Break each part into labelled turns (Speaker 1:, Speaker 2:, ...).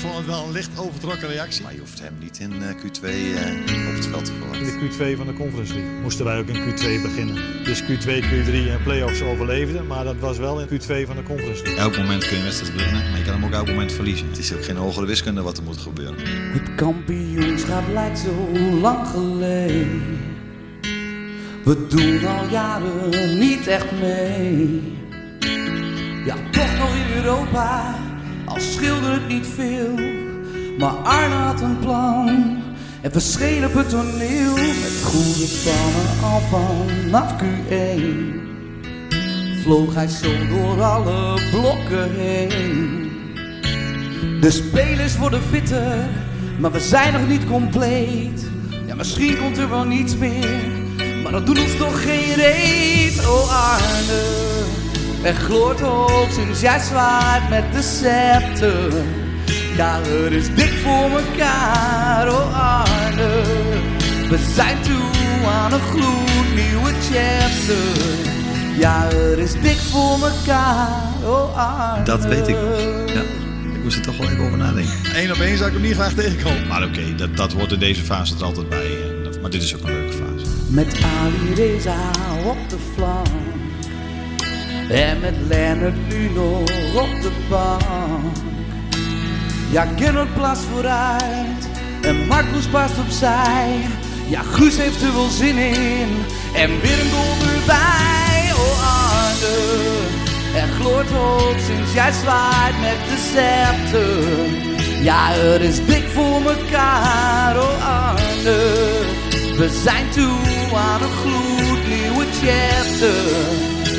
Speaker 1: vond het wel een licht overtrokken reactie.
Speaker 2: Maar je hoeft hem niet in eh, Q2 eh, op het veld te
Speaker 3: In
Speaker 2: verwachten.
Speaker 3: de Q2 van de Conference League moesten wij ook in Q2 beginnen. Dus Q2, Q3 en play-offs overleefden, maar dat was wel in Q2 van de Conference League.
Speaker 4: Elk moment kun je wedstrijd beginnen, maar je kan hem ook elk moment verliezen.
Speaker 2: Het is ook geen hogere wiskunde wat er moet gebeuren.
Speaker 5: Het kampioenschap lijkt zo lang geleden. We doen al jaren niet echt mee. Ja, toch nog in Europa, al scheelde het niet veel. Maar Arne had een plan en we schelen op het toneel. Met goede plannen al vanaf Q1. Vloog hij zo door alle blokken heen. De spelers worden fitter, maar we zijn nog niet compleet. Ja, misschien komt er wel niets meer, maar dat doet ons toch geen reet. Oh Arne, er gloort hoop sinds jij zwaait met de scepter. Ja, er is dik voor mekaar, oh Arne. We zijn toe aan een gloednieuwe chapter. Ja, er is dik voor mekaar, oh Arne.
Speaker 2: Dat weet ik nog. Ja, ik moest er toch wel even over nadenken.
Speaker 1: Eén op één zou ik hem niet graag tegenkomen.
Speaker 4: Maar oké, dat, dat hoort in deze fase er altijd bij. eh, En dat- maar dit is ook een leuke fase.
Speaker 5: Met Ali Reza op de flank. En met Leonard Nuno op de bank. Ja, Gerrit plaatst vooruit. En Marcus paast opzij. Ja, Guus heeft er wel zin in. En weer een goal erbij. Oh, Arne. Er gloort hoop sinds jij zwaait met de scepter. Ja, er is dik voor mekaar. Oh, Arne. We zijn toe aan een gloednieuwe chapter.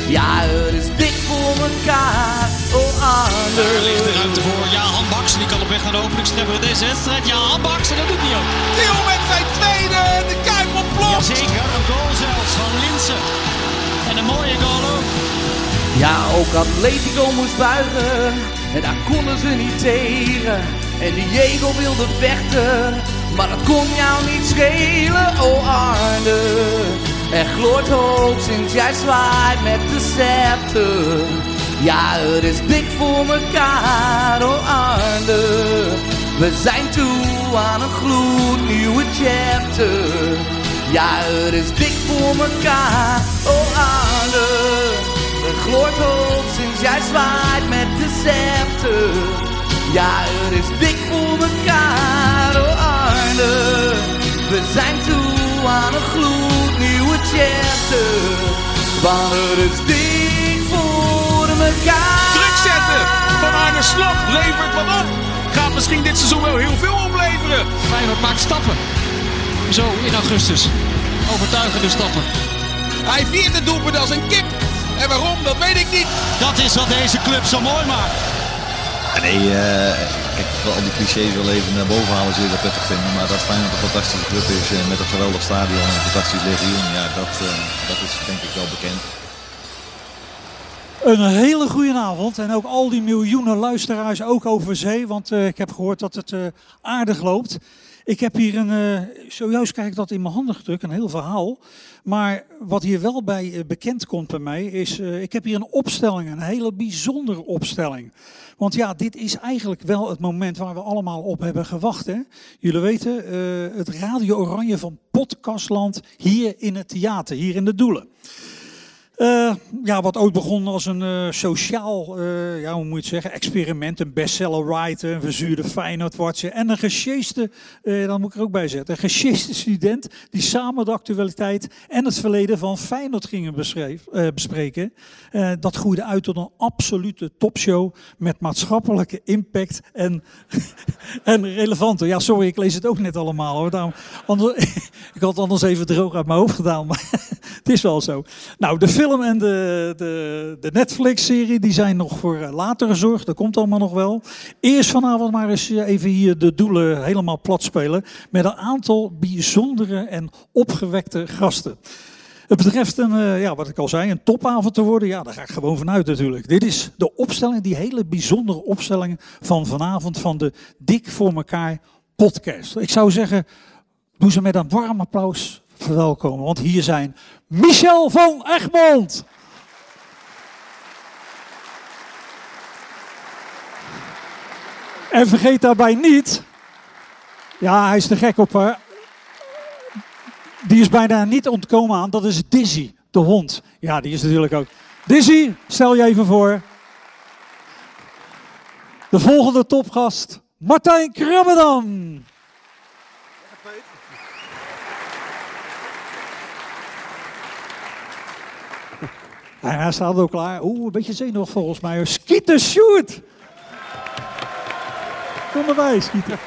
Speaker 5: Ja, er is dik voor mekaar. Oh, Arne.
Speaker 6: Daar ligt de ruimte voor. Ja, Baks, die kan op weg naar de openingstreffer van deze wedstrijd. Ja, Baks, en dat doet hij ook.
Speaker 7: Theo met zijn tweede, de Kuip ontploft.
Speaker 6: Jazeker, een goal zelfs van Linsen. En een mooie goal ook.
Speaker 5: Ja, ook Atletico moest buigen en daar konden ze niet tegen. En Diego wilde vechten, maar dat kon jou niet schelen, oh Arne. Er gloort hoop sinds jij zwaait met de scepter. Ja, het is dik voor mekaar, oh Arne. We zijn toe aan een gloednieuwe chapter. Ja, het is dik voor mekaar, oh Arne. Er gloort hoop sinds jij zwaait met de scepter. Ja, er is dik voor mekaar, oh Arne. We zijn toe aan een gloednieuwe chapter. Want er is dik voor mekaar.
Speaker 7: Druk zetten van Arne Slot levert wat op. Gaat misschien dit seizoen wel heel veel opleveren.
Speaker 6: Feyenoord maakt stappen. Zo, in augustus. Overtuigende stappen.
Speaker 7: Hij viert het doelpunt als een kip. En waarom, dat weet ik niet.
Speaker 6: Dat is wat deze club zo mooi maakt.
Speaker 2: Ja, nee, eh, kijk, ik wil al die clichés wel even naar boven halen, zul je dat prettig vinden. Maar dat Feyenoord een fantastische club is eh, met een geweldig stadion en een fantastisch legioen, ja, dat, eh, dat is denk ik wel bekend.
Speaker 8: Een hele goede avond en ook al die miljoenen luisteraars, ook over zee, want eh, ik heb gehoord dat het eh, aardig loopt. Ik heb hier een, eh, zojuist krijg ik dat in mijn handen gedrukt, een heel verhaal. Maar wat hier wel bij eh, bekend komt bij mij is, eh, ik heb hier een opstelling, een hele bijzondere opstelling. Want ja, dit is eigenlijk wel het moment waar we allemaal op hebben gewacht. Hè? Jullie weten, eh, het Radio Oranje van Podcastland hier in het theater, hier in de Doelen. Eh, ja, wat ooit begon als een eh, sociaal, eh, ja, hoe moet je het zeggen, experiment. Een bestseller writer, een verzuurde Feyenoordwartje en een gesjeeste, eh dan moet ik er ook bij zetten, een gesjeeste student die samen de actualiteit en het verleden van Feyenoord gingen beschreef- eh, bespreken. Eh, dat groeide uit tot een absolute topshow met maatschappelijke impact en, en relevante. Ja, sorry, ik lees het ook net allemaal hoor. Daarom, anders, ik had het anders even droog uit mijn hoofd gedaan, maar het is wel zo. Nou, de film en de, de, de Netflix-serie die zijn nog voor eh, later gezorgd. Dat komt allemaal nog wel. Eerst vanavond maar eens eh, even hier de doelen helemaal plat spelen. Met een aantal bijzondere en opgewekte gasten. Het betreft een, eh, ja, wat ik al zei, een topavond te worden. Ja, daar ga ik gewoon vanuit natuurlijk. Dit is de opstelling, die hele bijzondere opstelling van vanavond van de Dik voor elkaar podcast. Ik zou zeggen, doe ze met een warm applaus verwelkomen. Want hier zijn Michel van Egmond. En vergeet daarbij niet. Ja, hij is te gek op. eh, die is bijna niet ontkomen aan. Dat is Dizzy, de hond. Ja, die is natuurlijk ook. Dizzy, stel je even voor. De volgende topgast, Martijn Krabbedam. En hij staat ook klaar. Oeh, een beetje zenuwig volgens mij. Schieten, shoot! Kom erbij, schieten.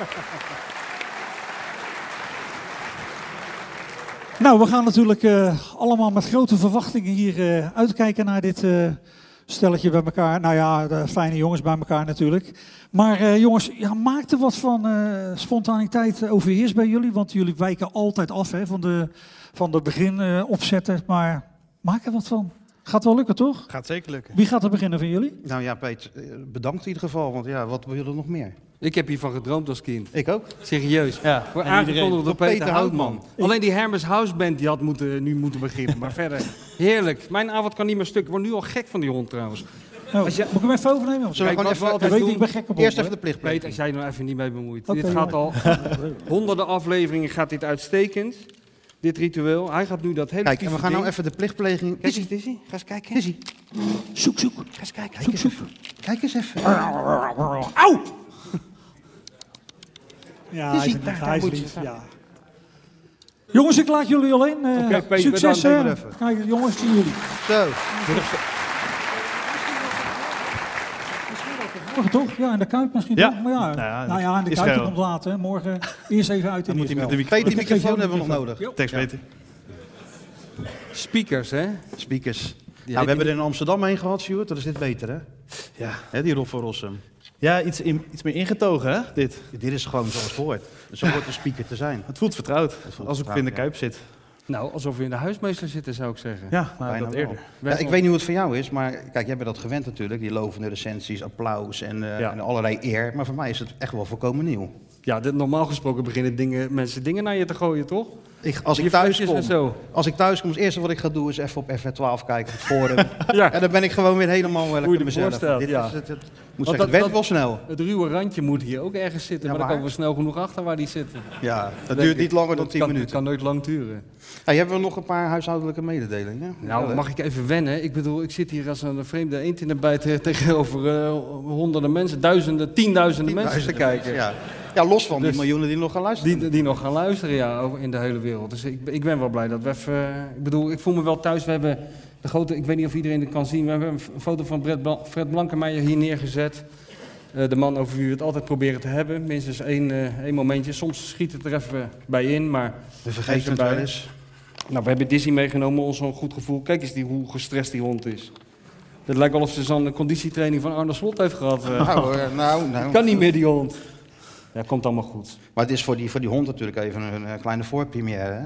Speaker 8: Nou, we gaan natuurlijk eh, allemaal met grote verwachtingen hier eh, uitkijken naar dit eh, stelletje bij elkaar. Nou ja, de fijne jongens bij elkaar natuurlijk. Maar eh, jongens, ja, maakt er wat van eh, spontaniteit overheerst bij jullie? Want jullie wijken altijd af hè, van de, van de begin eh, opzetten. Maar maak er wat van. Gaat wel lukken, toch?
Speaker 9: Gaat zeker lukken.
Speaker 8: Wie gaat er beginnen van jullie?
Speaker 9: Nou ja, Peet, eh, bedankt in ieder geval. Want ja, wat willen we nog meer?
Speaker 10: Ik heb hiervan gedroomd als kind.
Speaker 9: Ik ook.
Speaker 10: Serieus.
Speaker 9: Ja.
Speaker 10: Voor
Speaker 9: En iedereen.
Speaker 10: aangekondigd door
Speaker 9: Door
Speaker 10: Peter,
Speaker 9: Peter
Speaker 10: Houtman.
Speaker 9: Houtman.
Speaker 10: Alleen die Hermes Houseband die had moeten, nu moeten beginnen. Maar verder, heerlijk. Mijn avond kan niet meer stuk. Ik word nu al gek van die hond trouwens.
Speaker 8: Nou, Moet ik hem even overnemen?
Speaker 9: Zullen we
Speaker 10: Kijk,
Speaker 9: gewoon
Speaker 10: wat we
Speaker 9: even...
Speaker 10: altijd
Speaker 8: Hij weet,
Speaker 10: doen.
Speaker 8: ik ben gek op
Speaker 9: Eerst
Speaker 8: honden,
Speaker 9: even de plichtpleeg.
Speaker 10: Peter, als jij er nou even niet mee bemoeit.
Speaker 8: Oké,
Speaker 10: dit gaat al honderden afleveringen gaat dit uitstekend. Dit ritueel. Hij gaat nu dat hele
Speaker 9: Kijk, en
Speaker 10: vieze
Speaker 9: we gaan nou
Speaker 10: ding-
Speaker 9: even de plichtpleging...
Speaker 10: Kijk eens, Dizzy. Ga eens kijken.
Speaker 9: Dizzy,
Speaker 8: Zoek, zoek.
Speaker 9: ga eens kijken. Kijk eens even. Kijk eens even.
Speaker 8: Auw! Ja, hij
Speaker 9: Je
Speaker 8: is
Speaker 9: ziet
Speaker 8: een
Speaker 9: daar,
Speaker 8: hij is
Speaker 9: daar moet je
Speaker 8: lief,
Speaker 9: staan.
Speaker 8: ja. Jongens, ik laat jullie alleen. eh,
Speaker 10: Oké, Peter,
Speaker 8: succes.
Speaker 10: bedankt,
Speaker 8: hè.
Speaker 9: doe maar
Speaker 8: Kijk, jongens, zien jullie.
Speaker 9: Zo.
Speaker 8: Morgen toch? Ja, in de Kuip misschien
Speaker 2: Ja.
Speaker 8: toch? Maar ja,
Speaker 2: Nou ja,
Speaker 8: nou ja, in de
Speaker 2: is
Speaker 8: Kuip die
Speaker 2: geil.
Speaker 8: komt later. hè. Morgen eerst even uit in
Speaker 2: Moet hij
Speaker 8: Israël.
Speaker 2: met de
Speaker 9: Peet, die
Speaker 2: microfoon...
Speaker 9: microfoon hebben we nog nodig.
Speaker 2: Tekst weten.
Speaker 10: Speakers, hè?
Speaker 9: Speakers.
Speaker 10: die-
Speaker 9: Nou, we hebben er in Amsterdam heen gehad, Stuart. Dat is dit beter, hè?
Speaker 2: Ja,
Speaker 9: Hè, die Rob van Rossum.
Speaker 2: ja iets, in- iets meer ingetogen, hè, dit.
Speaker 9: Dit is gewoon zoals het hoort. Zo hoort een speaker te zijn.
Speaker 2: Het voelt vertrouwd,
Speaker 9: voelt
Speaker 2: als ik
Speaker 9: vertrouwd,
Speaker 2: in de
Speaker 9: ja.
Speaker 2: Kuip zit.
Speaker 10: Nou, alsof we in de huismeester zitten, zou ik zeggen.
Speaker 2: Ja, nou,
Speaker 9: Bijna
Speaker 2: dat
Speaker 9: wel.
Speaker 2: eerder.
Speaker 9: Ja, ik weet niet hoe het voor jou is, maar kijk, jij bent dat gewend natuurlijk. Die lovende recensies, applaus en, eh,
Speaker 2: Ja.
Speaker 9: en allerlei eer. Maar voor mij is het echt wel volkomen nieuw.
Speaker 10: Ja, dit, normaal gesproken beginnen dingen, mensen dingen naar je te gooien, toch?
Speaker 9: Ik, als, ik
Speaker 10: Die
Speaker 9: thuis
Speaker 10: flesjes
Speaker 9: kom,
Speaker 10: en zo.
Speaker 9: als ik thuis kom, het eerste wat ik ga doen is even op FR12 kijken, het forum.
Speaker 10: Ja.
Speaker 9: En dan ben ik gewoon weer helemaal eh, lekker
Speaker 10: je ervoor
Speaker 9: mezelf.
Speaker 10: staat,
Speaker 9: Dit
Speaker 10: ja.
Speaker 9: is het, het, ik moet
Speaker 10: dat-
Speaker 9: zeggen, het werkt
Speaker 10: dat-
Speaker 9: wel snel.
Speaker 10: Het ruwe randje moet hier ook ergens zitten,
Speaker 9: Ja,
Speaker 10: maar, dan
Speaker 9: maar-
Speaker 10: komen we snel genoeg achter waar die zitten.
Speaker 9: Ja, dat
Speaker 10: Denk
Speaker 9: duurt
Speaker 10: ik.
Speaker 9: niet langer dan
Speaker 10: Dat
Speaker 9: 10
Speaker 10: kan-
Speaker 9: minuten.
Speaker 10: kan nooit lang duren.
Speaker 9: Hey, hebben we nog een paar huishoudelijke mededelingen?
Speaker 10: Nou,
Speaker 9: Wel,
Speaker 10: mag ik even wennen? Ik bedoel, ik zit hier als een vreemde eend in de bijt eh, tegenover eh, honderden mensen, duizenden, tienduizenden mensen te kijken.
Speaker 9: hè? Ja. ja, los van
Speaker 10: Dus-
Speaker 9: die miljoenen die nog gaan luisteren.
Speaker 10: Die, die nog gaan luisteren ja, over- in de hele wereld. Dus ik, ik ben wel blij dat we even... eh, Ik bedoel, ik voel me wel thuis. We hebben de grote... Ik weet niet of iedereen het kan zien. We hebben een f- foto van Fred, Blan Fred Blankenmeijer hier neergezet. Eh, de man over wie we het altijd proberen te hebben. Minstens één, eh, één momentje. Soms schiet het er even bij in, maar...
Speaker 9: We vergeten het
Speaker 10: erbij.
Speaker 9: wel eens.
Speaker 10: Nou, we hebben Dizzy meegenomen, ons zo'n goed gevoel. Kijk eens die, hoe gestrest die hond is. Het lijkt wel of ze zo'n conditietraining van Arne Slot heeft gehad. eh.
Speaker 9: Nou, hoor, nou, nou.
Speaker 10: Kan niet meer die hond. Ja, komt allemaal goed.
Speaker 9: Maar het is voor die, voor die hond natuurlijk even een, eh, kleine voorpremière. hè?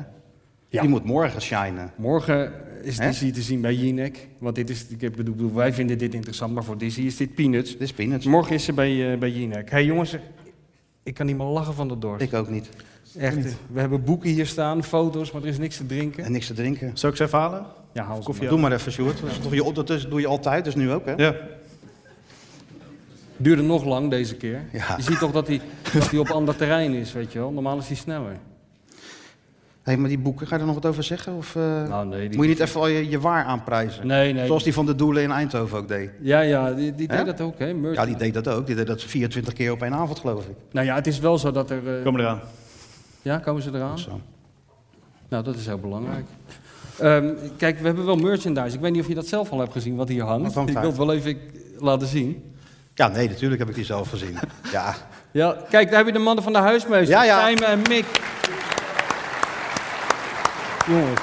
Speaker 10: Ja.
Speaker 9: Die moet morgen shinen.
Speaker 10: Morgen is
Speaker 9: Hè?
Speaker 10: Dizzy te zien bij Jinek. Want dit is, ik bedoel, wij vinden dit interessant, maar voor Dizzy is dit peanuts.
Speaker 9: Dit is peanuts.
Speaker 10: Morgen is ze bij, eh, bij Jinek. Hé hey, jongens, ik kan niet meer lachen van de dorst.
Speaker 9: Ik ook niet.
Speaker 10: Echt, eh, we hebben boeken hier staan, foto's, maar er is niks te drinken.
Speaker 9: En niks te drinken.
Speaker 2: Zou ik ze even halen?
Speaker 10: Ja, haal ze
Speaker 2: Koffie,
Speaker 10: maar.
Speaker 9: Doe maar even, Sjoerd. Dat, is toch je op, dat is- doe je altijd, dus nu ook, hè?
Speaker 2: Ja.
Speaker 10: Duurde nog lang deze keer.
Speaker 9: Ja.
Speaker 10: Je ziet toch dat hij dat hij op ander terrein is, weet je wel. Normaal is hij sneller.
Speaker 9: hey, maar die boeken, ga je er nog wat over zeggen? Of, eh,
Speaker 10: Nou, nee, die-
Speaker 9: Moet je niet even al je, je waar aanprijzen?
Speaker 10: Nee, nee.
Speaker 9: Zoals die van de Doelen in Eindhoven ook deed.
Speaker 10: Ja, ja, die, die
Speaker 9: Hè?
Speaker 10: deed dat ook, hè? Murphy.
Speaker 9: Ja, die deed dat ook. Die deed dat 24 keer op één avond, geloof ik.
Speaker 10: Nou ja, het is wel zo dat er... eh,
Speaker 2: Kom eraan.
Speaker 10: Ja, komen ze eraan?
Speaker 9: Zo.
Speaker 10: Nou, dat is heel belangrijk. Ehm, kijk, we hebben wel merchandise. Ik weet niet of je dat zelf al hebt gezien, wat hier hangt.
Speaker 9: Wat hangt
Speaker 10: ik wil
Speaker 9: daar?
Speaker 10: het wel even laten zien.
Speaker 9: Ja, nee, natuurlijk heb ik die zelf gezien. Ja,
Speaker 10: Ja, kijk, daar heb je de mannen van de huismeester.
Speaker 9: Ja, ja.
Speaker 10: Tijmen en Mick. Jongens.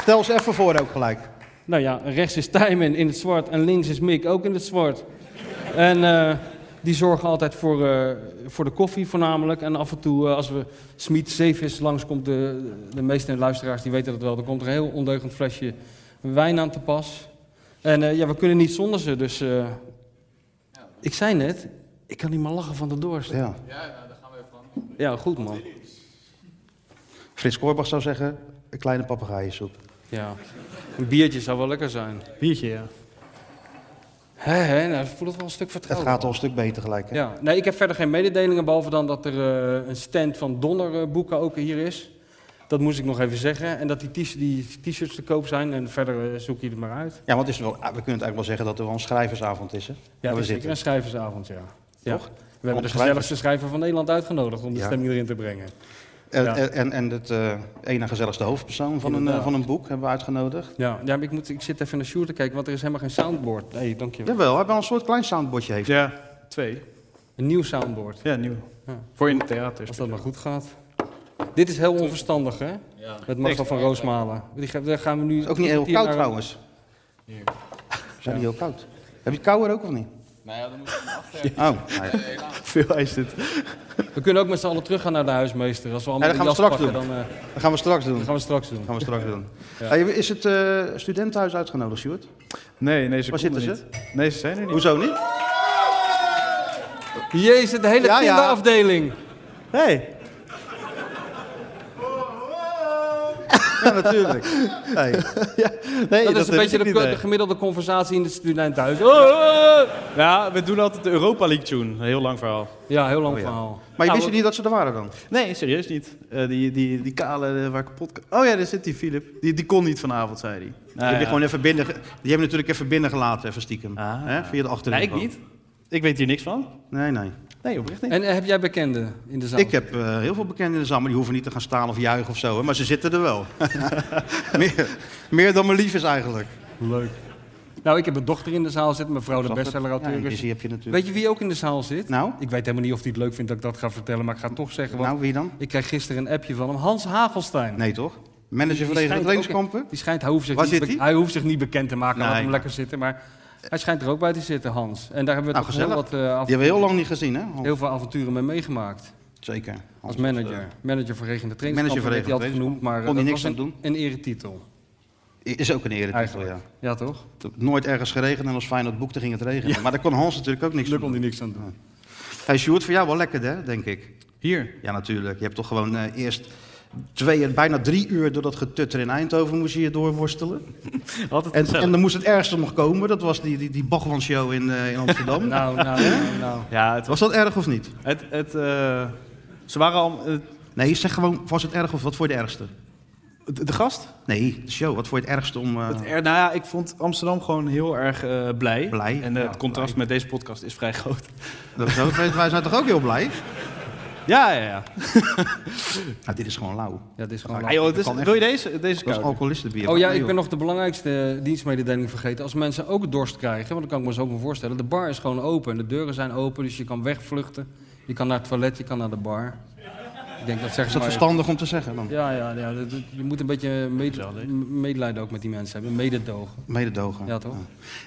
Speaker 9: stel ze even voor ook gelijk.
Speaker 10: Nou ja, rechts is Tijmen in het zwart en links is Mick ook in het zwart. En eh, die zorgen altijd voor, eh, voor de koffie voornamelijk. En af en toe, eh, als we Smit Zeevis langskomt, de, de meeste luisteraars die weten dat wel. Er komt een heel ondeugend flesje wijn aan te pas. En eh, ja, we kunnen niet zonder ze, dus... eh, ik zei net, ik kan niet meer lachen van de dorst. Ja,
Speaker 9: Ja.
Speaker 10: goed man.
Speaker 9: Frits Korbach zou zeggen, een kleine papegaaiensoep.
Speaker 10: Ja. Een biertje zou wel lekker zijn.
Speaker 2: Biertje, ja.
Speaker 10: Hè, hè, nou, ik voel het wel een stuk
Speaker 9: Het
Speaker 10: vertrouwd.
Speaker 9: gaat al een stuk beter gelijk. Hè?
Speaker 10: Ja, nee, ik heb verder geen mededelingen, behalve dan dat er eh, een stand van Donnerboeken ook hier is. Dat moest ik nog even zeggen. En dat die t-shirts- die t-shirts te koop zijn. En verder eh, zoek je het maar uit.
Speaker 9: Ja, want het is wel, ah, we kunnen het eigenlijk wel zeggen dat er wel een schrijversavond is. Hè?
Speaker 10: Ja,
Speaker 9: Waar
Speaker 10: het
Speaker 9: we
Speaker 10: is zeker
Speaker 9: zitten.
Speaker 10: een schrijversavond, ja. ja. We hebben de
Speaker 9: schrijvers.
Speaker 10: gezelligste schrijver van Nederland uitgenodigd om de
Speaker 9: Ja.
Speaker 10: stemming erin te brengen.
Speaker 9: En,
Speaker 10: ja.
Speaker 9: en- en, en het eh ene gezelligste hoofdpersoon van een, eh,
Speaker 10: Inderdaad.
Speaker 9: van een boek hebben we uitgenodigd.
Speaker 10: Ja, ja maar ik, moet, ik zit even naar Sjoerd te kijken, want er is helemaal geen soundboard. Nee, dankjewel.
Speaker 9: Jawel, hij wel een soort klein soundbordje heeft.
Speaker 7: Ja, twee.
Speaker 10: Een nieuw soundboard,
Speaker 7: Ja, nieuw.
Speaker 10: Ja.
Speaker 7: Voor in het theater.
Speaker 10: als dat maar goed gaat. Dit is heel onverstandig, hè? Met Marcel van Roosmalen. Die ga- Daar gaan we nu...
Speaker 9: Het is ook niet heel
Speaker 10: hier
Speaker 9: koud
Speaker 10: naar-
Speaker 9: trouwens. Zijn die heel koud? Heb je het kouder ook of niet? Nee, dat moet ik Oh, nee.
Speaker 7: Veel is dit.
Speaker 10: We kunnen ook met z'n allen teruggaan naar de huismeester. Als we allemaal
Speaker 9: Ja, dat
Speaker 10: die
Speaker 9: gaan we
Speaker 10: jas
Speaker 9: straks
Speaker 10: pakken, dan eh,
Speaker 9: dat gaan we straks doen.
Speaker 10: dat gaan we straks doen.
Speaker 9: gaan we straks doen. Hey, is het eh, studentenhuis uitgenodigd, Stuart?
Speaker 7: Nee, nee, ze
Speaker 9: Waar
Speaker 7: konden
Speaker 9: zitten
Speaker 7: niet. Nee, ze zijn er niet.
Speaker 9: Hoezo niet?
Speaker 10: Jezus, de hele
Speaker 9: Ja, ja.
Speaker 10: kinderafdeling.
Speaker 9: Hey. Ja, natuurlijk. Hey.
Speaker 7: Nee,
Speaker 10: dat is een beetje de,
Speaker 7: niet,
Speaker 10: ko-
Speaker 7: nee.
Speaker 10: de gemiddelde conversatie in de studentenhuis. Oh, oh, oh.
Speaker 7: Ja, Ah, we doen altijd de Europa League tune. Een heel lang verhaal.
Speaker 10: Ja, heel lang
Speaker 9: Oh, ja.
Speaker 10: verhaal.
Speaker 9: Maar je
Speaker 7: Nou,
Speaker 9: wist je niet dat ze er waren dan?
Speaker 7: Nee, serieus niet. Eh, die, die, die kale eh, waar kapot... Oh ja, daar zit die Filip. Die, die kon niet vanavond, zei hij.
Speaker 9: die, hebben gewoon even binnen, ge- die hebben natuurlijk even binnengelaten, even stiekem.
Speaker 7: Ah.
Speaker 9: Hè? Via de achterdeur.
Speaker 7: Nee, ik niet. Ik weet hier niks van.
Speaker 9: Nee, nee.
Speaker 7: Nee, oprecht niet.
Speaker 10: En eh, heb jij bekenden in de zaal?
Speaker 9: Ik heb eh, heel veel bekenden in de zaal, maar die hoeven niet te gaan staan of juichen of zo. Hè? Maar ze zitten er wel. meer, meer dan mijn lief is eigenlijk.
Speaker 10: Leuk. Nou, ik heb een dochter in de zaal zitten, mevrouw de
Speaker 9: Ja,
Speaker 10: bestseller-auteur. is.
Speaker 9: die heb je natuurlijk.
Speaker 10: Weet je wie ook in de zaal zit?
Speaker 9: Nou?
Speaker 10: Ik weet helemaal niet of hij het leuk vindt dat ik dat ga vertellen, maar ik ga het toch zeggen. Want
Speaker 9: Nou, wie dan?
Speaker 10: ik kreeg gisteren een appje van hem. Hans Hagelstein.
Speaker 9: Nee, toch? Manager van
Speaker 10: Die
Speaker 9: de
Speaker 10: schijnt
Speaker 9: trainingskampen?
Speaker 10: ook- Die schijnt, hij hoeft, zich
Speaker 9: Waar
Speaker 10: niet
Speaker 9: zit
Speaker 10: be-
Speaker 9: hij?
Speaker 10: hij hoeft zich niet bekend te maken, laat
Speaker 9: Nee.
Speaker 10: hem lekker zitten. Maar hij schijnt er ook bij te zitten, Hans. En daar hebben we
Speaker 9: Nou,
Speaker 10: toch heel
Speaker 9: gezellig.
Speaker 10: wat eh, avonturen-
Speaker 9: Die hebben we heel lang niet gezien, hè? Hans?
Speaker 10: heel veel avonturen mee meegemaakt.
Speaker 9: Zeker.
Speaker 10: Als
Speaker 9: Hans was,
Speaker 10: manager. Manager van Regende Trainers.
Speaker 9: Manager van
Speaker 10: werd hij altijd
Speaker 9: Regende
Speaker 10: genoemd, maar eh,
Speaker 9: Kon hij
Speaker 10: dat
Speaker 9: niks
Speaker 10: was
Speaker 9: aan
Speaker 10: een, een eretitel.
Speaker 9: eh, Is ook een eretitel,
Speaker 10: Eigenlijk.
Speaker 9: ja.
Speaker 10: Ja, toch?
Speaker 9: Nooit ergens geregend en als Feyenoord boekte ging het regenen. Maar daar kon Hans natuurlijk ook niks
Speaker 10: Daar
Speaker 9: aan
Speaker 10: kon
Speaker 9: doen.
Speaker 10: hij niks aan doen.
Speaker 9: Hey, Sjoerd, voor jou wel lekker, hè, denk ik.
Speaker 7: Hier.
Speaker 9: Ja, natuurlijk. Je hebt toch gewoon eh, eerst twee, eh, bijna drie uur door dat getutter in Eindhoven moest je je doorworstelen.
Speaker 7: Altijd
Speaker 9: En,
Speaker 7: gezellig.
Speaker 9: en dan moest het ergste nog komen. Dat was die, die, die Bachman-show in, eh, in Amsterdam.
Speaker 10: Nou, nou, nou, nou.
Speaker 7: Ja, het was...
Speaker 9: Was dat erg of niet?
Speaker 7: Het, het, eh, ze waren al... eh,
Speaker 9: Nee, zeg gewoon, was het erg of wat voor je het ergste?
Speaker 7: de, de gast?
Speaker 9: Nee, de show. Wat voor je het ergste om... eh,
Speaker 7: Het er- nou ja, ik vond Amsterdam gewoon heel erg eh, blij.
Speaker 9: Blij,
Speaker 7: En eh, het contrast met deze podcast is vrij groot.
Speaker 9: dat is ook- wij zijn toch ook heel blij?
Speaker 7: Ja, ja, ja.
Speaker 9: Nou, dit is gewoon lauw.
Speaker 10: Ja, dit is gewoon
Speaker 7: Ah, joh, het is-
Speaker 9: kan echt-
Speaker 7: wil je deze? Deze
Speaker 9: Dat is
Speaker 7: kouder?
Speaker 9: alcoholistenbier.
Speaker 10: Oh ja,
Speaker 9: Nee,
Speaker 10: ik
Speaker 9: joh.
Speaker 10: ben nog de belangrijkste dienstmededeling vergeten. Als mensen ook dorst krijgen, want dat kan ik me zo ook wel voorstellen. De bar is gewoon open. De deuren zijn open, dus je kan wegvluchten. Je kan naar het toilet, je kan naar de bar. Ik denk dat zeggen
Speaker 9: Is
Speaker 10: ze
Speaker 9: dat
Speaker 10: maar-
Speaker 9: verstandig om te zeggen dan?
Speaker 10: Oh Ja, ja, ja. dat- dat- je moet een beetje med- m- medelijden ook met die mensen hebben. Mededogen.
Speaker 9: Mededogen.
Speaker 10: Ja, toch?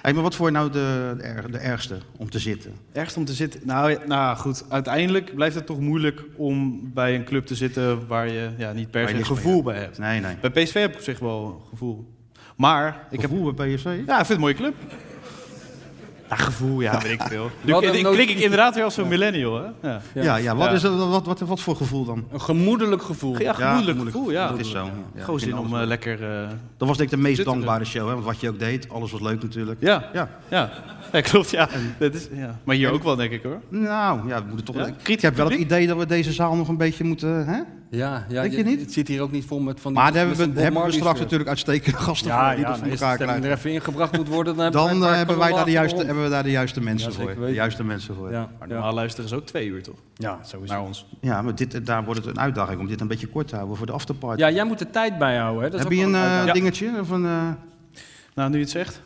Speaker 9: Hey, maar wat voor nou de, de, erg- de ergste om te zitten?
Speaker 7: Ergst om te zitten. Nou, ja, nou goed, uiteindelijk blijft het toch moeilijk om bij een club te zitten waar je ja, niet per
Speaker 9: Waar
Speaker 7: se
Speaker 9: je
Speaker 7: een
Speaker 9: niks mee
Speaker 7: gevoel bij hebt.
Speaker 9: Nee, nee.
Speaker 7: Bij PSV heb ik op zich wel een gevoel. Maar ik heb.
Speaker 9: Gevoel bij PSV?
Speaker 7: Ja, ik vind het een mooie club. Ja, gevoel, ja, weet ik veel. Nu
Speaker 10: hadden
Speaker 7: ik-
Speaker 10: hem
Speaker 7: klink
Speaker 10: nood-
Speaker 7: ik inderdaad weer als zo'n millennial, hè? Ja,
Speaker 9: Ja, ja. Wat,
Speaker 7: Ja.
Speaker 9: Is dat, wat, wat, wat voor gevoel dan?
Speaker 10: Een gemoedelijk gevoel.
Speaker 7: ja gemoedelijk gevoel, ja.
Speaker 9: Dat is zo. Ja,
Speaker 7: Gewoon
Speaker 9: ik vind
Speaker 7: zin om
Speaker 9: alles
Speaker 7: eh,
Speaker 9: leuk.
Speaker 7: lekker... eh,
Speaker 9: Dat was denk ik de meest
Speaker 7: zitten
Speaker 9: dankbare show, hè? want wat je ook deed, alles was leuk natuurlijk.
Speaker 7: ja, ja,
Speaker 9: Ja.
Speaker 7: ja. klopt, ja. Dat is, ja. Maar hier ook wel, denk ik, hoor.
Speaker 9: Nou, ja, we moeten toch...
Speaker 7: Ja?
Speaker 9: Ik heb wel het idee dat we deze zaal nog een beetje moeten... Hè?
Speaker 10: Ja, ja.
Speaker 9: Denk je
Speaker 10: je-
Speaker 9: niet?
Speaker 10: Het zit hier ook niet vol met van die
Speaker 9: Maar daar hebben
Speaker 10: met zo'n
Speaker 9: we,
Speaker 10: Bob
Speaker 9: hebben we
Speaker 10: Marley
Speaker 9: straks
Speaker 10: shirt.
Speaker 9: natuurlijk uitstekende gasten
Speaker 10: Ja,
Speaker 9: voor die
Speaker 10: ja.
Speaker 9: dat
Speaker 10: nou,
Speaker 9: voor
Speaker 10: Als de
Speaker 9: elkaar
Speaker 10: stemming er
Speaker 9: krijgen.
Speaker 10: even ingebracht moet worden, dan,
Speaker 9: Dan
Speaker 10: hebben
Speaker 9: eh,
Speaker 10: we
Speaker 9: hebben, wij daar de juiste, hebben we daar de juiste mensen
Speaker 10: Ja,
Speaker 9: voor.
Speaker 10: zeker
Speaker 9: De
Speaker 10: weten.
Speaker 9: juiste mensen voor. Ja.
Speaker 10: Ja,
Speaker 7: Maar normaal
Speaker 10: ja.
Speaker 7: luisteren is ook twee uur, toch?
Speaker 10: ja, sowieso.
Speaker 7: ons.
Speaker 9: maar dit, daar wordt het een uitdaging om dit een beetje kort te houden voor de afterparty.
Speaker 10: Ja, jij moet de tijd bijhouden. Hè. Dat is
Speaker 9: Heb
Speaker 10: ook
Speaker 9: je een
Speaker 10: wel
Speaker 9: eh,
Speaker 10: uitdaging.
Speaker 9: dingetje? Of een, eh,
Speaker 7: Nou, nu je het zegt.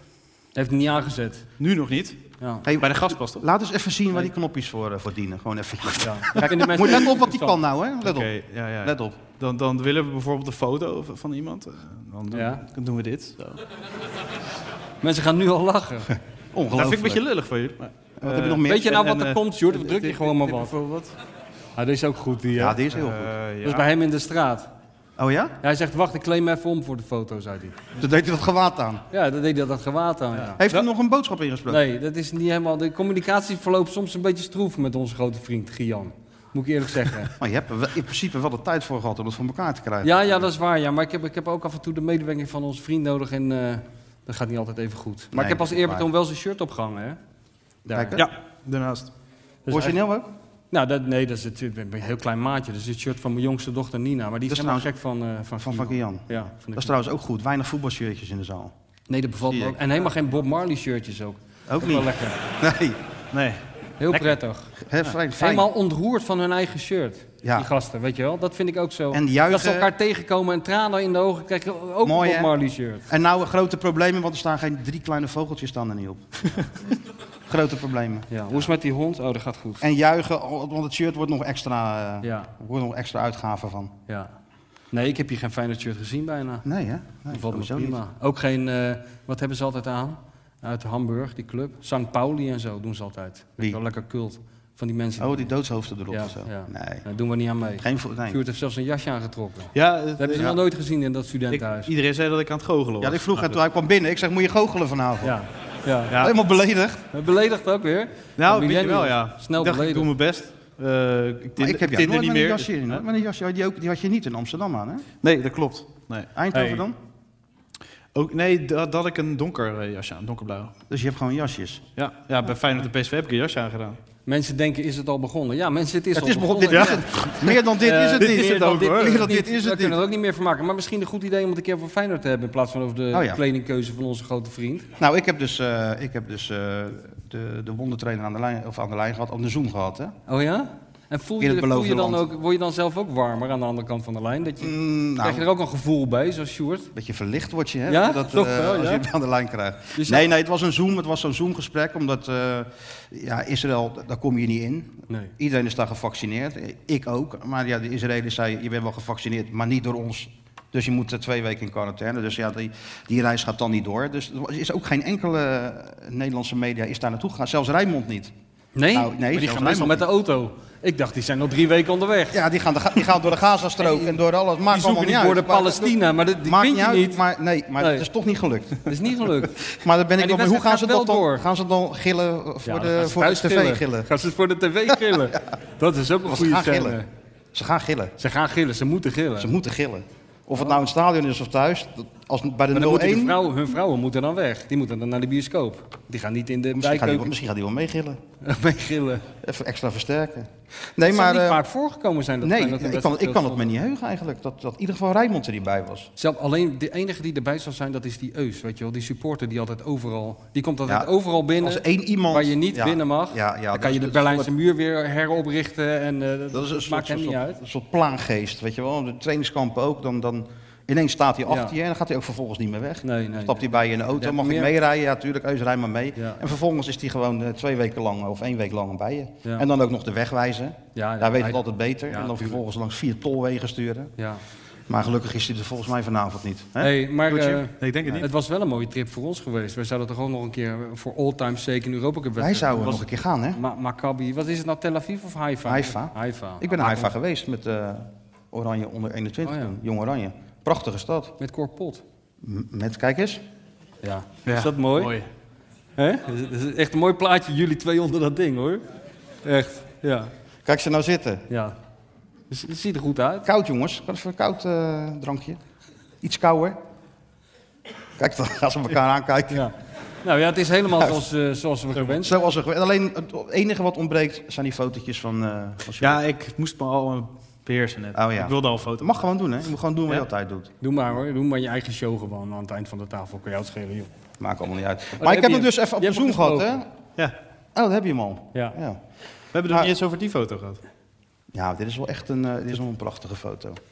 Speaker 10: Heeft het niet aangezet.
Speaker 7: Nu nog niet.
Speaker 10: Ja.
Speaker 9: hey,
Speaker 7: Bij de gast pas, toch?
Speaker 9: Laat eens even zien waar die knopjes voor, eh, voor dienen. Gewoon even.
Speaker 10: Dat vinden mensen
Speaker 9: Moet je
Speaker 10: niet
Speaker 9: let op wat die kan
Speaker 10: interessant.
Speaker 9: nou, hè? Let
Speaker 7: Oké,
Speaker 9: op.
Speaker 7: ja, ja.
Speaker 9: Let op.
Speaker 7: Dan, dan willen we bijvoorbeeld een foto van- van iemand. Eh, Dan doen,
Speaker 10: Ja.
Speaker 7: dan doen we dit. Nou, Zo.
Speaker 10: Mensen gaan nu al lachen.
Speaker 7: Dat vind ik een
Speaker 9: Ongelooflijk.
Speaker 7: beetje lullig van jullie. Maar,
Speaker 9: Wat heb je nog meer?
Speaker 10: Weet je nou
Speaker 7: en-
Speaker 10: wat
Speaker 7: en,
Speaker 10: er
Speaker 7: eh,
Speaker 10: komt, Sjoerd? Of druk je gewoon maar wat?
Speaker 7: Bijvoorbeeld.
Speaker 10: Ah, dit is ook goed, die. hè?
Speaker 9: Ja, die is heel goed. Dus-
Speaker 7: Eh,
Speaker 10: Dat
Speaker 7: ja.
Speaker 10: is bij hem in de straat.
Speaker 9: Oh ja?
Speaker 10: Hij zegt, wacht, ik kleem me even om voor de foto, zei hij.
Speaker 9: Toen deed hij dat gewaad aan.
Speaker 10: Ja, dat deed hij dat gewaad aan, ja.
Speaker 9: Heeft hij nog een boodschap ingesproken?
Speaker 10: Nee, dat is niet helemaal... De communicatie verloopt soms een beetje stroef met onze grote vriend, Gian. Moet ik eerlijk zeggen.
Speaker 9: Maar je hebt er wel- in principe wel de tijd voor gehad om het voor elkaar te krijgen.
Speaker 10: Ja, ja, dat is waar, ja. Maar ik heb, ik heb ook af en toe de medewerking van onze vriend nodig. En eh, Dat gaat niet altijd even goed. Maar
Speaker 9: Nee,
Speaker 10: ik heb als
Speaker 9: dat is
Speaker 10: eerbetoon wel zijn shirt opgehangen, hè? Daar.
Speaker 9: Kijk, hè?
Speaker 10: Ja.
Speaker 7: eh, daarnaast.
Speaker 10: Dus
Speaker 9: Origineel
Speaker 10: eigenlijk- Nou, dat, nee, dat is het, ik ben een heel klein maatje. Dat is het shirt van mijn jongste dochter Nina. Maar die is
Speaker 9: Dat is
Speaker 10: helemaal gek van, eh van,
Speaker 9: Van Van Jan.
Speaker 10: Ja, van de
Speaker 9: Dat is trouwens ook goed. Weinig voetbalshirtjes in de zaal.
Speaker 10: Nee, dat bevalt
Speaker 9: Zie
Speaker 10: me
Speaker 9: ik.
Speaker 10: ook. En helemaal geen Bob Marley shirtjes ook.
Speaker 9: Ook
Speaker 10: wel
Speaker 9: niet.
Speaker 10: lekker.
Speaker 9: Nee.
Speaker 7: Nee.
Speaker 10: Heel
Speaker 9: Lekker.
Speaker 10: prettig.
Speaker 9: Hè, fijn, fijn.
Speaker 10: Helemaal ontroerd van hun eigen shirt.
Speaker 9: Ja.
Speaker 10: Die gasten, weet je wel. Dat vind ik ook zo.
Speaker 9: En juichen.
Speaker 10: Dat ze elkaar tegenkomen en tranen in de ogen krijgen. Ook
Speaker 9: Mooi,
Speaker 10: een Bob
Speaker 9: hè?
Speaker 10: Marley shirt.
Speaker 9: En nou grote problemen, want er staan geen drie kleine vogeltjes staan er niet op. grote problemen.
Speaker 10: Ja, hoe is het met die hond? Oh, dat gaat goed.
Speaker 9: En juichen, oh, want het shirt wordt nog extra, eh,
Speaker 10: Ja,
Speaker 9: wordt nog extra uitgave van.
Speaker 10: ja. Nee, ik heb hier geen Feyenoord shirt gezien bijna.
Speaker 9: Nee hè? Nee,
Speaker 10: Dat valt me
Speaker 9: sowieso
Speaker 10: prima.
Speaker 9: niet.
Speaker 10: Ook geen, eh, wat hebben ze altijd aan? Uit Hamburg, die club. St. Pauli en zo doen ze altijd.
Speaker 9: Wie?
Speaker 10: Wel lekker cult. Van die mensen.
Speaker 9: Oh, die doodshoofden erop
Speaker 10: Ja,
Speaker 9: of zo.
Speaker 10: ja.
Speaker 9: Nee.
Speaker 10: Daar doen we niet aan mee.
Speaker 9: Geen vo- nee.
Speaker 10: Sjoerd heeft zelfs een jasje aangetrokken.
Speaker 7: Ja,
Speaker 10: Dat hebben ze
Speaker 7: ja.
Speaker 10: nog nooit gezien in dat
Speaker 7: Ik,
Speaker 10: studentenhuis.
Speaker 7: iedereen zei dat ik aan het goochelen was.
Speaker 9: Ja, ik vroeg hem toen hij kwam binnen. Ik zeg, moet je goochelen vanavond?
Speaker 10: Ja, ja.
Speaker 7: Ja.
Speaker 9: Helemaal beledigd.
Speaker 10: Beledigd ook weer.
Speaker 7: Nou,
Speaker 10: De
Speaker 7: weet je wel,
Speaker 10: millennium.
Speaker 7: ja.
Speaker 10: Snel
Speaker 7: ik dacht, ik doe
Speaker 10: beledigd.
Speaker 7: mijn best. Eh, ik
Speaker 9: Maar
Speaker 7: tind,
Speaker 9: ik heb jou
Speaker 7: tinder
Speaker 9: nooit
Speaker 7: niet
Speaker 9: met een
Speaker 7: meer.
Speaker 9: jasje in. hoor. Maar een jasje, die, die had je niet in Amsterdam aan, hè?
Speaker 7: Nee, dat klopt. Nee,
Speaker 9: Eindhoven
Speaker 7: Hey.
Speaker 9: dan?
Speaker 7: Ook, nee dat had ik een donker eh, jasje aan, donkerblauw.
Speaker 9: Dus je hebt gewoon jasjes.
Speaker 7: Ja, ja bij Feyenoord en PSV heb ik een jasje aan gedaan.
Speaker 10: Mensen denken, is het al begonnen? Ja, mensen, het is
Speaker 9: Het
Speaker 10: al
Speaker 9: is begon-
Speaker 10: begonnen.
Speaker 9: dit is het. Meer dan dit
Speaker 10: Eh,
Speaker 9: is het
Speaker 10: meer
Speaker 9: niet.
Speaker 10: dan dit
Speaker 9: Meer
Speaker 10: is
Speaker 9: dan dit is
Speaker 10: het niet. Daar
Speaker 9: het
Speaker 10: kunnen we
Speaker 9: niet.
Speaker 10: het ook niet meer van maken. Maar misschien een goed idee om het een keer voor Feyenoord te hebben... in plaats van over de
Speaker 9: Oh ja.
Speaker 10: kledingkeuze van onze grote vriend.
Speaker 9: Nou, ik heb dus, eh, ik heb dus eh, de, de wondertrainer aan de, lijn, of aan de lijn gehad, aan de Zoom gehad, hè?
Speaker 10: Oh ja? En voel
Speaker 9: In
Speaker 10: je,
Speaker 9: het
Speaker 10: voel je
Speaker 9: beloofde
Speaker 10: dan
Speaker 9: land.
Speaker 10: ook, word je dan zelf ook warmer aan de andere kant van de lijn? Dat je,
Speaker 9: Mm, nou,
Speaker 10: Krijg je er ook een gevoel bij, zoals Sjoerd?
Speaker 9: Een beetje verlicht word je, hè?
Speaker 10: Ja?
Speaker 9: Dat,
Speaker 10: Toch
Speaker 9: eh,
Speaker 10: wel,
Speaker 9: als
Speaker 10: ja.
Speaker 9: je het aan de lijn krijgt.
Speaker 10: Dus-
Speaker 9: nee, nee, het was een Zoom. Het was zo'n Zoom-gesprek, omdat eh, ja, Israël, daar kom je niet in.
Speaker 10: Nee.
Speaker 9: Iedereen is daar gevaccineerd. eh, Ik ook. Maar ja, de Israëli's zeiden, je bent wel gevaccineerd, maar niet door ons. Dus je moet eh, twee weken in quarantaine. Dus ja, die, die reis gaat dan niet door. Dus er is ook geen enkele Nederlandse media is daar naartoe gegaan. Zelfs Rijnmond niet.
Speaker 10: Nee?
Speaker 9: Nou, nee,
Speaker 10: maar die
Speaker 9: zelfs
Speaker 10: gaan
Speaker 9: wij
Speaker 10: meestal
Speaker 9: nog
Speaker 10: met de auto. Ik dacht, die zijn al drie weken onderweg.
Speaker 9: Ja, die gaan, de ga- die gaan door de Gazastrook en door alles. Maakt
Speaker 10: die
Speaker 9: allemaal
Speaker 10: zoeken
Speaker 9: niet
Speaker 10: die
Speaker 9: uit.
Speaker 10: woorden
Speaker 9: Maar-
Speaker 10: Palestina, maar dat die
Speaker 9: Maakt
Speaker 10: vind
Speaker 9: niet
Speaker 10: je
Speaker 9: uit,
Speaker 10: niet.
Speaker 9: maar nee, maar
Speaker 10: Nee.
Speaker 9: het is toch niet gelukt.
Speaker 10: Dat is niet gelukt.
Speaker 9: Maar dan ben ik
Speaker 10: Maar die
Speaker 9: nog maar hoe gaan
Speaker 10: wedstrijd
Speaker 9: ze dat
Speaker 10: gaat wel
Speaker 9: dan?
Speaker 10: door.
Speaker 9: Gaan ze dan gillen eh, voor
Speaker 10: Ja, dan gaan
Speaker 9: de,
Speaker 10: ze
Speaker 9: voor de
Speaker 10: thuis
Speaker 9: tv gillen?
Speaker 10: Gaan ze het voor de tv gillen. Dat is ook een
Speaker 9: Want
Speaker 10: goede
Speaker 9: ze gaan
Speaker 10: scène.
Speaker 9: gillen. Ze gaan gillen.
Speaker 10: Ze gaan gillen, ze moeten gillen.
Speaker 9: Ze moeten gillen. Of het nou in het stadion is of thuis, dat- als bij de
Speaker 10: maar dan moeten
Speaker 9: 0-1.
Speaker 10: de vrouwen, hun vrouwen moeten dan weg. Die moeten dan naar de bioscoop. Die gaan niet in de
Speaker 9: Misschien gaat, die, wel-
Speaker 10: bijkeuken
Speaker 9: misschien gaat die wel meegillen.
Speaker 10: mee gillen.
Speaker 9: Even extra versterken. Nee,
Speaker 10: Het zou
Speaker 9: maar.
Speaker 10: niet
Speaker 9: eh,
Speaker 10: vaak voorgekomen zijn dat
Speaker 9: nee,
Speaker 10: Feyenoord een
Speaker 9: ik kan,
Speaker 10: wedstrijd
Speaker 9: ik kan het me
Speaker 10: speelt.
Speaker 9: niet heugen eigenlijk. Dat, dat in ieder geval Rijnmond er niet bij was.
Speaker 10: Zelf, alleen de enige die erbij zal zijn, dat is die Eus, weet je wel. Die supporter die altijd overal, die komt altijd
Speaker 9: Ja,
Speaker 10: overal binnen.
Speaker 9: Als één iemand.
Speaker 10: waar je niet
Speaker 9: ja,
Speaker 10: binnen mag,
Speaker 9: Ja, ja,
Speaker 10: dan kan
Speaker 9: dat-
Speaker 10: je de
Speaker 9: dat-
Speaker 10: Berlijnse muur weer heroprichten en eh, dat,
Speaker 9: Dat is een soort,
Speaker 10: maakt hem
Speaker 9: soort-
Speaker 10: niet
Speaker 9: soort-
Speaker 10: uit.
Speaker 9: een soort plaangeest, weet je wel. De trainingskampen ook, dan, dan ineens staat hij achter
Speaker 10: Ja.
Speaker 9: je en dan gaat hij ook vervolgens niet meer weg.
Speaker 10: Nee, nee.
Speaker 9: Stapt hij bij je in de auto,
Speaker 10: Ja,
Speaker 9: mag ik
Speaker 10: meer-
Speaker 9: meerijden? Ja, tuurlijk, heus, rij maar mee.
Speaker 10: Ja.
Speaker 9: En vervolgens is hij gewoon eh, twee weken lang eh, of één week lang bij je.
Speaker 10: Ja.
Speaker 9: En dan ook nog de weg wijzen.
Speaker 10: Ja,
Speaker 9: Daar weet
Speaker 10: hij-
Speaker 9: het altijd beter. en
Speaker 10: Ja,
Speaker 9: dan
Speaker 10: tuurlijk.
Speaker 9: vervolgens langs vier tolwegen sturen.
Speaker 10: Ja.
Speaker 9: Maar gelukkig is hij er volgens mij vanavond niet. Hè?
Speaker 10: Hey, maar
Speaker 7: Doetje?
Speaker 10: eh,
Speaker 7: nee, ik denk het niet.
Speaker 10: het was wel een mooie trip voor ons geweest. Wij zouden toch ook nog een keer voor all-time zeker een Europa Cup
Speaker 9: Wij
Speaker 10: wedstrijd
Speaker 9: zouden nog een keer gaan, hè?
Speaker 10: Ma Maccabi, wat is het nou, Tel Aviv of Haifa?
Speaker 9: Haifa.
Speaker 10: Haifa.
Speaker 9: Ik ben naar Haifa geweest met eh, Oranje onder 21,
Speaker 10: Ah, Oh, ja.
Speaker 9: toen, Jong Oranje. Prachtige stad.
Speaker 10: Met Corpot.
Speaker 9: M- met, kijk eens.
Speaker 10: Ja.
Speaker 7: Ja,
Speaker 10: Is dat mooi?
Speaker 7: mooi.
Speaker 10: Hè? Dat is echt een mooi plaatje, jullie twee onder dat ding hoor. Echt, ja.
Speaker 9: Kijk ze nou zitten.
Speaker 10: ja. Dus Het ziet er goed uit.
Speaker 9: Koud, jongens. Wat voor een koud eh, drankje? Iets kouder. Kijk, dan gaan ze elkaar aankijken.
Speaker 10: Ja. Nou ja, het is helemaal zoals, eh, zoals we gewenst
Speaker 9: Zoals er, gewe- alleen het enige wat ontbreekt zijn die fotootjes van... eh van
Speaker 7: Ja, ik moest me al eh, beheersen net.
Speaker 9: Oh, ja.
Speaker 7: Ik wilde al een foto.
Speaker 9: Dat mag gewoon doen, hè? Je moet gewoon doen wat je
Speaker 7: Ja.
Speaker 9: altijd doet.
Speaker 10: Doe maar hoor, doe maar je eigen show gewoon aan het eind van de tafel. Kan jou het schelen, joh.
Speaker 9: Maakt allemaal niet uit.
Speaker 10: Oh, heb
Speaker 9: Maar ik heb
Speaker 10: je
Speaker 9: hem
Speaker 10: hem.
Speaker 9: dus even op
Speaker 10: Je
Speaker 9: de
Speaker 10: hebt
Speaker 9: Zoom
Speaker 10: hem
Speaker 9: gehad, hè?
Speaker 10: gesproken.
Speaker 9: Oh,
Speaker 7: Ja,
Speaker 9: dat heb je hem al.
Speaker 10: Ja.
Speaker 9: Ja,
Speaker 7: we hebben
Speaker 9: Ah.
Speaker 7: het nog niet eens over die foto gehad.
Speaker 9: Ja, dit is wel echt een, eh, dit is wel een prachtige foto. Lijkt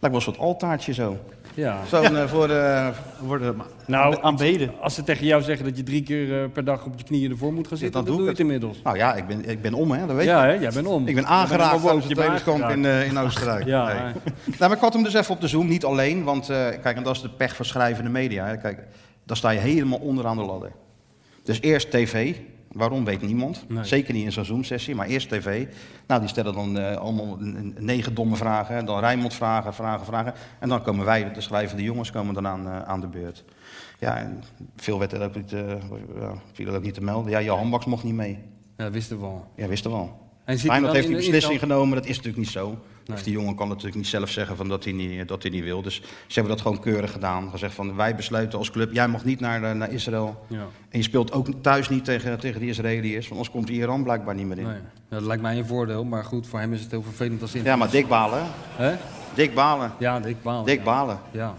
Speaker 9: wel een soort altaartje zo.
Speaker 10: ja.
Speaker 9: Zo eh, voor... eh,
Speaker 7: We worden ma-
Speaker 10: Nou,
Speaker 7: aanbeden.
Speaker 10: Als ze tegen jou zeggen dat je drie keer eh, per dag op je knieën ervoor moet gaan zitten,
Speaker 9: dat
Speaker 10: dan
Speaker 9: doe
Speaker 10: doe je
Speaker 9: ik
Speaker 10: het inmiddels.
Speaker 9: nou ja, ik ben, ik ben om, hè? Dat weet je.
Speaker 10: Ja, hè? jij bent om.
Speaker 9: Ik ben
Speaker 10: Jij bent
Speaker 9: aangeraakt
Speaker 10: woke,
Speaker 9: tijdens
Speaker 10: je
Speaker 9: het
Speaker 10: bent
Speaker 9: trainingskamp in,
Speaker 10: aangeraakt.
Speaker 9: eh, in Oostenrijk.
Speaker 10: Ja,
Speaker 9: Nee.
Speaker 10: hè.
Speaker 9: Nou, maar ik had hem dus even op de Zoom, niet alleen. Want eh, kijk, en dat is de pech van schrijvende media. Hè. Kijk, dan sta je helemaal onderaan de ladder. Dus eerst tv. Waarom weet niemand.
Speaker 10: Nee.
Speaker 9: Zeker niet in zo'n Zoom-sessie, maar eerst tv. Nou, die stellen dan eh, allemaal n- n- negen domme vragen. en Dan Rijnmond vragen, vragen, vragen. En dan komen wij, de schrijvende jongens, komen dan aan, eh, aan de beurt. Ja, en veel werd er ook niet, eh, ja, viel er ook niet te melden. Ja, je handbaks mocht niet mee.
Speaker 10: Ja, dat wisten we al.
Speaker 9: Ja, wist er wel.
Speaker 10: En zit hij
Speaker 9: Feyenoord
Speaker 10: dan
Speaker 9: heeft
Speaker 10: in
Speaker 9: die
Speaker 10: de- in
Speaker 9: beslissing
Speaker 10: de-
Speaker 9: genomen, dat is natuurlijk niet zo.
Speaker 10: Nee.
Speaker 9: Of die jongen kan natuurlijk niet zelf zeggen van dat, hij niet, dat hij niet wil. Dus ze hebben dat gewoon keurig gedaan. Gezegd van wij besluiten als club, jij mag niet naar, eh, naar Israël.
Speaker 10: Ja.
Speaker 9: En je speelt ook thuis niet tegen, tegen die Israëliërs, want anders komt Iran blijkbaar niet meer in.
Speaker 10: Nee. Dat lijkt mij een voordeel, maar goed, voor hem is het heel vervelend als in.
Speaker 9: Ja, maar Dick Balen. hè?
Speaker 10: Hè?
Speaker 9: Dick Balen.
Speaker 10: Ja, Dick Balen.
Speaker 9: Dick
Speaker 10: ja.
Speaker 9: Balen.
Speaker 10: Ja.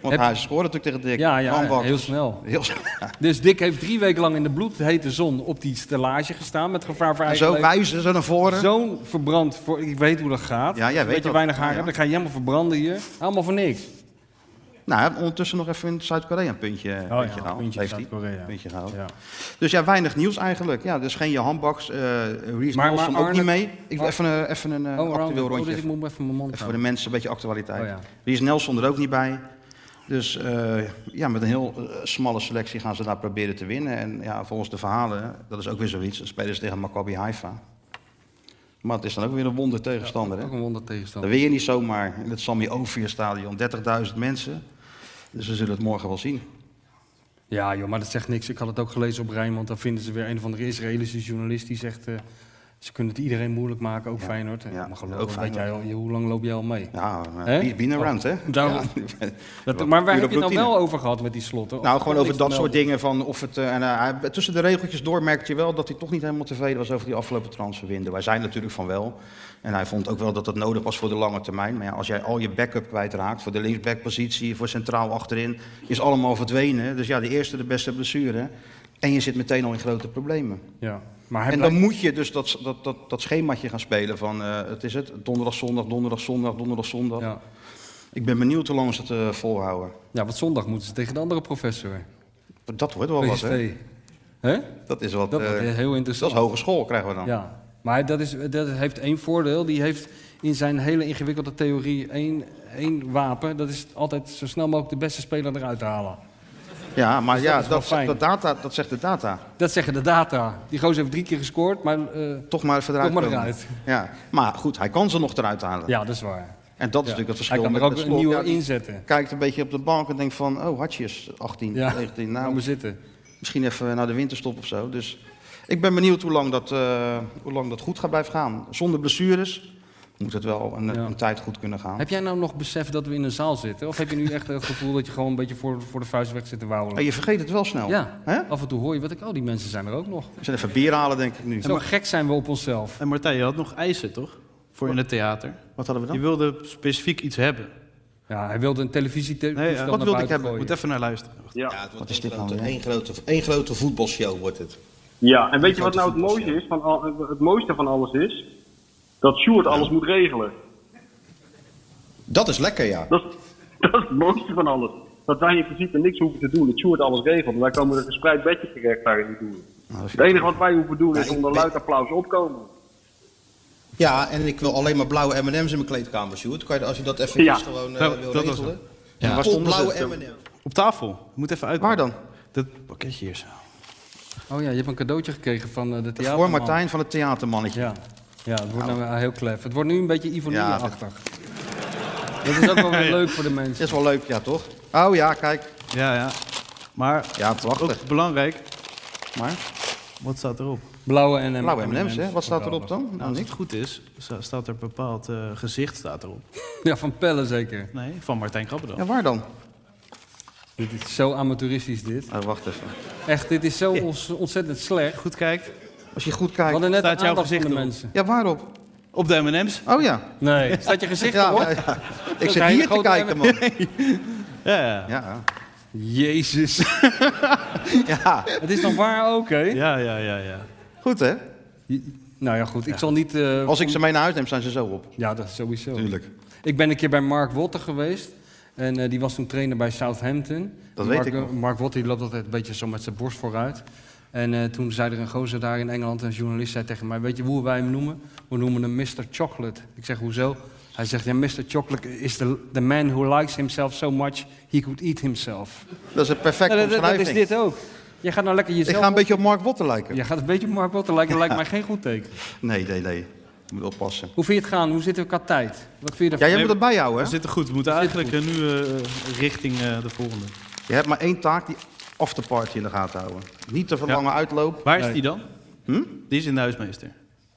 Speaker 9: Want
Speaker 10: Heb-
Speaker 9: hij scoorde natuurlijk tegen Dick.
Speaker 10: Ja, ja,
Speaker 9: Rambakkers.
Speaker 10: heel snel.
Speaker 9: Heel snel.
Speaker 10: Dus Dick heeft drie weken lang in de bloedhete zon op die stellage gestaan met gevaar voor
Speaker 9: En
Speaker 10: eigen
Speaker 9: zo
Speaker 10: leven.
Speaker 9: wijzen ze naar voren.
Speaker 10: Zo'n verbrand, voor, ik weet hoe dat gaat.
Speaker 9: Ja, jij weet
Speaker 10: dat je
Speaker 9: dat.
Speaker 10: weinig
Speaker 9: Ja,
Speaker 10: haar
Speaker 9: ja.
Speaker 10: hebt, dan ga je helemaal verbranden hier. Allemaal voor niks.
Speaker 9: Nou, hij heeft ondertussen nog even in Zuid-Korea een puntje, puntje
Speaker 10: Oh ja,
Speaker 9: gehaald.
Speaker 10: puntje
Speaker 9: heeft hij.
Speaker 10: Zuid-Korea.
Speaker 9: Puntje gehaald.
Speaker 10: Ja. Oh,
Speaker 9: Dus ja, weinig nieuws eigenlijk. Ja, dus geen Johan Baks, eh Reece
Speaker 10: Maar- maar
Speaker 9: Nelson ook
Speaker 10: Arne-
Speaker 9: niet mee. Ik wil even, een- even een eh,
Speaker 10: Oh,
Speaker 9: actueel
Speaker 10: Ronald. Oh,
Speaker 9: rondje.
Speaker 10: dus ik moet even mijn
Speaker 9: Even
Speaker 10: mond
Speaker 9: voor de
Speaker 10: houden.
Speaker 9: mensen een beetje actualiteit.
Speaker 10: Oh,
Speaker 9: Ries
Speaker 10: ja.
Speaker 9: Nelson er ook niet bij. Dus eh, ja, met een heel eh, smalle selectie gaan ze daar proberen te winnen. En ja, volgens de verhalen, dat is ook weer zoiets, dan spelen ze tegen Maccabi Haifa. Maar het is dan ook weer een wonder tegenstander. hè?
Speaker 10: Ook een wonder
Speaker 9: Dat
Speaker 10: tegenstander.
Speaker 9: wil je niet zomaar in het Sammy Ovier stadion. 30.000 mensen. Dus we zullen het morgen wel zien.
Speaker 10: Ja, joh, maar dat zegt niks. Ik had het ook gelezen op Rijnmond. Daar vinden ze weer een of andere Israëlische journalist die zegt... eh, ze kunnen het iedereen moeilijk maken, ook Feyenoord. Ja,
Speaker 9: ja,
Speaker 10: maar
Speaker 9: ook
Speaker 10: geloof, weet
Speaker 9: Feyenoord.
Speaker 10: jij al, hoe lang loop jij al mee?
Speaker 9: Ja,
Speaker 10: Hè?
Speaker 9: eh, be- been around, hè?
Speaker 10: Daarom.
Speaker 9: Ja.
Speaker 10: Dat, maar waar
Speaker 9: Pure
Speaker 10: heb je het nou
Speaker 9: routine.
Speaker 10: wel over gehad met die slotten?
Speaker 9: Nou, gewoon over dat soort dingen. Van of het, eh, en, eh, hij- tussen de regeltjes door merkte je wel dat hij toch niet helemaal tevreden was over die afgelopen transferwindow. Wij zijn natuurlijk van wel. En hij vond ook wel dat dat nodig was voor de lange termijn. Maar ja, als jij al je backup kwijtraakt, voor de linksbackpositie, voor centraal achterin, is allemaal verdwenen. Dus ja, de eerste de beste blessure. En je zit meteen al in grote problemen.
Speaker 10: Ja, maar hij
Speaker 9: En dan
Speaker 10: blijft-
Speaker 9: moet je dus dat, dat, dat, dat schemaatje gaan spelen van, eh, het is het, donderdag, zondag, donderdag, zondag, donderdag, zondag.
Speaker 10: ja.
Speaker 9: Ik ben benieuwd hoe lang ze het eh, volhouden.
Speaker 10: ja, want zondag moeten ze tegen de andere professor.
Speaker 9: Dat wordt wel wat, hè?
Speaker 10: PSV. Hè?
Speaker 9: Dat is wat...
Speaker 10: Dat
Speaker 9: eh,
Speaker 10: wordt heel
Speaker 9: dat
Speaker 10: interessant.
Speaker 9: is hogeschool, krijgen we dan.
Speaker 10: Ja, maar dat, is, dat heeft één voordeel. Die heeft in zijn hele ingewikkelde theorie één, één wapen. Dat is altijd zo snel mogelijk de beste speler eruit halen.
Speaker 9: Ja, maar
Speaker 10: Dus dat
Speaker 9: ja,
Speaker 10: is
Speaker 9: dat,
Speaker 10: wel fijn.
Speaker 9: zegt, de data, dat zegt de data.
Speaker 10: Dat zeggen de data. Die gozer heeft drie keer gescoord, maar... eh,
Speaker 9: Toch maar even eruit
Speaker 10: Toch maar
Speaker 9: komen.
Speaker 10: eruit.
Speaker 9: Ja. Maar goed, hij kan ze nog eruit halen.
Speaker 10: ja, dat is waar.
Speaker 9: En dat is natuurlijk
Speaker 10: Ja.
Speaker 9: het
Speaker 10: Hij
Speaker 9: verschil
Speaker 10: kan
Speaker 9: met
Speaker 10: er ook
Speaker 9: met
Speaker 10: een
Speaker 9: Slot.
Speaker 10: nieuwe
Speaker 9: Ja, die
Speaker 10: inzetten.
Speaker 9: Kijkt een beetje op de bank en denkt van, oh, hartjes, 18,
Speaker 10: Ja,
Speaker 9: 19.
Speaker 10: Nou,
Speaker 9: Nou,
Speaker 10: maar zitten.
Speaker 9: misschien even naar de winterstop of zo. Dus ik ben benieuwd hoe lang dat, eh, hoe lang dat goed gaat blijven gaan. Zonder blessures moet het wel een,
Speaker 10: Ja.
Speaker 9: een tijd goed kunnen gaan.
Speaker 10: Heb jij nou nog besef dat we in een zaal zitten? Of heb je nu echt het gevoel dat je gewoon een beetje voor, voor de vuist weg zit te
Speaker 9: En
Speaker 10: wauwelen?
Speaker 9: je vergeet het wel snel.
Speaker 10: Ja,
Speaker 9: Hè?
Speaker 10: af en toe hoor je wat ik... Oh, die mensen zijn er ook nog.
Speaker 9: We zijn even bier halen, denk ik nu.
Speaker 10: Zo gek zijn we op onszelf.
Speaker 7: En Martijn, je had nog eisen, toch? Voor in het theater.
Speaker 9: Wat hadden we
Speaker 7: Je
Speaker 9: dan?
Speaker 7: wilde specifiek iets hebben. Dus
Speaker 10: Ja, hij wilde een televisie
Speaker 7: Nee, ja.
Speaker 10: naar
Speaker 7: Wat
Speaker 9: eh, wilde ik
Speaker 10: buiten
Speaker 9: hebben?
Speaker 7: Je
Speaker 10: gooien.
Speaker 7: moet even naar luisteren.
Speaker 9: Wat is dit nou weer?
Speaker 2: Eén grote, één grote voetbalshow wordt het.
Speaker 11: Ja, en weet je wat
Speaker 2: grote
Speaker 11: nou het
Speaker 2: voetbal,
Speaker 11: mooiste is? Van al, het mooiste van alles is dat Sjoerd alles moet regelen.
Speaker 2: Dat is lekker, ja.
Speaker 11: Dat, is- dat is het mooiste van alles. Dat wij in principe niks hoeven te doen. Dat Sjoerd alles regelt. En wij komen er een gespreid bedje terecht daar in die doelen. Het enige wat wij hoeven doen is
Speaker 2: Nou, ik
Speaker 11: onder
Speaker 2: ben-
Speaker 11: luid applaus opkomen.
Speaker 2: Ja, en ik wil alleen maar blauwe M&M's in mijn kleedkamer, Sjoerd. Kan je, als je dat even
Speaker 11: Ja.
Speaker 2: gewoon eh,
Speaker 7: Nou,
Speaker 2: wil
Speaker 7: dat was
Speaker 2: regelen.
Speaker 7: Ja.
Speaker 2: Vol blauwe M&M's.
Speaker 7: Op tafel. Je moet even uit.
Speaker 9: Waar dan?
Speaker 7: Dat pakketje hier zo.
Speaker 10: Oh ja, je hebt een cadeautje gekregen van eh, de theater.
Speaker 9: Voor Martijn van het theatermannetje.
Speaker 10: Ja, ja het wordt nou heel klef. Het wordt nu een beetje Ivonie-achtig. Dat is ook wel weer leuk voor de
Speaker 9: Dat
Speaker 10: mensen.
Speaker 9: is wel leuk, ja toch? Oh ja, kijk.
Speaker 7: Ja, ja. Maar
Speaker 9: Ja, prachtig.
Speaker 7: ook belangrijk,
Speaker 9: Maar
Speaker 7: wat staat erop?
Speaker 10: Blauwe en
Speaker 9: blauwe M&M's, hè? Wat staat erop dan?
Speaker 7: Nou,
Speaker 9: Nou,
Speaker 7: als
Speaker 9: niks.
Speaker 7: het goed is, sta- staat er bepaald eh, gezicht staat erop.
Speaker 10: Ja, van Pelle zeker.
Speaker 7: Nee, van Martijn Krabbedal.
Speaker 9: Ja, waar dan?
Speaker 10: Dit is zo amateuristisch dit.
Speaker 9: Oh, wacht even.
Speaker 10: Echt, dit is zo ons- ontzettend slecht.
Speaker 7: Goed kijkt.
Speaker 9: Als je goed
Speaker 10: We
Speaker 9: kijkt.
Speaker 10: hadden net
Speaker 7: Staat
Speaker 10: de
Speaker 7: jouw
Speaker 10: aandacht van de
Speaker 7: gezicht erop?
Speaker 10: mensen.
Speaker 9: Ja, waarop?
Speaker 7: Op de M&M's.
Speaker 9: Oh ja.
Speaker 10: Nee, staat je gezicht
Speaker 9: ja,
Speaker 10: erop?
Speaker 9: ja, ja. Ik
Speaker 10: is een
Speaker 9: zit
Speaker 10: hele
Speaker 9: hier te
Speaker 10: grote
Speaker 9: kijken, man.
Speaker 7: Ja, ja.
Speaker 9: Ja.
Speaker 10: Jezus.
Speaker 9: ja,
Speaker 10: Het is dan waar ook, hè?
Speaker 7: Ja, ja, ja, ja.
Speaker 9: goed hè?
Speaker 10: Je- Nou ja, goed. Ik zal niet... eh,
Speaker 9: Als ik ze mee naar huis neem, zijn ze zo op.
Speaker 10: Ja, dat sowieso.
Speaker 9: Tuurlijk.
Speaker 10: Ik ben een keer bij Mark Wotte geweest. En eh, die was toen trainer bij Southampton.
Speaker 9: Dat
Speaker 10: Mark,
Speaker 9: weet ik nog.
Speaker 10: eh, Mark Wotte die loopt altijd een beetje zo met zijn borst vooruit. En eh, toen zei er een gozer daar in Engeland, een journalist, zei tegen mij... Weet je hoe wij hem noemen? We noemen hem Mr. Chocolate. Ik zeg, hoezo? Hij zegt, ja, Mr. Chocolate is the, the man who likes himself so much he could eat himself.
Speaker 9: Dat is een perfecte
Speaker 10: Nou, dat, dat- dat
Speaker 9: omschrijving.
Speaker 10: is dit ook. Je gaat nou lekker
Speaker 9: Ik
Speaker 10: jezelf...
Speaker 9: ga een beetje op Mark Wotten lijken.
Speaker 10: Je gaat een beetje op Mark Wotte lijken, lijkt mij geen goed teken.
Speaker 9: Nee, nee, nee. Ik moet oppassen.
Speaker 10: Hoe vind je het gaan? Hoe zitten we qua tijd? Wat vind je
Speaker 9: Ja,
Speaker 10: ervan?
Speaker 9: jij moet dat bijhouden,
Speaker 7: We
Speaker 9: hè?
Speaker 7: zitten goed. We moeten eigenlijk eh, nu eh, richting eh, de volgende.
Speaker 9: Je hebt maar één taak, die afterparty in de gaten houden. Niet te
Speaker 7: Ja.
Speaker 9: verlangen uitloop.
Speaker 10: Hm?
Speaker 7: Waar is die dan? Die is in de huismeester.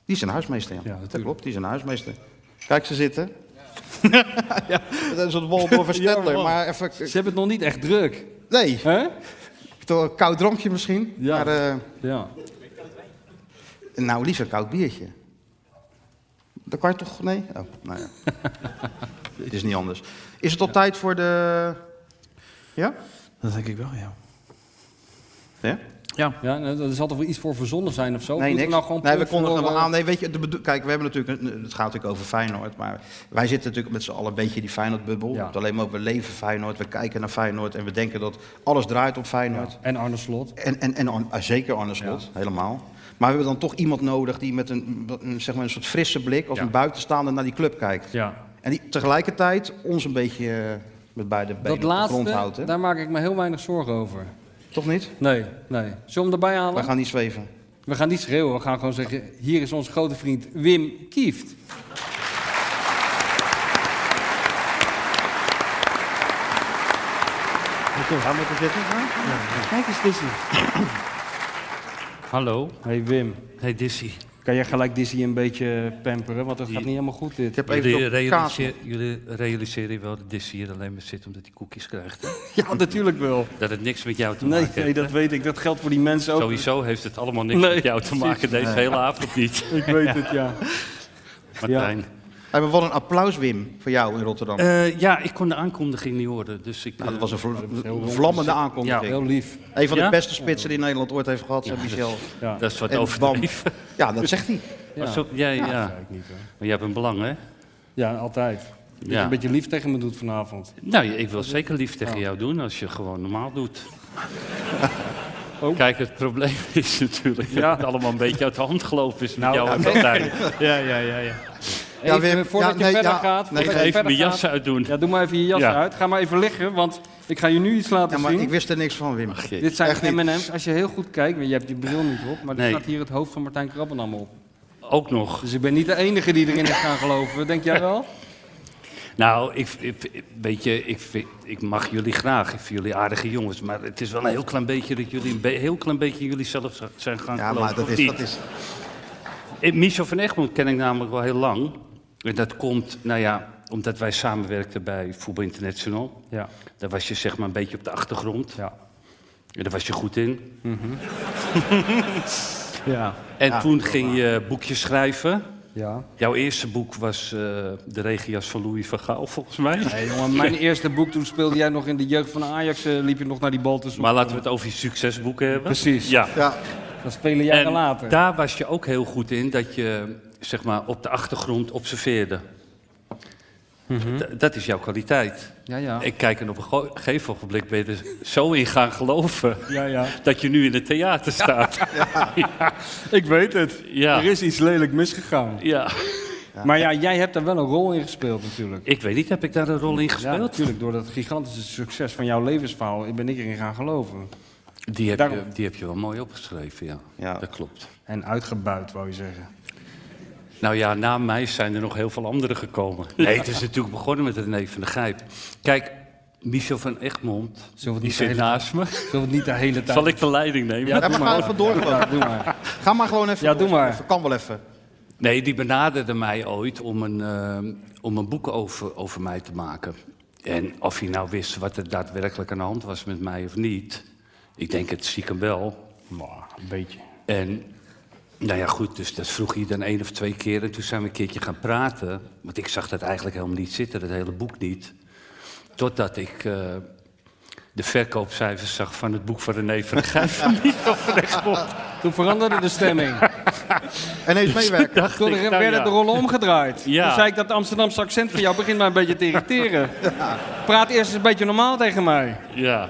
Speaker 9: Die is een huismeester, ja. dat klopt, die is een huismeester. Kijk, ze zitten. ja. Dat is een Waldorf en Stettler, maar even... Ze
Speaker 10: hebben het nog niet echt druk.
Speaker 9: Nee. Toch Een koud drankje misschien, ja. maar... eh,
Speaker 10: Ja.
Speaker 9: Nou, liever koud biertje. Dat kan je toch... Nee? Oh, nou ja. het is niet anders. Is het op tijd voor de... Ja?
Speaker 7: Dat denk ik wel, ja.
Speaker 9: Ja?
Speaker 7: Ja.
Speaker 10: ja, nou, dat is altijd wel iets voor verzonnen zijn of zo.
Speaker 9: Nee,
Speaker 10: Moeten
Speaker 9: niks.
Speaker 10: we nou gewoon
Speaker 9: nee, we
Speaker 10: puur
Speaker 9: konden
Speaker 10: voor,
Speaker 9: het wel
Speaker 10: eh,
Speaker 9: aan. Nee, weet je, de bedo- kijk, we hebben natuurlijk, een- het gaat natuurlijk over Feyenoord, maar wij zitten natuurlijk met z'n allen een beetje in die Feyenoord-bubbel.
Speaker 10: Ja.
Speaker 9: Het Alleen maar, we leven Feyenoord, we kijken naar Feyenoord en we denken dat alles draait op Feyenoord.
Speaker 10: En Arne Slot.
Speaker 9: En, en, en Arne- ah, zeker Arne Slot, helemaal. Maar we hebben dan toch iemand nodig die met een, een, zeg maar een soort frisse blik, als een buitenstaander, naar die club kijkt.
Speaker 10: Ja.
Speaker 9: En die tegelijkertijd ons een beetje eh, met beide benen
Speaker 10: Dat
Speaker 9: op de grond houdt.
Speaker 10: laatste,
Speaker 9: hè?
Speaker 10: daar maak ik me heel weinig zorgen over.
Speaker 9: Toch niet?
Speaker 10: Nee, nee. Zullen we hem erbij halen?
Speaker 9: We gaan niet zweven.
Speaker 10: We gaan niet schreeuwen, we gaan gewoon zeggen... hier is onze grote vriend Wim Kieft.
Speaker 9: Gaan we moeten zitten?
Speaker 10: Kijk eens, Dizzy. Hallo. Hey Wim.
Speaker 12: Hey Dizzy.
Speaker 10: Kan jij gelijk Dizzy een beetje pamperen? Want dat gaat niet helemaal goed dit. Ik
Speaker 12: Jullie, realiseer, jullie realiseren wel dat Dizzy hier alleen maar zit omdat hij koekjes krijgt. hè?
Speaker 10: Ja, natuurlijk wel.
Speaker 12: Dat het niks met jou te
Speaker 10: Nee,
Speaker 12: maken heeft.
Speaker 10: nee, dat weet ik. Dat geldt voor die mensen ook.
Speaker 12: Sowieso heeft het allemaal niks
Speaker 10: Nee,
Speaker 12: met jou te
Speaker 10: precies.
Speaker 12: maken deze
Speaker 10: Nee.
Speaker 12: hele avond niet.
Speaker 10: Ik weet het, ja.
Speaker 12: Martijn.
Speaker 9: Hey, maar wat een applaus, Wim, voor jou in Rotterdam.
Speaker 12: Eh, ja, ik kon de aankondiging niet horen. Dus ik,
Speaker 9: Nou, dat was een vl-
Speaker 12: eh,
Speaker 9: een vlammende aankondiging.
Speaker 12: Ja.
Speaker 9: Een van de
Speaker 12: Ja?
Speaker 9: beste spitsen die Nederland ooit heeft gehad, zei Michel.
Speaker 12: Ja. Dat is wat
Speaker 9: En
Speaker 12: overdreven.
Speaker 9: bam. Ja, dat zegt hij.
Speaker 12: Maar zo- jij, ja. Maar jij hebt een belang, hè?
Speaker 10: Ja, altijd. Dat je
Speaker 12: Ja.
Speaker 10: een beetje lief tegen me doet vanavond.
Speaker 12: Nou, ik wil zeker lief tegen
Speaker 10: Ja.
Speaker 12: jou doen als je gewoon normaal doet. Kijk, het probleem is natuurlijk dat
Speaker 10: Oh. Ja.
Speaker 12: het allemaal een beetje uit de hand gelopen is met
Speaker 10: Nou,
Speaker 12: jou
Speaker 10: ja,
Speaker 12: en
Speaker 10: oké.
Speaker 12: Martijn.
Speaker 7: Ja, ja, ja, ja.
Speaker 10: Even, voordat je verder gaat...
Speaker 12: Nee,
Speaker 10: voordat je
Speaker 12: even
Speaker 10: verder
Speaker 12: mijn jas
Speaker 10: gaat-
Speaker 12: uitdoen.
Speaker 10: Ja, doe maar even je jas
Speaker 12: Ja.
Speaker 10: uit. Ga maar even liggen, want ik ga je nu iets laten
Speaker 9: Ja, maar
Speaker 10: zien.
Speaker 9: ik wist er niks van, Wim. Echt
Speaker 10: Dit zijn
Speaker 9: niet.
Speaker 10: M&M's. Als je heel goed kijkt, want je hebt die bril niet op, maar er
Speaker 12: Nee.
Speaker 10: staat hier het hoofd van Martijn Krabbenam op.
Speaker 12: Ook nog.
Speaker 10: Dus ik ben niet de enige die erin is gaan geloven. Denk jij wel?
Speaker 12: Nou, ik, ik- weet je, ik, vind- ik mag jullie graag. Ik vind jullie aardige jongens. Maar het is wel een heel klein beetje dat jullie een be- heel klein beetje in jullie zelf za- zijn gaan
Speaker 9: Ja,
Speaker 12: geloven.
Speaker 9: maar dat
Speaker 12: of
Speaker 9: is,
Speaker 12: niet?
Speaker 9: dat is...
Speaker 12: Eh, Michel van Egmond ken ik namelijk wel heel lang. En dat komt, nou ja, omdat wij samenwerkten bij Voetbal International.
Speaker 10: Ja.
Speaker 12: Daar was je zeg maar een beetje op de achtergrond.
Speaker 10: Ja. Mhm.
Speaker 12: En daar was je goed in.
Speaker 10: Ja.
Speaker 12: En toen ging je boekjes schrijven.
Speaker 10: Ja.
Speaker 12: Jouw eerste boek was eh, De Regenjas van Louis van Gaal, volgens mij.
Speaker 10: Nee, jongen, mijn eerste boek, toen speelde jij nog in de jeugd van Ajax, eh, liep je nog naar die bal te zoeken.
Speaker 12: Maar laten we het over je succesboeken hebben.
Speaker 10: Precies.
Speaker 12: Ja.
Speaker 10: Dat spelen jaren
Speaker 12: en
Speaker 10: later.
Speaker 12: daar was je ook heel goed in dat je zeg maar, op de achtergrond observeerde. D- dat is jouw kwaliteit.
Speaker 10: Mhm. Ja, ja.
Speaker 12: Ik kijk en op een go- gegeven ogenblik ben je er zo in gaan geloven
Speaker 10: Ja, ja.
Speaker 12: dat je nu in het theater staat.
Speaker 10: Ik weet het.
Speaker 12: Ja.
Speaker 10: Er is iets lelijk misgegaan.
Speaker 12: Ja.
Speaker 10: Maar ja, jij hebt daar wel een rol in gespeeld natuurlijk.
Speaker 12: Ik weet niet, heb ik daar een rol in
Speaker 10: Ja,
Speaker 12: gespeeld?
Speaker 10: natuurlijk. Door dat gigantische succes van jouw levensverhaal ben ik erin gaan geloven.
Speaker 12: Die heb,
Speaker 10: Daarom.
Speaker 12: je, die heb je wel mooi opgeschreven, ja.
Speaker 9: Ja.
Speaker 12: Dat klopt.
Speaker 10: En uitgebuit, wou je zeggen.
Speaker 12: Nou ja, na mij zijn er nog heel veel anderen gekomen. Nee, het is natuurlijk begonnen met René van der Gijp. Kijk, Michel van Egmond,
Speaker 10: Zullen we het
Speaker 12: die
Speaker 10: niet de
Speaker 12: zit
Speaker 10: hele-
Speaker 12: naast me.
Speaker 10: Zullen we het niet de hele tijd...
Speaker 12: Zal ik de leiding nemen?
Speaker 10: Ja,
Speaker 9: Ja,
Speaker 10: doe
Speaker 9: maar ga
Speaker 10: maar.
Speaker 9: even door
Speaker 10: Ja,
Speaker 9: gewoon.
Speaker 10: doe maar.
Speaker 9: Ga maar gewoon even
Speaker 10: Ja,
Speaker 9: door.
Speaker 10: doe maar.
Speaker 9: Even, Kan wel even.
Speaker 12: Nee, die benaderde mij ooit om een, eh, om een boek over, over mij te maken. En of hij nou wist wat er daadwerkelijk aan de hand was met mij of niet. Ik denk het stiekem wel.
Speaker 10: Maar, een beetje.
Speaker 12: En nou ja, goed, dus dat vroeg hij dan één of twee keer. En toen zijn we een keertje gaan praten. Want ik zag dat eigenlijk helemaal niet zitten, dat hele boek niet. Totdat ik eh, de verkoopcijfers zag van het boek van René van der Gijp.
Speaker 10: Toen veranderde de stemming.
Speaker 9: En eens E meewerken.
Speaker 12: Dacht
Speaker 10: Toen
Speaker 12: ik, nou
Speaker 10: werden
Speaker 12: ja.
Speaker 10: de rollen omgedraaid.
Speaker 12: Ja.
Speaker 10: Toen zei ik dat Amsterdamse accent van jou begint mij een beetje te irriteren. Praat eerst eens een beetje normaal tegen mij.
Speaker 12: Ja.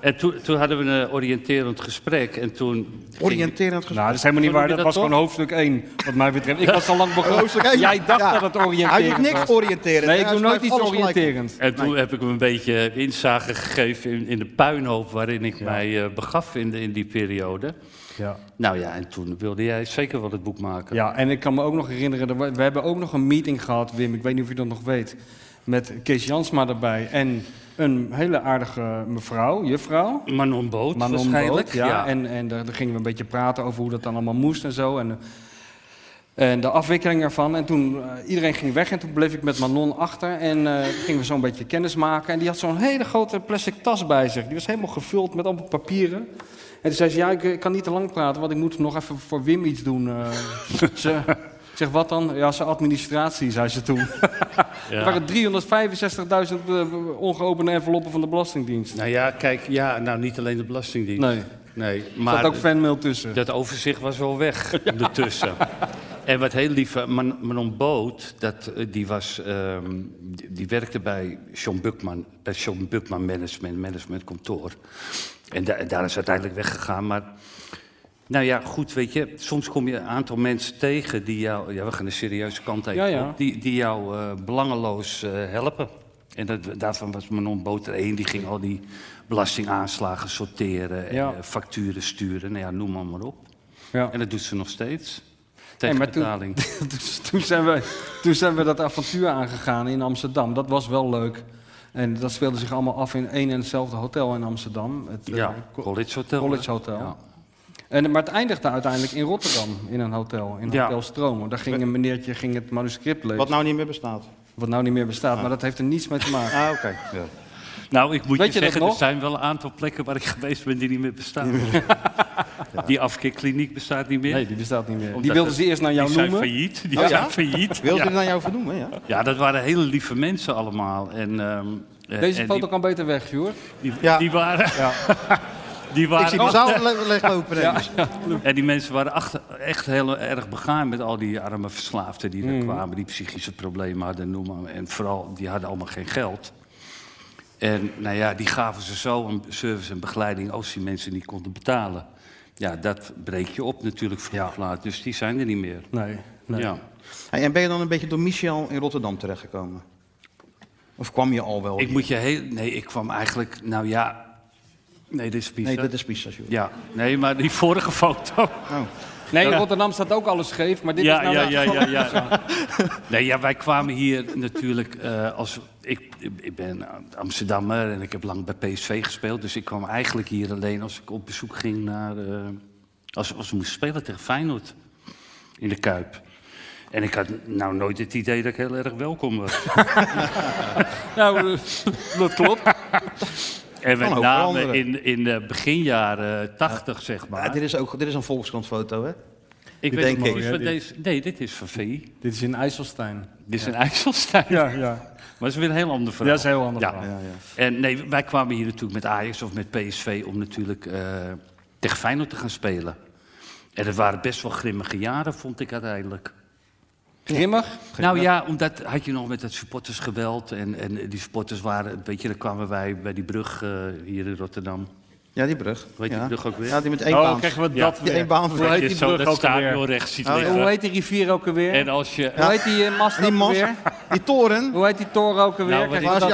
Speaker 12: En toen, toen hadden we een oriënterend gesprek. En toen.
Speaker 9: Oriënterend
Speaker 10: Nou,
Speaker 9: gesprek.
Speaker 10: dat is helemaal niet
Speaker 12: Zo
Speaker 10: waar.
Speaker 12: noem
Speaker 10: Dat,
Speaker 12: je
Speaker 10: was
Speaker 12: dat
Speaker 10: gewoon hoofdstuk 1, wat mij betreft. Ik was al lang
Speaker 9: Hoofdstuk
Speaker 10: begonnen.
Speaker 9: één.
Speaker 10: Jij dacht
Speaker 9: Ja.
Speaker 10: dat het
Speaker 9: Hij doet
Speaker 10: oriënterend
Speaker 9: niks
Speaker 10: was.
Speaker 9: oriënteren.
Speaker 10: Nee,
Speaker 9: hè?
Speaker 10: ik doe
Speaker 9: Hij
Speaker 10: nooit
Speaker 9: schrijft
Speaker 10: iets
Speaker 9: alles gelijk.
Speaker 10: oriënterend.
Speaker 12: En toen heb ik hem een beetje inzage gegeven in, in de puinhoop waarin ik mij eh, begaf in, de- in die periode.
Speaker 10: Ja.
Speaker 12: Nou ja, en toen wilde jij zeker wel het boek maken.
Speaker 10: ja, en ik kan me ook nog herinneren, er wa- we hebben ook nog een meeting gehad, Wim, ik weet niet of je dat nog weet, met Kees Jansma erbij en een hele aardige mevrouw, juffrouw.
Speaker 12: Manon Boot
Speaker 10: Manon
Speaker 12: waarschijnlijk.
Speaker 10: Brood, ja. En, en daar, daar gingen we een beetje praten over hoe dat dan allemaal moest en zo. En, eh, En de afwikkeling ervan. En toen eh, iedereen ging weg en toen bleef ik met Manon achter. En eh, gingen we zo'n beetje kennis maken. En die had zo'n hele grote plastic tas bij zich. Die was helemaal gevuld met allemaal papieren. En toen zei ze, ja, ik, ik kan niet te lang praten, want ik moet nog even voor Wim iets doen. eh. ze, ik zeg, wat dan? Ja, zijn administratie, zei ze toen.
Speaker 12: Ja.
Speaker 10: Er waren 365.000 eh, ongeopende enveloppen van de Belastingdienst.
Speaker 12: Nou ja, kijk, ja, nou niet alleen de Belastingdienst.
Speaker 10: Nee.
Speaker 12: nee
Speaker 10: Maar, zat ook fanmail tussen.
Speaker 12: Dat overzicht was wel weg ertussen. En wat heel lief, eh, Man- Manon Boot, dat, eh, die, was, ehm, die, die werkte bij John Bukman, bij John Bukman Management, managementkantoor. En, da- en daar is uiteindelijk weggegaan. Maar nou ja, goed, weet je, soms kom je een aantal mensen tegen die jou, ja, we gaan de serieuze kant even
Speaker 10: Ja, ja.
Speaker 12: op, die, die jou eh, belangeloos eh, helpen. En dat, daarvan was Manon Boot er één, die ging al die belastingaanslagen sorteren en
Speaker 10: Ja.
Speaker 12: eh, facturen sturen. Nou ja, noem maar, maar op.
Speaker 10: Ja.
Speaker 12: En dat doet ze nog steeds.
Speaker 10: Nee,
Speaker 12: Tegen
Speaker 10: maar toen-
Speaker 12: betaling.
Speaker 10: Dus toen, zijn we, toen zijn we dat avontuur aangegaan in Amsterdam. Dat was wel leuk. En dat speelde zich allemaal af in één en hetzelfde hotel in Amsterdam. Het eh,
Speaker 12: Ja, College Hotel.
Speaker 10: College Hotel. En, maar het eindigde uiteindelijk in Rotterdam, in een hotel, in
Speaker 9: Ja.
Speaker 10: Hotel Stromen. Daar ging een meneertje ging het manuscript lezen.
Speaker 9: Wat nou niet meer bestaat.
Speaker 10: Wat nou niet meer bestaat, maar dat heeft er niets mee te maken.
Speaker 9: Ah, oké. Ja.
Speaker 12: Nou, ik moet
Speaker 10: Weet
Speaker 12: je,
Speaker 10: je dat
Speaker 12: zeggen,
Speaker 10: nog?
Speaker 12: er zijn wel een aantal plekken waar ik geweest ben die niet meer bestaan. Die afkeerkliniek bestaat niet meer.
Speaker 10: Nee, die bestaat niet meer.
Speaker 12: Omdat
Speaker 10: die wilden
Speaker 12: het-
Speaker 10: ze eerst naar jou
Speaker 12: die
Speaker 10: noemen.
Speaker 12: Zijn failliet. Die
Speaker 10: Oh,
Speaker 12: zijn
Speaker 10: ja? Ah,
Speaker 12: failliet.
Speaker 10: Wilden
Speaker 12: ja.
Speaker 10: ze naar jou vernoemen, ja?
Speaker 12: Ja, dat waren hele lieve mensen allemaal. En, ehm, eh,
Speaker 10: Deze
Speaker 12: en
Speaker 10: foto
Speaker 12: die-
Speaker 10: kan beter weg, Joer.
Speaker 12: Die, die waren... Die waren
Speaker 9: Ik zie de zaal le- leeglopen.
Speaker 12: Ja.
Speaker 9: ineens.
Speaker 12: En die mensen waren achter- echt heel erg begaan met al die arme verslaafden die er
Speaker 9: Mm.
Speaker 12: kwamen, die psychische problemen hadden, noem maar. En vooral, die hadden allemaal geen geld. En nou ja, die gaven ze zo een service en begeleiding als die mensen niet konden betalen. Ja, dat breek je op natuurlijk vroeg of laat. Dus die zijn er niet meer.
Speaker 10: Nee. nee.
Speaker 12: Ja.
Speaker 9: Hey, en ben je dan een beetje door Michel in Rotterdam terechtgekomen? Of kwam je al wel?
Speaker 12: Ik moet je heel... Nee, ik kwam eigenlijk... Nou ja... Nee, dit is Pisa.
Speaker 9: Nee, dit is Pisa, joh.
Speaker 12: Ja, nee, maar die vorige foto...
Speaker 10: Nee, in
Speaker 12: Ja.
Speaker 10: Rotterdam staat ook alles scheef, maar dit
Speaker 12: ja,
Speaker 10: is nou...
Speaker 12: ja,
Speaker 10: net-
Speaker 12: ja, ja, ja, Nee, ja, wij kwamen hier natuurlijk eh, als... Ik, ik ben Amsterdammer en ik heb lang bij PSV gespeeld. Dus ik kwam eigenlijk hier alleen als ik op bezoek ging naar... eh, als, als we moesten spelen tegen Feyenoord in de Kuip. En ik had nou nooit het idee dat ik heel erg welkom was.
Speaker 10: Nou, dat klopt.
Speaker 12: en
Speaker 9: Kan
Speaker 12: met
Speaker 9: ook
Speaker 12: name
Speaker 9: veranderen.
Speaker 12: in, in de beginjaren tachtig, zeg maar.
Speaker 9: Ja, dit is ook dit is een Volkskrantfoto, hè?
Speaker 12: ik
Speaker 9: dit
Speaker 12: weet
Speaker 9: denk
Speaker 12: niet
Speaker 9: ik.
Speaker 12: precies
Speaker 9: Ja,
Speaker 12: wat
Speaker 9: dit-
Speaker 12: deze... Nee, dit is van VI.
Speaker 10: Dit is in IJsselstein.
Speaker 12: Dit is een IJsselstein.
Speaker 10: Ja, ja.
Speaker 12: Maar dat is weer een heel ander verhaal.
Speaker 10: Ja, dat is een heel ander
Speaker 12: Ja.
Speaker 10: verhaal.
Speaker 12: En nee, wij kwamen hier natuurlijk met Ajax of met PSV om natuurlijk eh, tegen Feyenoord te gaan spelen. En het waren best wel grimmige jaren, vond ik uiteindelijk.
Speaker 10: Grimmig?
Speaker 12: Nou ja, omdat had je nog met dat supportersgeweld en, en die supporters waren, weet je, dan kwamen wij bij die brug eh, hier in Rotterdam.
Speaker 9: Ja, die brug.
Speaker 12: Weet je
Speaker 9: Ja.
Speaker 12: die brug ook weer?
Speaker 9: Ja, die met één
Speaker 12: Oh,
Speaker 9: baan.
Speaker 12: krijgen we
Speaker 9: Ja.
Speaker 12: dat
Speaker 9: Die
Speaker 12: weer.
Speaker 9: één baan.
Speaker 12: Hoe heet die brug ook alweer? Oh, ja.
Speaker 10: Hoe heet die rivier ook alweer?
Speaker 12: En als je... nou,
Speaker 10: Hoe heet die eh, mast
Speaker 9: Die
Speaker 10: ook
Speaker 9: mast.
Speaker 10: alweer?
Speaker 9: Die toren.
Speaker 10: Hoe heet die toren ook alweer?
Speaker 12: Nou, wat
Speaker 10: Kijk,
Speaker 12: is-
Speaker 10: dat-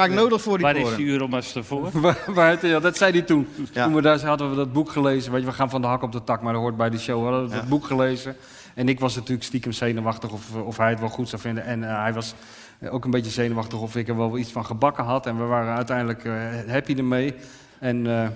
Speaker 12: Waar is die Euromast ervoor?
Speaker 10: Waar- waar heet die- ja, dat zei hij toen.
Speaker 12: Ja.
Speaker 10: Toen we daar zaten, hadden we dat boek gelezen. Weet je, we gaan van de hak op de tak, maar dat hoort bij de show. We hadden dat boek gelezen. En ik was natuurlijk stiekem zenuwachtig of, of hij het wel goed zou vinden. En eh, hij was eh, ook een beetje zenuwachtig of ik er wel iets van gebakken had. En we waren uiteindelijk eh, happy ermee. En eh,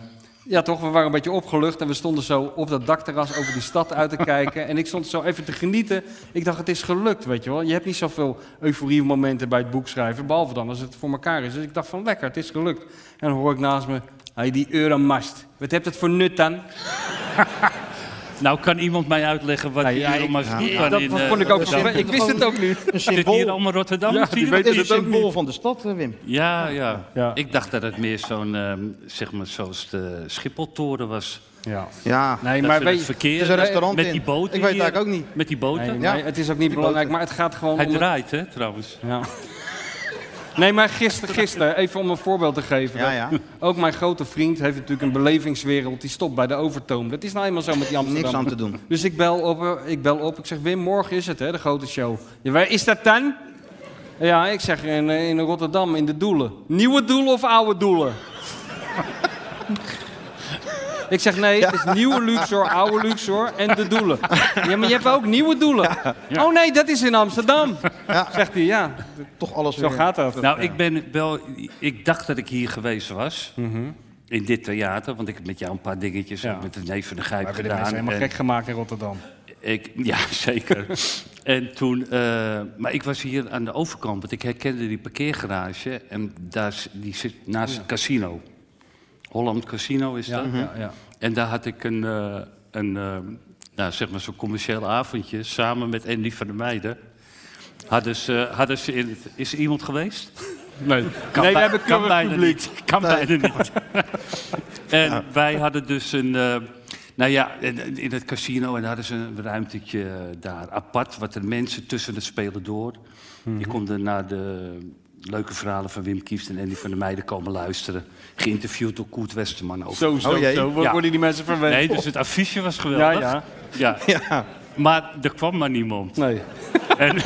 Speaker 10: ja, toch, we waren een beetje opgelucht. En we stonden zo op dat dakterras over die stad uit te kijken. En ik stond zo even te genieten. Ik dacht, het is gelukt, weet je wel. Je hebt niet zoveel euforie-momenten bij het boek schrijven. Behalve dan als het voor elkaar is. Dus ik dacht van, lekker, het is gelukt. En dan hoor ik naast me, hey, die Euromast. Wat heeft dat voor nut dan?
Speaker 12: Nou, kan iemand mij uitleggen wat die Euromast doet dan
Speaker 10: dat
Speaker 12: in, eh,
Speaker 10: vond ik ook
Speaker 12: Rotterdam?
Speaker 10: vervelend. Ik wist het ook niet.
Speaker 9: Een
Speaker 12: Zit
Speaker 9: symbool.
Speaker 12: hier allemaal Rotterdam?
Speaker 9: Ja, die weten het
Speaker 12: ook
Speaker 9: symbool van de stad, eh, Wim.
Speaker 12: Ja, ja, Ik dacht dat het meer zo'n, ehm, zeg maar, zoals de Schipholtoren was.
Speaker 10: Ja.
Speaker 9: Ja.
Speaker 10: Nee,
Speaker 12: dat
Speaker 10: maar
Speaker 12: ze
Speaker 10: weet
Speaker 12: het
Speaker 10: je,
Speaker 12: verkeer
Speaker 9: er is een restaurant
Speaker 12: met
Speaker 9: in.
Speaker 12: die boten
Speaker 9: Ik weet het
Speaker 12: hier,
Speaker 9: eigenlijk ook niet.
Speaker 12: Met die boten.
Speaker 10: Nee, maar het is ook niet belangrijk, maar het gaat gewoon
Speaker 12: Hij
Speaker 10: om... het-
Speaker 12: draait, hè, trouwens.
Speaker 10: Ja. Nee, maar gisteren, gister, even om een voorbeeld te geven.
Speaker 9: Ja,
Speaker 10: dat- Ook mijn grote vriend heeft natuurlijk een belevingswereld. Die stopt bij de Overtoom. Dat is nou eenmaal zo met die Amsterdam.
Speaker 9: Niks aan te doen.
Speaker 10: Dus ik bel op, eh, ik, bel op ik zeg, Wim, morgen is het, hè, de grote show. Ja, waar is dat dan? Ja, ik zeg, in, eh, in Rotterdam, in de Doelen. Nieuwe Doelen of oude Doelen? ik zeg, nee, het is nieuwe Luxor, oude Luxor en de Doelen. Ja, maar je hebt ook nieuwe Doelen. Oh nee, dat is in Amsterdam, zegt hij, ja.
Speaker 9: Toch alles
Speaker 10: Zo
Speaker 9: weer.
Speaker 10: gaat dat.
Speaker 12: Nou, ik ben wel... Ik dacht dat ik hier geweest was.
Speaker 9: Mhm.
Speaker 12: In dit theater, want ik heb met jou een paar dingetjes...
Speaker 10: Ja.
Speaker 12: met de neef van de Gijp
Speaker 10: We hebben
Speaker 12: gedaan.
Speaker 10: de mensen helemaal
Speaker 12: en-
Speaker 10: gek gemaakt in Rotterdam.
Speaker 12: Ik, ja, zeker. en toen, eh, maar ik was hier aan de overkant, want ik herkende die parkeergarage. En daar, is- die zit naast het casino. Holland Casino is dat.
Speaker 10: Mhm. Oh ja, ja.
Speaker 12: En daar had ik een, eh, een eh, nou, zeg maar zo'n commercieel avondje samen met Andy van der Meijden. Hadden ze, hadden ze in het- is er iemand geweest?
Speaker 7: Nee,
Speaker 12: kan
Speaker 7: Nee, we
Speaker 12: bij,
Speaker 7: hebben
Speaker 12: kan
Speaker 7: keurig
Speaker 12: bijna
Speaker 7: publiek.
Speaker 12: niet. Kan
Speaker 7: Nee.
Speaker 12: bijna niet. en wij hadden dus een, eh, nou ja, in, in het casino en hadden ze een ruimtetje eh, daar apart, wat de mensen tussen het spelen door.
Speaker 7: Mhm.
Speaker 12: Je kon er naar de leuke verhalen van Wim Kieft en Andy van der Meijden komen luisteren. Geïnterviewd door Koert Westerman over.
Speaker 7: Zo, zo, Oh jee. zo. Wo- worden die mensen verwend?
Speaker 12: Nee, dus het affiche was geweldig.
Speaker 7: Ja,
Speaker 12: ja. Maar er kwam maar niemand. Nee. En,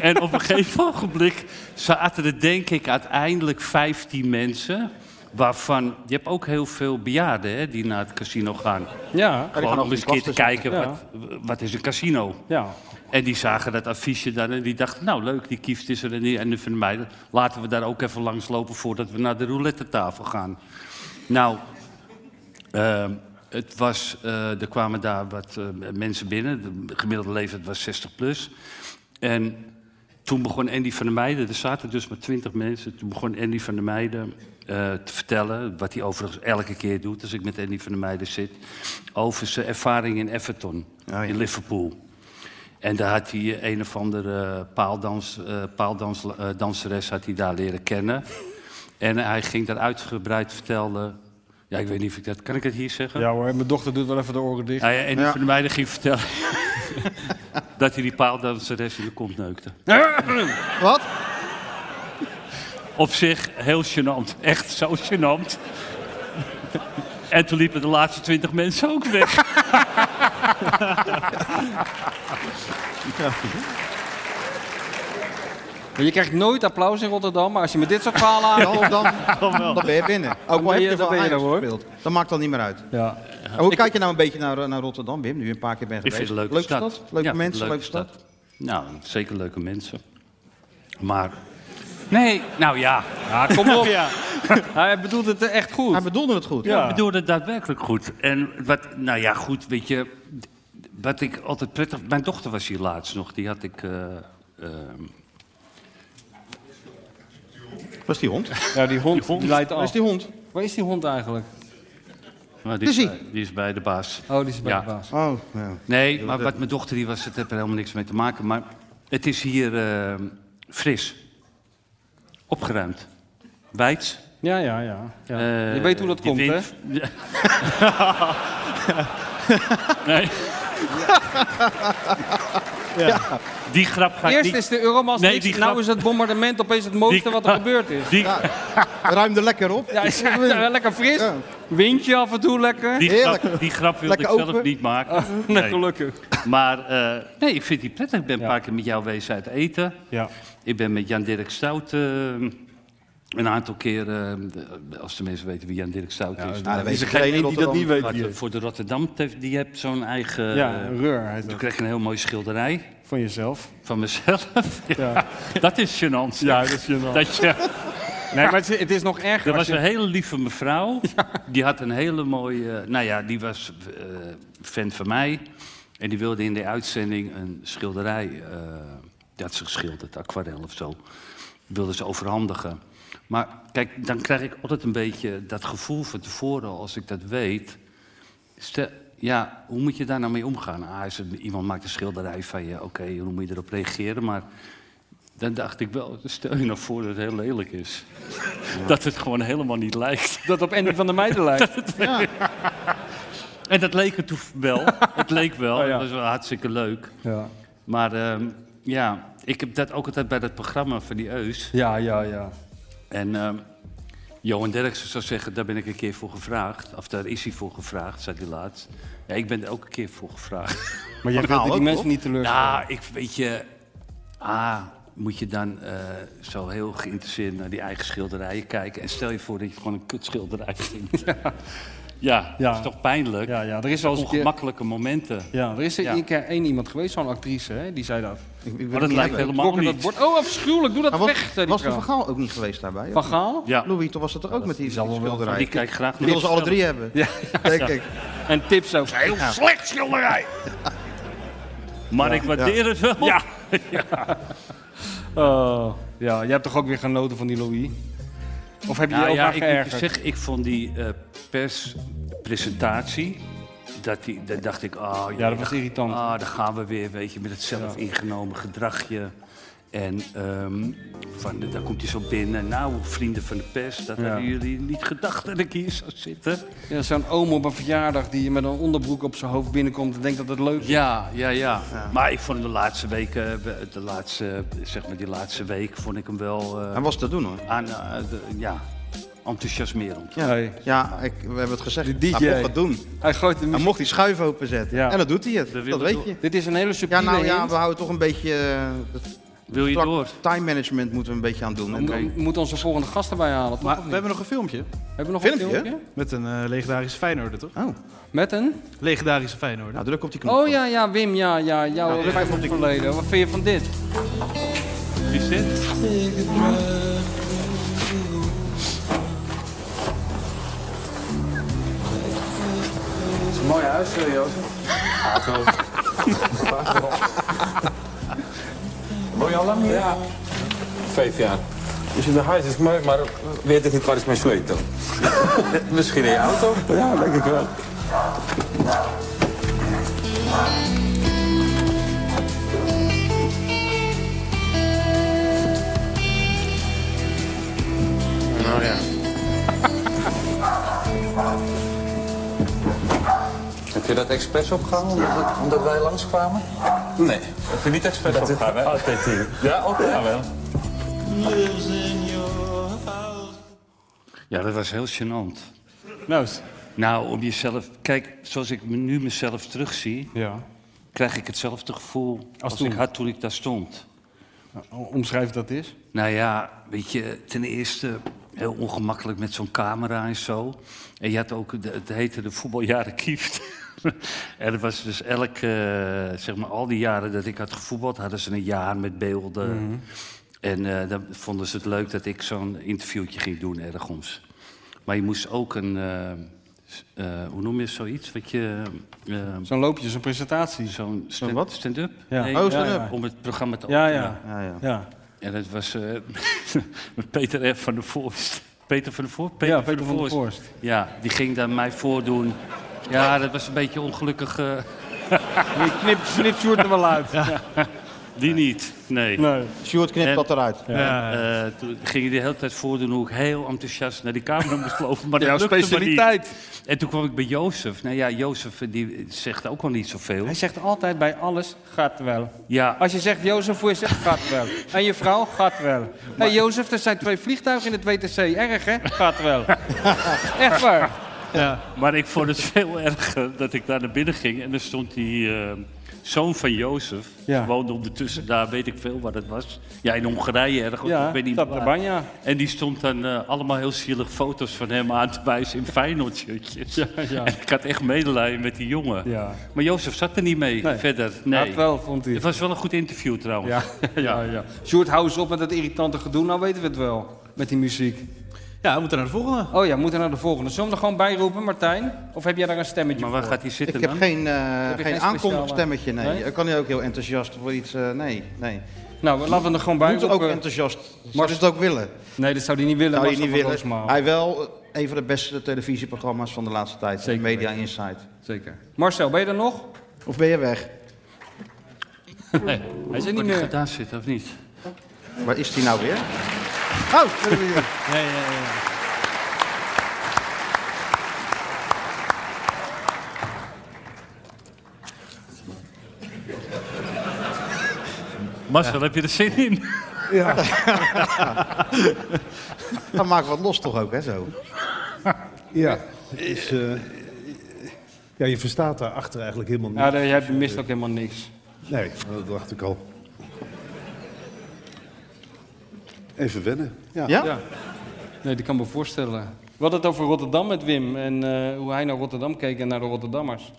Speaker 12: en op een gegeven ogenblik zaten er denk ik uiteindelijk 15 mensen. Waarvan, je hebt ook heel veel bejaarden hè, die naar het casino gaan.
Speaker 10: Ja.
Speaker 12: Gewoon om eens een keer te kijken, wat, wat is een casino?
Speaker 10: Ja.
Speaker 12: En die zagen dat affiche dan en die dachten, nou leuk, die kieft is er en die en de van mij. Laten we daar ook even langs lopen voordat we naar de roulette tafel gaan. Nou, ehm, het was, eh, er kwamen daar wat eh, mensen binnen. De gemiddelde leeftijd was 60 plus. En toen begon Andy van der Meijden, er zaten dus maar 20 mensen. Toen begon Andy van der Meijden eh, te vertellen, wat hij overigens elke keer doet als ik met Andy van der Meijden zit, over zijn ervaring in Everton, in Liverpool. En daar had hij eh, een of andere eh, paaldans, eh, paaldans, eh, danseres had hij daar leren kennen. En hij ging daar uitgebreid vertellen. Ja, ik weet niet of ik dat. Kan ik het hier zeggen?
Speaker 10: Ja hoor, mijn dochter doet wel even de oren dicht.
Speaker 12: Ah ja, en die van mij ging vertellen dat hij die paaldanseres in de kont neukte.
Speaker 13: Wat?
Speaker 12: Op zich heel gênant. Echt zo gênant. en toen liepen de laatste twintig mensen ook weg.
Speaker 10: Je krijgt nooit applaus in Rotterdam, maar als je met dit soort verhalen
Speaker 9: Ja,
Speaker 10: aankomt,
Speaker 9: dan, dan ben je binnen. Ook al
Speaker 10: ben
Speaker 9: heb
Speaker 10: je,
Speaker 9: je
Speaker 10: dan
Speaker 9: wel
Speaker 10: ben je er,
Speaker 9: Ajax
Speaker 10: hoor.
Speaker 9: gespeeld. Dat maakt dan niet meer uit.
Speaker 10: Ja.
Speaker 9: En hoe kijk je nou een beetje naar, naar Rotterdam, Wim? Nu je een paar keer bent
Speaker 12: Ik
Speaker 9: geweest.
Speaker 12: vind het een leuke,
Speaker 9: Leuke
Speaker 12: stad.
Speaker 9: Leuke
Speaker 12: Ja,
Speaker 9: mensen,
Speaker 12: leuke
Speaker 9: leuke stad.
Speaker 12: Nou, zeker leuke mensen. Maar... Nee, nou ja.
Speaker 10: kom op.
Speaker 12: Ja.
Speaker 10: Hij bedoelt het eh, echt goed. Hij
Speaker 9: bedoelde het goed.
Speaker 12: Ja. Ik bedoel het daadwerkelijk goed. En wat, nou ja, goed, weet je, wat ik altijd prettig. Mijn dochter was hier laatst nog, die had ik. eh, eh,
Speaker 9: Was die hond?
Speaker 10: Ja, die hond, die, leidt af.
Speaker 9: Waar is die hond?
Speaker 10: Waar is die hond eigenlijk?
Speaker 12: maar
Speaker 10: Dus
Speaker 12: is
Speaker 10: die-
Speaker 12: bij, nou, die is bij de baas.
Speaker 10: Oh, die is bij
Speaker 12: Ja.
Speaker 10: de baas.
Speaker 9: Oh,
Speaker 12: Nee, maar wat mijn dochter die was, het heeft er helemaal niks mee te maken. Maar het is hier eh, fris. Opgeruimd. Wijds.
Speaker 10: Ja, ja, ja. ja.
Speaker 12: Eh,
Speaker 10: je weet hoe dat
Speaker 12: die
Speaker 10: komt,
Speaker 12: wind-
Speaker 10: hè?
Speaker 12: nee.
Speaker 10: Ja.
Speaker 12: Die grap ga ik
Speaker 10: Eerst
Speaker 12: niet...
Speaker 10: is de Euromast
Speaker 12: Nee,
Speaker 10: niks,
Speaker 12: die grap-
Speaker 10: nou is het bombardement opeens het mooiste
Speaker 12: Die-
Speaker 10: wat er gebeurd is.
Speaker 12: Die-
Speaker 10: Ja,
Speaker 9: Ruim er lekker op.
Speaker 10: ja, is- ja, lekker fris, windje af en toe lekker.
Speaker 12: Die grap, die grap wilde
Speaker 10: Lekker
Speaker 12: ik zelf
Speaker 10: open.
Speaker 12: niet maken.
Speaker 10: Oh, nee, gelukkig.
Speaker 12: Maar eh, nee, ik vind die prettig. Ik ben een paar keer met jou geweest uit eten.
Speaker 10: Ja.
Speaker 12: Ik ben met Jan-Dirk Stout eh, een aantal keer... eh, de- als de mensen weten wie Jan-Dirk Stout is.
Speaker 10: nou, dat weet is iedereen in Rotterdam.
Speaker 12: Maar
Speaker 10: Wat-
Speaker 12: Voor de Rotterdam, te- die hebt zo'n eigen...
Speaker 10: Ja, een reur heet
Speaker 12: Toen
Speaker 10: dat.
Speaker 12: kreeg ik een heel mooie schilderij.
Speaker 10: Van jezelf.
Speaker 12: Van mezelf. Ja.
Speaker 10: Ja.
Speaker 12: Dat is gênant. zeg.
Speaker 10: Ja, dat is gênant.
Speaker 12: Dat je...
Speaker 10: Nee, maar het is, het is nog erger.
Speaker 12: Er was
Speaker 10: als je-
Speaker 12: een hele lieve mevrouw. Die had een hele mooie. Nou ja, die was eh, fan van mij. En die wilde in de uitzending een schilderij. eh, die had ze geschilderd, aquarel of zo. Wilde ze overhandigen. Maar kijk, dan krijg ik altijd een beetje dat gevoel van tevoren, als ik dat weet. Stel, ja, hoe moet je daar nou mee omgaan? Ah, is het- iemand maakt een schilderij van je, oké, hoe moet je erop reageren? Maar dan dacht ik wel, stel je nou voor dat het heel lelijk is. Dat het gewoon helemaal niet lijkt.
Speaker 10: Dat op Andy van der Meijden lijkt.
Speaker 12: Ja. En dat leek het toen wel. het leek wel. Dat was wel hartstikke leuk.
Speaker 10: Ja.
Speaker 12: Maar ehm, ja, ik heb dat ook altijd bij dat programma van die Eus.
Speaker 10: Ja, ja, ja.
Speaker 12: En ehm, Johan Derksen zou zeggen, daar ben ik een keer voor gevraagd. Of daar is hij voor gevraagd, zei hij laatst. Ja, ik ben er ook een keer voor gevraagd.
Speaker 10: Maar jij wilt die mensen niet teleurstellen.
Speaker 12: Ja, Nou, ik weet je... Ah, moet je dan eh, zo heel geïnteresseerd naar die eigen schilderijen kijken... en stel je voor dat je gewoon een kutschilderij vindt. Ja, dat is toch pijnlijk?
Speaker 10: Ja, ja, er is wel eens een keer-
Speaker 12: Ongemakkelijke momenten.
Speaker 10: Ja, er is
Speaker 12: Ja.
Speaker 10: een keer één iemand geweest, zo'n actrice, hè, die zei dat.
Speaker 12: Maar dat lijkt helemaal
Speaker 10: Trokken
Speaker 12: niet.
Speaker 10: Dat bord. Oh, afschuwelijk, doe dat
Speaker 9: Maar was-
Speaker 10: weg. zei die
Speaker 9: was de
Speaker 10: vrouw.
Speaker 9: Van Gaal ook niet geweest daarbij?
Speaker 10: Van Gaal?
Speaker 12: Ja.
Speaker 9: Louis, toch was dat er ook met die
Speaker 10: zal wel wel
Speaker 9: schilderij?
Speaker 12: Die kijk graag
Speaker 9: Die
Speaker 12: naar.
Speaker 9: willen ze alle drie hebben.
Speaker 10: Ja.
Speaker 9: Denk ik.
Speaker 12: En tips ook.
Speaker 13: Heel slecht schilderij.
Speaker 12: Maar
Speaker 10: Ja,
Speaker 12: ik waardeer
Speaker 10: ja.
Speaker 12: het wel.
Speaker 10: Ja.
Speaker 12: ja.
Speaker 10: Oh, ja, jij hebt toch ook weer genoten van die Louis? Of heb je je
Speaker 12: Nou
Speaker 10: ook
Speaker 12: ja,
Speaker 10: maar
Speaker 12: ik,
Speaker 10: geërgerd?
Speaker 12: Ik zeg, ik vond die eh, perspresentatie. Dat die, daar dacht ik, ah,
Speaker 10: Ja,
Speaker 12: jee,
Speaker 10: dat was
Speaker 12: daar-
Speaker 10: irritant.
Speaker 12: Ah, daar gaan we weer, weet je, met het zelf ingenomen gedragje. En ehm, van, de- dan komt hij zo binnen. Nou, vrienden van de pers, dat
Speaker 10: Ja.
Speaker 12: hadden jullie niet gedacht dat ik hier zou zitten.
Speaker 10: Ja, zo'n oom op een verjaardag die met een onderbroek op zijn hoofd binnenkomt en denkt dat het leuk is.
Speaker 12: Ja, ja, ja, Maar ik vond de laatste week, eh, de laatste, zeg maar die laatste week, vond ik hem wel. eh,
Speaker 9: Hij was te doen, hoor.
Speaker 12: Aan, eh, de- ja, enthousiasmerend.
Speaker 9: Ja, ja ik, we hebben het gezegd.
Speaker 10: Die DJ.
Speaker 9: Hij mocht het doen.
Speaker 10: Hij, gooit de
Speaker 9: mocht die schuif openzetten.
Speaker 10: Ja.
Speaker 9: En dat doet hij het.
Speaker 10: Dat
Speaker 9: Dat,
Speaker 10: wil ik
Speaker 9: weet
Speaker 10: door.
Speaker 9: je.
Speaker 10: Dit is een hele subtiele
Speaker 9: Ja, nou ja,
Speaker 10: hint.
Speaker 9: we houden toch een beetje... eh, dat
Speaker 12: wil je
Speaker 9: strak Time management moeten we een beetje aan doen. En-
Speaker 10: We moeten onze volgende gast erbij halen. toch? Of
Speaker 7: Maar
Speaker 10: niet?
Speaker 7: we hebben nog een filmpje. Hebben
Speaker 10: we nog een Filmpje? filmpje?
Speaker 7: Met een eh, legendarische Feyenoorder, toch?
Speaker 9: Oh.
Speaker 10: Met een?
Speaker 7: Legendarische Feyenoorder. Nou,
Speaker 9: druk op die
Speaker 10: Oh ja, ja, Wim, ja, ja, jouw
Speaker 7: Ja,
Speaker 10: rug
Speaker 7: vijf
Speaker 10: van
Speaker 7: op
Speaker 10: het
Speaker 7: die-
Speaker 10: verleden. Wat vind je van dit?
Speaker 12: Wie is dit?
Speaker 10: Het is een mooi huis, Jozef.
Speaker 14: Woon je al lang hier? Ja. Vijf jaar. Dus in de huis is mooi, maar weet ik niet waar is mijn sleutel. Misschien in je auto? Ja, denk ik wel.
Speaker 13: Nou ja.
Speaker 14: Heb je dat expres opgehangen omdat, omdat wij langskwamen? Nee. Heb je niet expres opgehangen? hè? Altijd hier. Ja, altijd wel.
Speaker 12: Ja, dat was heel gênant. Nou, nou, om jezelf. Kijk, zoals ik me- nu mezelf terugzie,
Speaker 10: Ja.
Speaker 12: krijg ik hetzelfde gevoel als,
Speaker 10: toen.
Speaker 12: ik had toen ik daar stond.
Speaker 10: Omschrijf dat is.
Speaker 12: Nou ja, weet je, ten eerste heel ongemakkelijk met zo'n camera en zo. En je had ook, de- het heette de voetbaljaren kieft. en dat was dus elk, eh, zeg maar, al die jaren dat ik had gevoetbald, hadden ze een jaar met beelden.
Speaker 10: Mhm.
Speaker 12: En eh, dan vonden ze het leuk dat ik zo'n interviewtje ging doen ergens. Maar je moest ook een, eh, s- eh, hoe noem je zoiets? Wat je, eh,
Speaker 10: zo'n loopje, zo'n presentatie.
Speaker 12: Zo'n stand- stand-up?
Speaker 10: Ja.
Speaker 12: Nee,
Speaker 10: Oh,
Speaker 12: ja,
Speaker 10: stand-up.
Speaker 12: ja. Om het programma te
Speaker 10: Ja,
Speaker 12: openen.
Speaker 10: ja. Ja, ja. Ja.
Speaker 12: En dat was eh, met Peter F. van der Voorst. Peter van der Voorst?
Speaker 10: Ja, Peter van der Voorst.
Speaker 12: Ja, die ging dan mij voordoen. Ja, dat was een beetje ongelukkig. eh.
Speaker 10: Die knipt knip Sjoerd er wel uit.
Speaker 12: Die niet, nee.
Speaker 10: Nee.
Speaker 9: Sjoerd knipt
Speaker 12: En-
Speaker 9: dat eruit.
Speaker 12: en,
Speaker 9: Ja.
Speaker 12: eh, toen ging je de hele tijd voordoen hoe ik heel enthousiast naar die camera moest lopen. Maar dat
Speaker 10: Jouw
Speaker 12: lukte me niet.
Speaker 10: specialiteit.
Speaker 12: En toen kwam ik bij Jozef. Nou ja, Jozef eh, die zegt ook al niet zoveel.
Speaker 10: Hij zegt altijd bij alles, gaat wel.
Speaker 12: Ja,
Speaker 10: Als je zegt Jozef voor jezelf, gaat wel. En je vrouw, gaat wel. hey, Jozef, er zijn twee vliegtuigen in het WTC. Erg, hè? Gaat wel. Echt waar.
Speaker 12: Maar ik vond het veel erger dat ik daar naar binnen ging en er stond die eh, zoon van Jozef.
Speaker 10: Ja.
Speaker 12: Die woonde ondertussen daar, weet ik veel waar dat was. Ja, in Hongarije ergens.
Speaker 10: Ja,
Speaker 12: ik weet niet
Speaker 10: Tatabanya.
Speaker 12: En die stond dan eh, allemaal heel zielig foto's van hem aan te wijzen in Feyenoord shirtjes.
Speaker 10: ja.
Speaker 12: En ik had echt medelijden met die jongen.
Speaker 10: Ja.
Speaker 12: Maar Jozef zat er niet mee
Speaker 10: Nee.
Speaker 12: verder. Nee.
Speaker 10: Had wel, vond hij.
Speaker 12: Het was wel een goed interview trouwens.
Speaker 10: Ja, ja, ja. Sjoerd, hou eens op met dat irritante gedoe. Nou weten we het wel, met die muziek.
Speaker 7: Ja, we moeten naar de volgende.
Speaker 10: Oh ja, we moeten naar de volgende. Zullen we er gewoon bij roepen, Martijn? Of heb jij daar een stemmetje voor?
Speaker 9: Ik heb geen, eh,
Speaker 10: Heb je
Speaker 9: geen
Speaker 10: geen
Speaker 9: aankondigstemmetje, nee.
Speaker 10: speciale- Nee?
Speaker 9: Ik kan niet ook heel enthousiast voor iets, eh, nee, nee.
Speaker 10: Nou, laten we er gewoon bij
Speaker 9: Moet ook eh,
Speaker 10: roepen.
Speaker 9: enthousiast. Zou je het ook willen?
Speaker 10: Nee, dat zou hij niet willen.
Speaker 9: Zou je
Speaker 10: Marcel
Speaker 9: niet
Speaker 10: van
Speaker 9: willen.
Speaker 10: Roosmalen.
Speaker 9: Hij wel eh, een van de beste televisieprogramma's van de laatste tijd. Media Insight.
Speaker 10: Zeker. Marcel, ben je er nog?
Speaker 9: Of ben je weg?
Speaker 12: Nee.
Speaker 10: Hij zit niet
Speaker 12: Maar
Speaker 10: meer.
Speaker 12: die gaat daar zitten, of niet?
Speaker 9: Waar is die nou weer? Oh, daar ben je weer.
Speaker 7: Ja, ja, ja.
Speaker 12: Marcel, heb je er zin in?
Speaker 9: Ja. Hij maakt wat los toch ook, hè, zo?
Speaker 15: Ja, het is, eh, ja, je verstaat daarachter eigenlijk helemaal niks.
Speaker 10: Ja, daar- jij mist ook helemaal niks.
Speaker 15: Nee, oh, dat dacht ik al. Even wennen. Ja?
Speaker 10: Nee, dat kan me voorstellen. We hadden het over Rotterdam met Wim en eh, hoe hij naar Rotterdam keek en naar de Rotterdammers.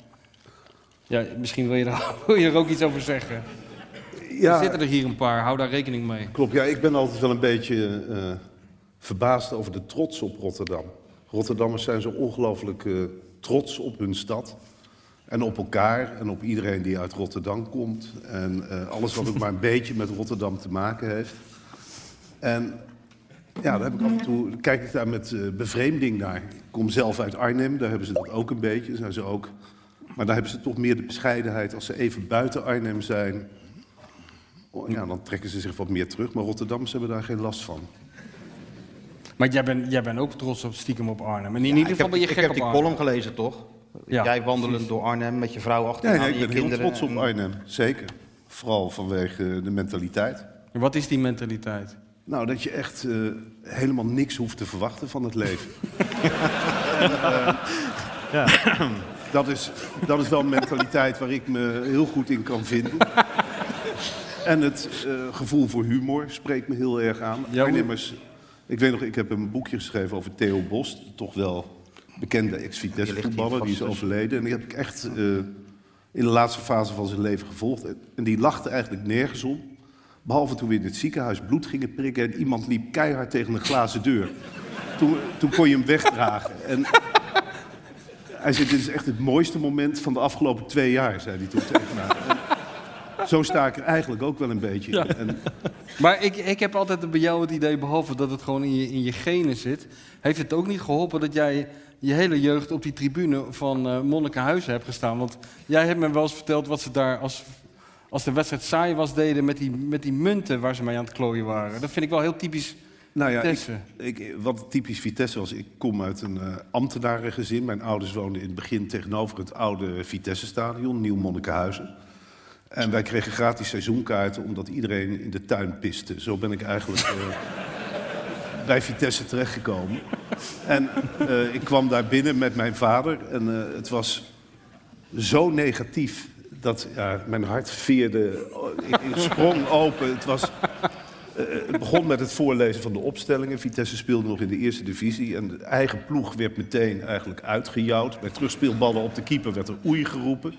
Speaker 10: Ja, misschien wil je, daar, wil je er ook iets over zeggen.
Speaker 15: Ja.
Speaker 10: Er zitten er hier een paar, hou daar rekening mee.
Speaker 15: Klopt, ja, ik ben altijd wel een beetje eh, verbaasd over de trots op Rotterdam. Rotterdammers zijn zo ongelooflijk eh,
Speaker 16: trots op hun stad. En op elkaar en op iedereen die uit Rotterdam komt. En eh, alles wat ook maar een beetje met Rotterdam te maken heeft. En ja, daar heb ik af en toe, kijk ik daar met eh, bevreemding naar. Ik kom zelf uit Arnhem, daar hebben ze dat ook een beetje. Zijn ze ook. Maar daar hebben ze toch meer de bescheidenheid. Als ze even buiten Arnhem zijn, oh, ja, dan trekken ze zich wat meer terug. Maar Rotterdammers hebben daar geen last van.
Speaker 10: Maar jij bent, jij bent ook trots op stiekem op Arnhem. En in
Speaker 9: Ja,
Speaker 10: ieder
Speaker 9: ik
Speaker 10: geval
Speaker 9: heb,
Speaker 10: ben je
Speaker 9: ik
Speaker 10: gek
Speaker 9: heb
Speaker 10: op
Speaker 9: die
Speaker 10: Arnhem.
Speaker 9: column gelezen, toch?
Speaker 10: Ja,
Speaker 9: Jij wandelend door Arnhem met je vrouw achter
Speaker 16: Nee,
Speaker 9: aan
Speaker 16: nee, ik
Speaker 9: je
Speaker 16: ben heel
Speaker 9: kinderen.
Speaker 16: trots op Ah,
Speaker 9: en-
Speaker 16: Arnhem. Zeker. Vooral vanwege eh, de mentaliteit.
Speaker 10: Wat is die mentaliteit?
Speaker 16: Nou, dat je echt eh, helemaal niks hoeft te verwachten van het leven. En, eh, dat, is, dat is wel een mentaliteit waar ik me heel goed in kan vinden. En het eh, gevoel voor humor spreekt me heel erg aan. Arnhemmers, ik weet nog, ik heb een boekje geschreven over Theo Bos, toch wel bekende ex-Vitesse voetballer, die is overleden. En die heb ik echt eh, in de laatste fase van zijn leven gevolgd. En die lachte eigenlijk nergens om. Behalve toen we in het ziekenhuis bloed gingen prikken en iemand liep keihard tegen een glazen deur. Toen, toen kon je hem wegdragen. En hij zei, dit is echt het mooiste moment van de afgelopen twee jaar, zei hij toen tegen mij. En Zo sta ik er eigenlijk ook wel een beetje in.
Speaker 10: Ja.
Speaker 16: En
Speaker 10: Maar ik, ik heb altijd bij jou het idee, behalve dat het gewoon in je, in je genen zit... heeft het ook niet geholpen dat jij je hele jeugd op die tribune van eh Monnikenhuizen hebt gestaan. Want jij hebt me wel eens verteld wat ze daar als, als de wedstrijd saai was deden... Met die, met die munten waar ze mee aan het klooien waren. Dat vind ik wel heel typisch
Speaker 16: Nou ja,
Speaker 10: Vitesse.
Speaker 16: ik, ik- wat typisch Vitesse was, ik kom uit een eh, ambtenarengezin. Mijn ouders woonden in het begin tegenover het oude Vitesse-stadion, Nieuw Monnikenhuizen. En wij kregen gratis seizoenkaarten omdat iedereen in de tuin piste. Zo ben ik eigenlijk eh, bij Vitesse terechtgekomen. En eh, ik kwam daar binnen met mijn vader en eh, het was zo negatief dat ja, mijn hart veerde. Oh, Ik, ik sprong open. Het was eh, het begon met het voorlezen van de opstellingen. Vitesse speelde nog in de eerste divisie. En de eigen ploeg werd meteen eigenlijk uitgejouwd. Bij terugspeelballen op de keeper werd er oei geroepen.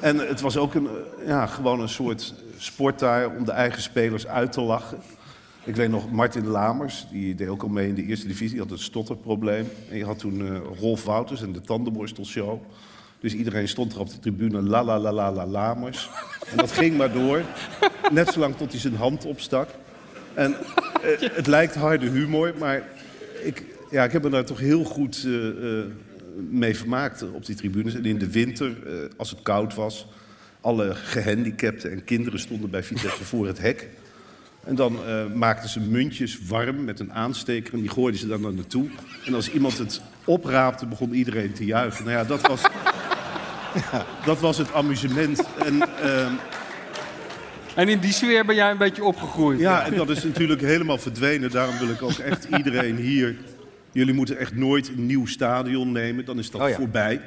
Speaker 16: En het was ook een, eh, ja, gewoon een soort sport daar om de eigen spelers uit te lachen. Ik weet nog, Martin Lamers, die deed ook al mee in de eerste divisie, die had een stotterprobleem. En je had toen eh, Rolf Wouters en de tandenborstelshow. Dus iedereen stond er op de tribune, la la la la la Lamers. En dat ging maar door, net zolang tot hij zijn hand opstak. En eh, het lijkt harde humor, maar ik, ja, ik heb me daar toch heel goed eh, eh, mee vermaakt eh, op die tribunes. En in de winter, eh, als het koud was, alle gehandicapten en kinderen stonden bij Vitesse voor het hek. En dan eh, maakten ze muntjes warm met een aansteker en die gooiden ze dan naar naartoe. En als iemand het opraapte, begon iedereen te juichen. Nou ja, dat was, ja, dat was het amusement. En,
Speaker 10: en in die sfeer ben jij een beetje opgegroeid.
Speaker 16: Ja, en dat is natuurlijk helemaal verdwenen. Daarom wil ik ook echt iedereen hier... Jullie moeten echt nooit een nieuw stadion nemen. Dan is dat
Speaker 9: Oh ja.
Speaker 16: voorbij.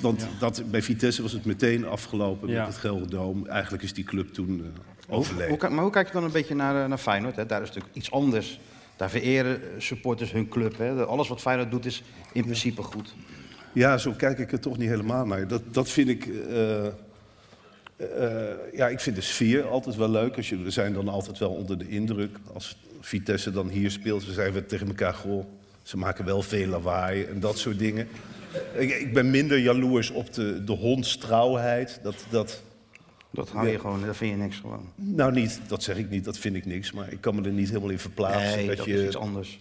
Speaker 16: Want dat, bij Vitesse was het meteen afgelopen
Speaker 9: Ja.
Speaker 16: met het Gelderdoom. Eigenlijk is die club toen eh,
Speaker 9: Hoe-
Speaker 16: overleden.
Speaker 9: hoe kijk- maar hoe kijk je dan een beetje naar, eh, naar Feyenoord? Hè? Daar is natuurlijk iets anders. Daar vereren eh, supporters hun club. Hè? De- Alles wat Feyenoord doet is in principe goed.
Speaker 16: Ja, zo kijk ik er toch niet helemaal naar. Dat, dat vind ik. eh, eh, ja, ik vind de sfeer altijd wel leuk. Als je, we zijn dan altijd wel onder de indruk. Als Vitesse dan hier speelt, dan zijn we tegen elkaar. Goh, ze maken wel veel lawaai en dat soort dingen. Ik, ik ben minder jaloers op de, de hondstrouwheid. Dat, dat,
Speaker 9: Dat hou je gewoon, dat vind je niks gewoon.
Speaker 16: Nou, niet, dat zeg ik niet, dat vind ik niks. Maar ik kan me er niet helemaal in verplaatsen.
Speaker 9: Nee,
Speaker 16: dat
Speaker 9: dat
Speaker 16: je,
Speaker 9: is iets anders.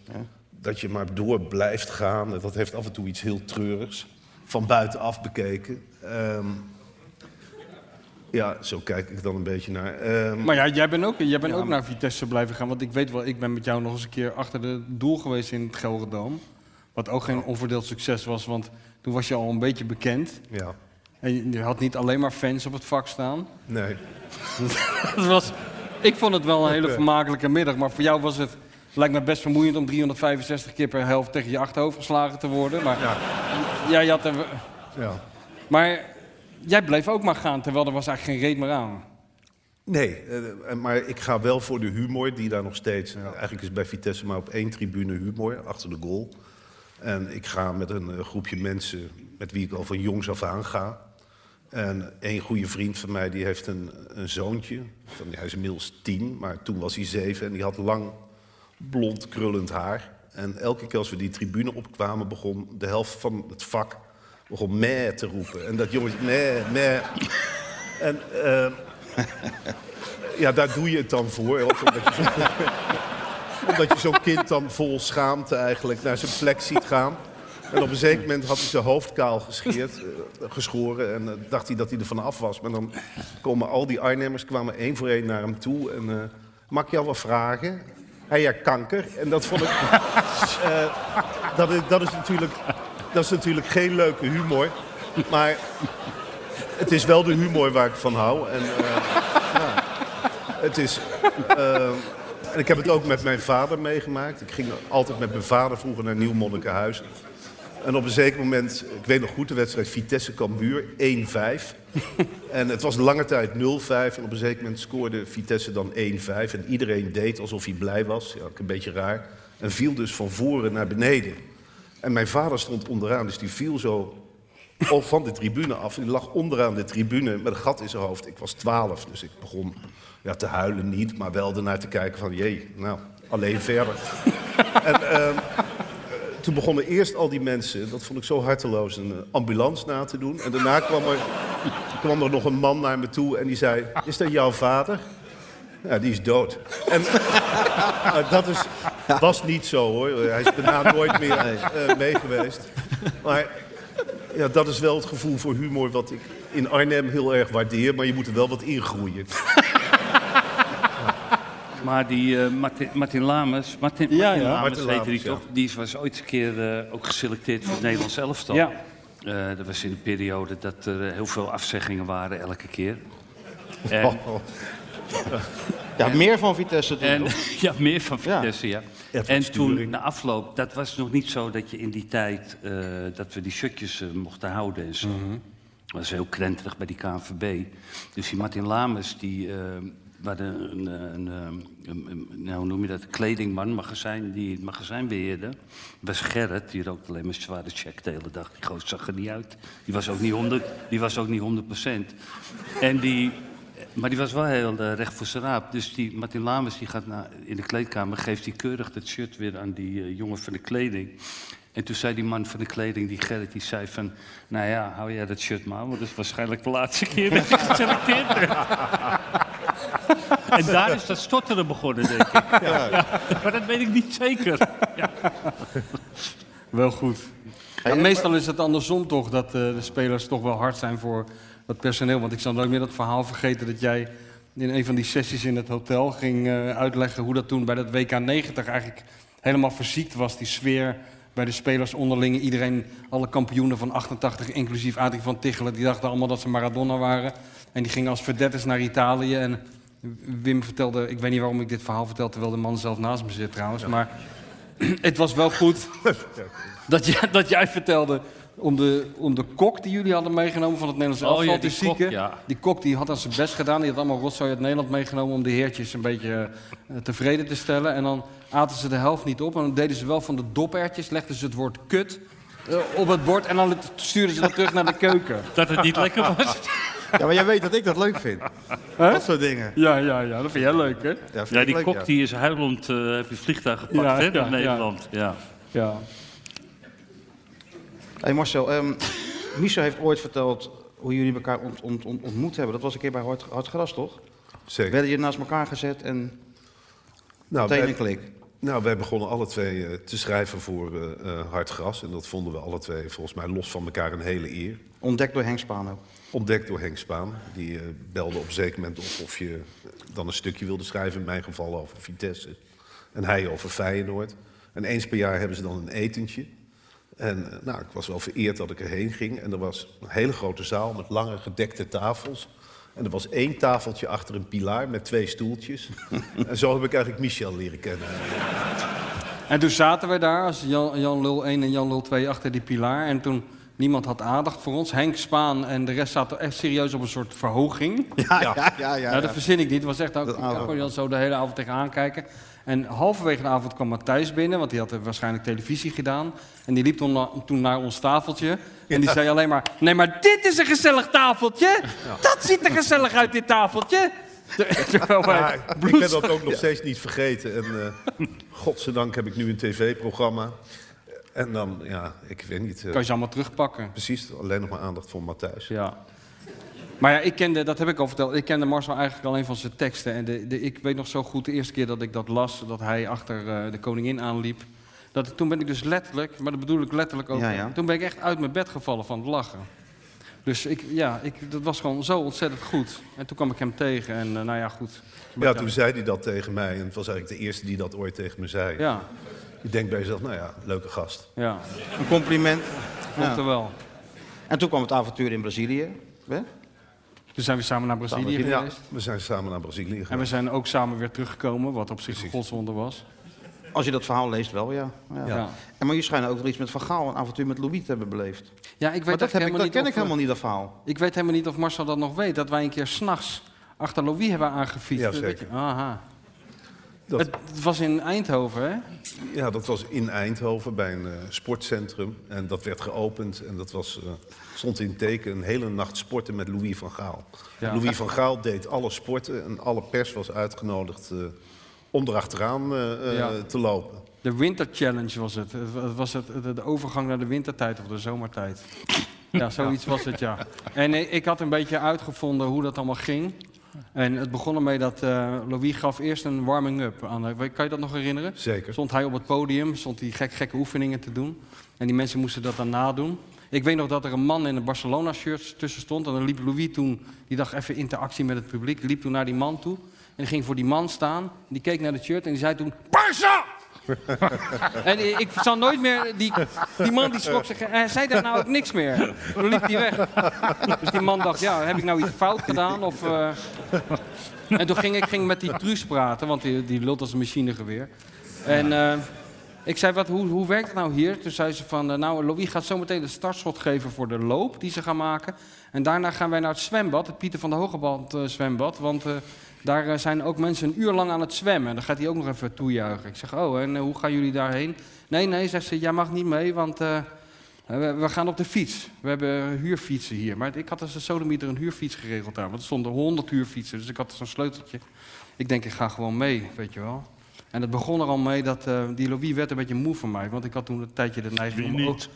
Speaker 16: Dat je maar door blijft gaan. Dat heeft af en toe iets heel treurigs. Van buitenaf bekeken. Ehm, ja, zo kijk ik dan een beetje naar. Ehm,
Speaker 10: Maar ja, jij bent ook, jij bent
Speaker 16: Ja,
Speaker 10: ook
Speaker 16: maar-
Speaker 10: naar Vitesse blijven gaan. Want ik weet wel, ik ben met jou nog eens een keer achter de doel geweest in het Gelderdoom. Wat ook geen onverdeeld succes was, want toen was je al een beetje bekend.
Speaker 16: Ja.
Speaker 10: En je- je had niet alleen maar fans op het vak staan.
Speaker 16: Nee.
Speaker 10: Dat was, ik vond het wel een hele
Speaker 16: Oké.
Speaker 10: vermakelijke middag. Maar voor jou was het, lijkt me best vermoeiend om 365 keer per helft tegen je achterhoofd geslagen te worden. Maar ja. jij had er,
Speaker 16: ja.
Speaker 10: Maar jij bleef ook maar gaan, terwijl er was eigenlijk geen reet meer aan.
Speaker 16: Nee, eh, maar ik ga wel voor de humor die daar nog steeds... Eigenlijk is bij Vitesse maar op één tribune humor, achter de goal. En ik ga met een eh, groepje mensen met wie ik al van jongs af aan ga. En één goede vriend van mij die heeft een, een zoontje. Van, hij is inmiddels tien, maar toen was hij zeven. En die had lang blond krullend haar. En elke keer als we die tribune opkwamen begon de helft van het vak... begon meh te roepen. En dat jongetje, meh, meh. En eh, ja, daar doe je het dan voor. Ook, omdat je zo- omdat je zo'n kind dan vol schaamte eigenlijk naar zijn plek ziet gaan. En op een zeker moment had hij zijn hoofd kaal gescheerd, eh, geschoren. En eh, dacht hij dat hij er vanaf was. Maar dan komen al die Arnhemmers kwamen één voor één naar hem toe. En eh, mag ik jou wat vragen? Hij had kanker. En dat vond ik... eh, dat, is, dat, is natuurlijk, dat is natuurlijk geen leuke humor. Maar het is wel de humor waar ik van hou. En, eh, ja, het is. eh, en ik heb het ook met mijn vader meegemaakt. Ik ging altijd met mijn vader vroeger naar Nieuw Monnikenhuis. En op een zeker moment, ik weet nog goed, de wedstrijd Vitesse Cambuur 1-5. En het was lange tijd 0-5. En op een zeker moment scoorde Vitesse dan 1-5. En iedereen deed alsof hij blij was. Ja, ook een beetje raar. En viel dus van voren naar beneden. En mijn vader stond onderaan, dus die viel zo of van de tribune af. Die lag onderaan de tribune met een gat in zijn hoofd. Ik was twaalf, dus ik begon ja, te huilen niet, maar wel ernaar te kijken van... jee, nou, alleen verder. en, ehm, eh, toen begonnen eerst al die mensen, dat vond ik zo harteloos, een eh, ambulance na te doen. En daarna kwam er, kwam er nog een man naar me toe en die zei... is dat jouw vader? Ja, die is dood. En eh, dat is, was niet zo, hoor. Hij is daarna nooit meer eh, mee geweest. Maar ja, dat is wel het gevoel voor humor wat ik in Arnhem heel erg waardeer, maar je moet er wel wat in groeien.
Speaker 12: Maar die eh, Martin, Martin Lames, Martin,
Speaker 16: Ja,
Speaker 12: Martin
Speaker 16: ja.
Speaker 12: Lames
Speaker 16: Martin
Speaker 12: heette
Speaker 16: Lames,
Speaker 12: die
Speaker 16: ja.
Speaker 12: toch? Die was ooit een keer eh, ook geselecteerd voor het Nederlands elftal.
Speaker 10: Ja.
Speaker 12: Eh, dat was in de periode dat er eh, heel veel afzeggingen waren elke keer.
Speaker 16: Oh.
Speaker 9: Ja, meer van Vitesse toen,
Speaker 12: En,
Speaker 9: toch?
Speaker 12: ja, meer van Vitesse, ja.
Speaker 9: Edward
Speaker 12: En toen,
Speaker 9: Sturing.
Speaker 12: na afloop, dat was nog niet zo dat je in die tijd... eh, dat we die shirtjes eh, mochten houden en zo. Dat was heel krenterig bij die KNVB. Dus die Martin Lames, die... eh, we hadden een, eh, een, eh, een- een- nou, hoe noem je dat, kledingman, magazijn, die het magazijn beheerde. Dat was Gerrit, die rookte alleen maar zware check de hele dag. Die goot zag er niet uit. Die was ook niet 100, die was ook niet 100%. En die, maar die was wel heel eh, recht voor zijn raap. Dus die Martin Lames die gaat naar, in de kleedkamer, geeft die keurig dat shirt weer aan die eh, jongen van de kleding. En toen zei die man van de kleding, die Gerrit, die zei van... Nou ja, hou jij dat shirt maar, aan, want dat is waarschijnlijk de laatste keer dat je geselecteerd bent. en daar is dat stotteren begonnen, denk ik.
Speaker 7: Ja.
Speaker 12: Ja, Maar dat weet ik niet zeker. Ja.
Speaker 10: Wel goed.
Speaker 9: Ja,
Speaker 10: meestal is het andersom toch, dat eh, de spelers toch wel hard zijn voor dat personeel. Want ik zal nooit meer dat verhaal vergeten dat jij in een van die sessies in het hotel ging eh, uitleggen hoe dat toen bij dat WK90 eigenlijk helemaal verziekt was, die sfeer bij de spelers onderling. Iedereen, alle kampioenen van 88, inclusief Adrie van Tichelen, die dachten allemaal dat ze Maradona waren. En die gingen als verdetters naar Italië. En Wim vertelde, ik weet niet waarom ik dit verhaal vertel, terwijl de man zelf naast me zit trouwens, maar het was wel goed dat, jij, dat jij vertelde om de, om de kok die jullie hadden meegenomen van het Nederlands
Speaker 12: Oh ja,
Speaker 10: elftal,
Speaker 12: die
Speaker 10: die zieke.
Speaker 12: kok, ja.
Speaker 10: Die kok die had aan zijn best gedaan. Die had allemaal rotzooi uit Nederland meegenomen om de heertjes een beetje eh, tevreden te stellen. En dan aten ze de helft niet op. En dan deden ze wel van de dopertjes, legden ze het woord kut eh, op het bord. En dan het- stuurden ze dat terug naar de keuken.
Speaker 12: Dat het niet lekker was.
Speaker 9: Ja, maar jij weet dat ik dat leuk vind. Dat soort dingen.
Speaker 10: Ja, ja, ja, dat vind jij leuk, hè?
Speaker 9: Ja,
Speaker 12: Ja, die kok die is huilend, eh heb je vliegtuig gepakt
Speaker 10: Ja,
Speaker 12: hè,
Speaker 10: ja,
Speaker 12: naar
Speaker 10: ja.
Speaker 12: Nederland. Ja.
Speaker 10: Ja.
Speaker 9: Hey Marcel, ehm Michel heeft ooit verteld hoe jullie elkaar ont- ont- ont- ontmoet hebben. Dat was een keer bij Hard, Hard Gras, toch?
Speaker 16: Zeker.
Speaker 9: Werden je naast elkaar gezet en meteen
Speaker 16: wij-
Speaker 9: een klik.
Speaker 16: Nou, wij begonnen alle twee eh, te schrijven voor eh, eh, Hard Gras. En dat vonden we alle twee volgens mij los van elkaar een hele eer.
Speaker 9: Ontdekt door Henk Spaan ook.
Speaker 16: Ontdekt door Henk Spaan. Die eh, belde op een zeker moment op of je eh, dan een stukje wilde schrijven. In mijn geval over Vitesse. En hij over Feyenoord. En eens per jaar hebben ze dan een etentje. En eh, nou, ik was wel vereerd dat ik erheen ging. En er was een hele grote zaal met lange gedekte tafels. En er was één tafeltje achter een pilaar met twee stoeltjes. en zo heb ik eigenlijk Michel leren kennen.
Speaker 10: En toen zaten wij daar als Jan, Jan Lul 1 en Jan Lul 2 achter die pilaar. En toen niemand had aandacht voor ons. Henk Spaan en de rest zaten echt serieus op een soort verhoging.
Speaker 9: Ja, ja, ja, ja,
Speaker 10: nou, dat
Speaker 9: ja.
Speaker 10: verzin ik niet. Het was echt ook, ik
Speaker 9: avond.
Speaker 10: kon je dan zo de hele avond tegenaan kijken. En halverwege de avond kwam Matthijs binnen, want die had eh, waarschijnlijk televisie gedaan. En die liep toen, na- toen naar ons tafeltje. En die
Speaker 7: Ja.
Speaker 10: zei alleen maar, nee, maar dit is een gezellig tafeltje.
Speaker 16: Ja.
Speaker 10: Dat ziet er gezellig uit, dit tafeltje. Terwijl wij
Speaker 16: Maar ik ben dat ook nog steeds niet vergeten. En eh godzijdank heb ik nu een tv-programma. Eh, En dan, ja, ik weet niet. eh,
Speaker 10: Kan je ze allemaal terugpakken.
Speaker 16: Precies, alleen nog maar aandacht voor Matthijs.
Speaker 10: Ja. Maar ja, ik kende, dat heb ik al verteld, ik kende Marcel eigenlijk alleen van zijn teksten. En de, de, ik weet nog zo goed de eerste keer dat ik dat las, dat hij achter eh, de koningin aanliep. Dat, ik- toen ben ik dus letterlijk, maar dat bedoel ik letterlijk ook,
Speaker 9: Ja, ja.
Speaker 10: toen ben ik echt uit mijn bed gevallen van het lachen. Dus ik, ja, ik, dat was gewoon zo ontzettend goed. En toen kwam ik hem tegen en eh, nou ja, goed.
Speaker 16: Ja, toen zei hij dat tegen mij. En het was eigenlijk de eerste die dat ooit tegen me zei.
Speaker 10: Ja.
Speaker 16: Je denkt bij jezelf, nou ja, leuke gast.
Speaker 10: Ja.
Speaker 9: Een compliment.
Speaker 10: Klopt er wel.
Speaker 9: En toen kwam het avontuur in Brazilië. Hè?
Speaker 10: Toen Dus zijn we samen naar Brazilië
Speaker 9: Samen- ja,
Speaker 10: geweest.
Speaker 16: we zijn samen naar Brazilië geweest.
Speaker 10: En we zijn ook samen weer teruggekomen, wat op zich een godswonder was.
Speaker 9: Als je dat verhaal leest wel, ja. ja.
Speaker 10: Ja.
Speaker 9: En maar je schijnt ook nog iets met Van Gaal, een avontuur met Louis te hebben beleefd.
Speaker 10: Ja, ik
Speaker 9: Maar
Speaker 10: weet
Speaker 9: dat, heb ik, dat ken
Speaker 10: of
Speaker 9: ik
Speaker 10: we-
Speaker 9: helemaal niet, dat verhaal.
Speaker 10: Ik weet helemaal niet of Marcel dat nog weet, dat wij een keer s'nachts achter Louis hebben aangefietst.
Speaker 16: Ja,
Speaker 10: Dat weet je-
Speaker 16: zeker.
Speaker 10: Aha.
Speaker 16: Dat-
Speaker 10: Het, het was in Eindhoven, hè?
Speaker 16: Ja, dat was in Eindhoven bij een eh, sportcentrum. En dat werd geopend en dat was, eh, stond in teken een hele nacht sporten met Louis van Gaal.
Speaker 10: Ja.
Speaker 16: Louis van Gaal deed alle sporten en alle pers was uitgenodigd eh, om erachteraan eh, eh,
Speaker 10: Ja.
Speaker 16: te lopen.
Speaker 10: De Winter Challenge was het. Het wa- het was het, de- de overgang naar de wintertijd of de zomertijd. Ja, zoiets was het, ja. En i- ik had een beetje uitgevonden hoe dat allemaal ging. En het begon ermee dat eh, Louis gaf eerst een warming-up aan. eh, Kan je dat nog herinneren?
Speaker 16: Zeker.
Speaker 10: Stond hij op het podium, stond hij gek, gekke oefeningen te doen. En die mensen moesten dat dan nadoen. Ik weet nog dat er een man in een Barcelona-shirt tussen stond. En dan liep Louis toen, die dacht even interactie met het publiek, liep toen naar die man toe. En die ging voor die man staan. Die keek naar het shirt en die zei toen, Barca! En i- ik zal nooit meer... Die, die man die schrok zich... Hij zei daar nou ook niks meer. Toen liep hij weg. Dus die man dacht, ja, heb ik nou iets fout gedaan? Of, eh, En toen ging ik ging met die Truus praten, want die, die lult als een machinegeweer. En eh, ik zei, wat, hoe, hoe werkt het nou hier? Toen zei ze van, eh, nou, Louis gaat zometeen de startschot geven voor de loop die ze gaan maken. En daarna gaan wij naar het zwembad, het Pieter van de Hogeband eh, zwembad. Want eh, daar eh, zijn ook mensen een uur lang aan het zwemmen. En dan gaat hij ook nog even toejuichen. Ik zeg, oh, en eh, hoe gaan jullie daarheen? Nee, nee, zegt ze, jij mag niet mee, want... eh, we, we gaan op de fiets. We hebben huurfietsen hier. Maar ik had als een sodemieter een huurfiets geregeld daar. Want er stonden honderd huurfietsen. Dus ik had zo'n sleuteltje. Ik denk, ik ga gewoon mee, weet je wel. En het begon er al mee dat eh, die Louis werd een beetje moe van mij. Want ik had toen een tijdje de neiging om... Niet.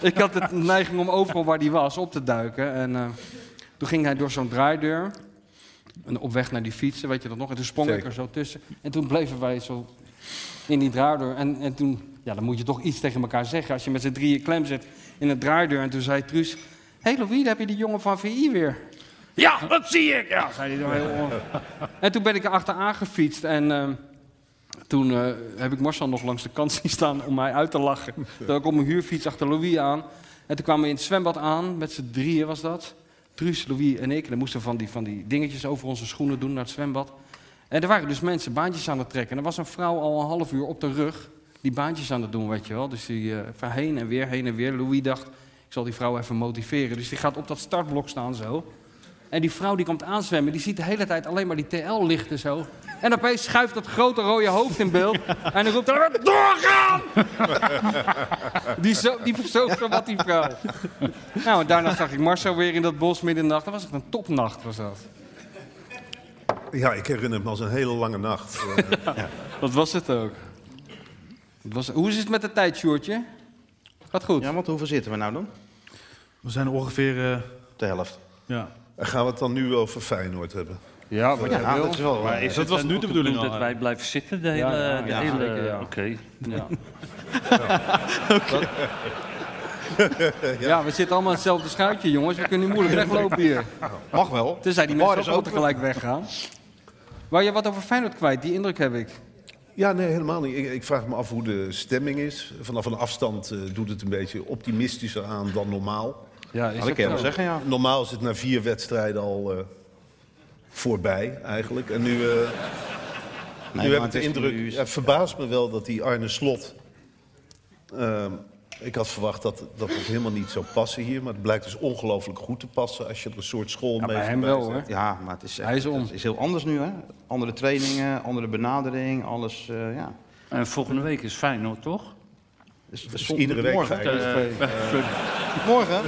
Speaker 10: ik had de neiging om overal waar die was op te duiken. En eh, toen ging hij door zo'n draaideur. En op weg naar die fietsen, weet je dat nog? En toen sprong ik
Speaker 16: Zeker.
Speaker 10: er zo tussen. En toen bleven wij zo in die draaideur. En, en toen, ja, dan moet je toch iets tegen elkaar zeggen. Als je met z'n drieën klem zit in het draaideur. En toen zei Truus, hé hey Louis, daar heb je die jongen van VI weer. Ja, dat zie ik! Ja, zei hij dan heel... on- En toen ben ik erachteraan gefietst. En eh, toen eh, heb ik Marcel nog langs de kant zien staan om mij uit te lachen. Toen ik op mijn huurfiets achter Louis aan. En toen kwamen we in het zwembad aan, met z'n drieën was dat. Truus, Louis en ik. En dan moesten we van die, van die dingetjes over onze schoenen doen naar het zwembad. En er waren dus mensen baantjes aan het trekken. En er was een vrouw al een half uur op de rug die baantjes aan het doen, weet je wel. Dus die eh, van heen en weer, heen en weer. Louis dacht, ik zal die vrouw even motiveren. Dus die gaat op dat startblok staan zo. En die vrouw die komt aanzwemmen, die ziet de hele tijd alleen maar die TL-lichten zo. En opeens schuift dat grote rode hoofd in beeld. En dan roept hij, doorgaan! Die, zo, die verzoog zo wat die vrouw. Nou, en daarna zag ik Marcel weer in dat bos midden in de nacht. Dat was echt een topnacht, was dat.
Speaker 16: Ja, ik herinner me als een hele lange nacht. Eh,
Speaker 10: Dat was het ook. Het was, hoe is het met de tijd, Sjoerdje? Gaat goed.
Speaker 9: Ja, want hoeveel zitten we nou dan?
Speaker 7: We zijn ongeveer... eh,
Speaker 9: De helft.
Speaker 7: ja.
Speaker 16: En gaan we het dan nu over Feyenoord hebben?
Speaker 10: Ja,
Speaker 16: wat
Speaker 9: Nou,
Speaker 16: jij wil.
Speaker 7: dat is wel-
Speaker 16: Maar is
Speaker 7: dat
Speaker 16: het
Speaker 7: was
Speaker 16: dan
Speaker 7: nu
Speaker 16: ook
Speaker 7: de
Speaker 16: de
Speaker 7: bedoeling
Speaker 16: bedoeling
Speaker 7: al,
Speaker 12: dat wij blijven zitten de hele...
Speaker 7: Ja, ja,
Speaker 12: de
Speaker 7: ja,
Speaker 12: hele eh,
Speaker 7: zeker, ja.
Speaker 12: Oké. Ja.
Speaker 10: Ja, we zitten allemaal in hetzelfde schuitje, jongens. We kunnen niet moeilijk weglopen hier.
Speaker 9: Mag wel.
Speaker 10: Tenzij die
Speaker 9: Bar
Speaker 10: mensen
Speaker 9: is
Speaker 10: ook, ook
Speaker 9: open.
Speaker 10: tegelijk weggaan. Wou je wat over Feyenoord kwijt? Die indruk heb ik.
Speaker 16: Ja, nee, helemaal niet. Ik, ik vraag me af hoe de stemming is. Vanaf een afstand eh, doet het een beetje optimistischer aan dan normaal.
Speaker 10: Ja,
Speaker 9: dat kan je wel zeggen, ja.
Speaker 16: nou. Normaal is het na vier wedstrijden al eh, voorbij, eigenlijk. En nu, eh,
Speaker 9: maar
Speaker 16: nu heb ik
Speaker 9: het
Speaker 16: de
Speaker 9: is
Speaker 16: indruk...
Speaker 9: nu-
Speaker 16: Het verbaast me wel dat die Arne Slot... ehm, ik had verwacht dat, dat het helemaal niet zou passen hier. Maar het blijkt dus ongelooflijk goed te passen als je er een soort school mee verwijst.
Speaker 9: Ja, maar het is, echt-
Speaker 10: Hij is om.
Speaker 9: het is heel anders nu, hè? Andere trainingen, andere benadering, alles, eh, ja.
Speaker 12: En volgende week is Feyenoord, toch?
Speaker 9: Dus,
Speaker 16: iedere week
Speaker 9: morgen.
Speaker 16: fijn.
Speaker 12: Eh,
Speaker 9: Morgen.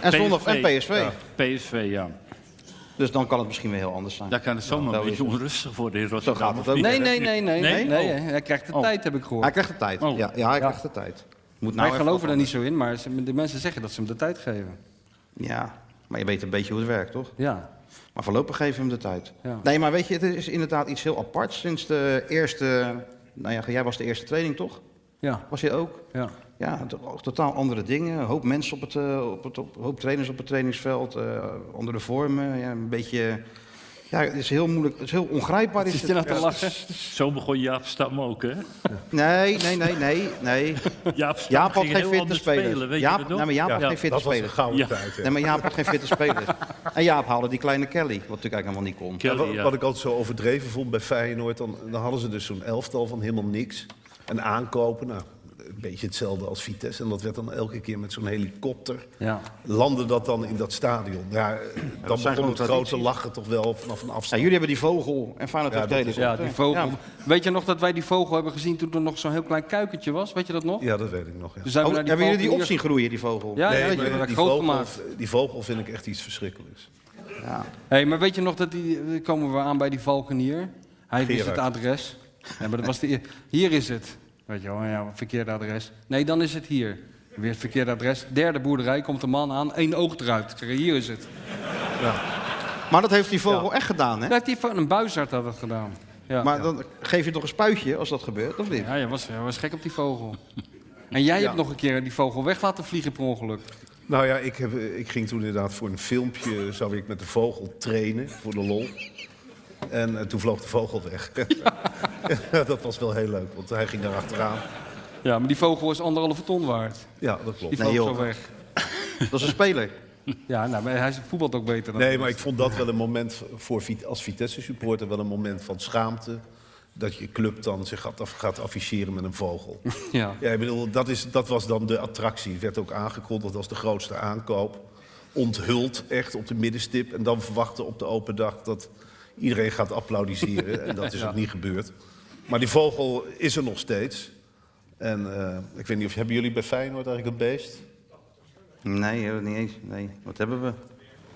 Speaker 9: En zondag en PSV.
Speaker 12: Ja, PSV, ja.
Speaker 9: Dus dan kan het misschien weer heel anders zijn.
Speaker 12: Dan kan het zomaar een beetje onrustig worden in Rotterdam.
Speaker 9: Zo gaat het
Speaker 12: of
Speaker 9: ook.
Speaker 12: niet?
Speaker 9: Nee, nee, nee, nee, nee, nee,
Speaker 12: Oh.
Speaker 10: Hij krijgt de
Speaker 9: Oh.
Speaker 10: tijd, heb ik gehoord.
Speaker 9: Hij krijgt de tijd.
Speaker 10: Oh.
Speaker 9: Ja, ja, hij krijgt de tijd. Moet nou
Speaker 10: Wij
Speaker 9: even
Speaker 10: geloven
Speaker 9: wat
Speaker 10: daar niet zo in, maar ze- de mensen zeggen dat ze hem de tijd geven.
Speaker 9: Ja, maar je weet een beetje hoe het werkt, toch?
Speaker 10: Ja.
Speaker 9: Maar voorlopig geven we hem de tijd.
Speaker 10: Ja.
Speaker 9: Nee, maar weet je, het is inderdaad iets heel aparts sinds de eerste... Nou ja, jij was de eerste training, toch?
Speaker 10: Ja.
Speaker 9: Was je ook?
Speaker 10: Ja.
Speaker 9: Ja, to- totaal andere dingen. Een hoop mensen op het, eh, op het op, een hoop trainers op het trainingsveld. eh, andere vormen. Ja, een beetje... Ja, het is heel moeilijk. Het is heel ongrijpbaar. Is
Speaker 12: Zit
Speaker 9: het.
Speaker 12: je nou te
Speaker 9: Ja.
Speaker 12: lachen? Zo begon Jaap Stam ook, hè?
Speaker 9: Nee, nee, nee, nee, nee.
Speaker 12: Jaap, Stam
Speaker 9: Jaap had
Speaker 12: ging
Speaker 9: geen
Speaker 12: heel
Speaker 9: fitte
Speaker 12: anders
Speaker 9: spelers.
Speaker 12: spelen, weet je
Speaker 9: Jaap,
Speaker 12: dat nog?
Speaker 9: nee, maar Jaap had
Speaker 12: Ja,
Speaker 9: geen fitte
Speaker 12: dat was een
Speaker 9: spelers.
Speaker 12: gouden tijd, hè.
Speaker 9: Nee, maar Jaap had geen fitte spelers. En Jaap haalde die kleine Kelly, wat natuurlijk eigenlijk helemaal niet kon.
Speaker 16: Ja, wat, wat ik altijd zo overdreven vond bij Feyenoord, dan, dan hadden ze dus zo'n elftal van helemaal niks. En aankopen, nou, een beetje hetzelfde als Vitesse. En dat werd dan elke keer met zo'n helikopter.
Speaker 10: Ja.
Speaker 16: Landde dat dan in dat stadion. Ja, eh, dan
Speaker 9: zijn
Speaker 16: begon
Speaker 9: gewoon
Speaker 16: het grote
Speaker 9: tradities.
Speaker 16: lachen toch wel vanaf een
Speaker 9: Ja,
Speaker 16: afstand.
Speaker 9: jullie hebben die vogel en Feyenoord
Speaker 16: Ja,
Speaker 9: heeft
Speaker 16: dat
Speaker 9: Daily
Speaker 16: is-
Speaker 10: Ja,
Speaker 9: Sport,
Speaker 10: die
Speaker 9: hè?
Speaker 10: vogel.
Speaker 9: Ja.
Speaker 10: Weet je nog dat wij die vogel hebben gezien toen er nog zo'n heel klein kuikentje was? Weet je dat nog?
Speaker 16: Ja, dat weet ik nog. Ja.
Speaker 10: Toen zijn we
Speaker 9: Oh,
Speaker 10: naar die
Speaker 9: hebben jullie die op
Speaker 10: vogel
Speaker 9: zien
Speaker 10: hier-
Speaker 9: groeien, die vogel?
Speaker 10: Ja, ja,
Speaker 16: Nee,
Speaker 10: die
Speaker 16: maar
Speaker 10: hebben we
Speaker 16: die,
Speaker 10: groot
Speaker 16: vogel,
Speaker 10: gemaakt.
Speaker 16: die vogel vind ik echt iets verschrikkelijks.
Speaker 9: Ja.
Speaker 10: Hey, maar weet je nog dat die eh, komen we aan bij die valkenier? Hij wist
Speaker 16: Gerard.
Speaker 10: het adres. Ja, maar dat was de, eer- hier is het. Weet je wel, ja, verkeerde adres. Nee, dan is het hier. Weer het verkeerde adres. Derde boerderij komt de man aan, één oog eruit. Ik zeg, Hier is het.
Speaker 9: Maar dat heeft die vogel echt gedaan, hè?
Speaker 10: Dat heeft die van een buizard had dat gedaan. Ja.
Speaker 9: Maar dan geef je toch een spuitje als dat gebeurt, of niet?
Speaker 10: Ja, je was, je was gek op die vogel. En jij
Speaker 16: Ja.
Speaker 10: hebt nog een keer die vogel weg laten vliegen per ongeluk.
Speaker 16: Nou ja, ik, heb, eh, ik ging toen inderdaad voor een filmpje... zou ik met de vogel trainen, voor de lol. En eh, toen vloog de vogel weg. dat was wel heel leuk, want hij ging daar achteraan.
Speaker 10: Ja, maar die vogel is anderhalve ton waard.
Speaker 16: Ja, dat klopt.
Speaker 10: Die
Speaker 16: Nee,
Speaker 10: vogel
Speaker 16: joh.
Speaker 10: zo weg.
Speaker 9: Dat is een speler.
Speaker 10: Ja, nou, maar hij voetbalt ook beter dan
Speaker 16: Nee, maar ik vond dat wel een moment voor Vit- als Vitesse-supporter... wel een moment van schaamte. Dat je club dan zich gaat, af- gaat afficheren met een vogel.
Speaker 10: Ja.
Speaker 16: Ja, ik bedoel, dat, is, dat was dan de attractie. Het werd ook aangekondigd als de grootste aankoop. Onthuld echt op de middenstip. En dan verwachten op de open dag dat iedereen gaat applaudisseren. En dat is
Speaker 10: Ja.
Speaker 16: ook niet gebeurd. Maar die vogel is er nog steeds. En eh, ik weet niet of hebben jullie bij Feyenoord eigenlijk een beest?
Speaker 9: Nee, eh, niet eens. Nee. Wat hebben we?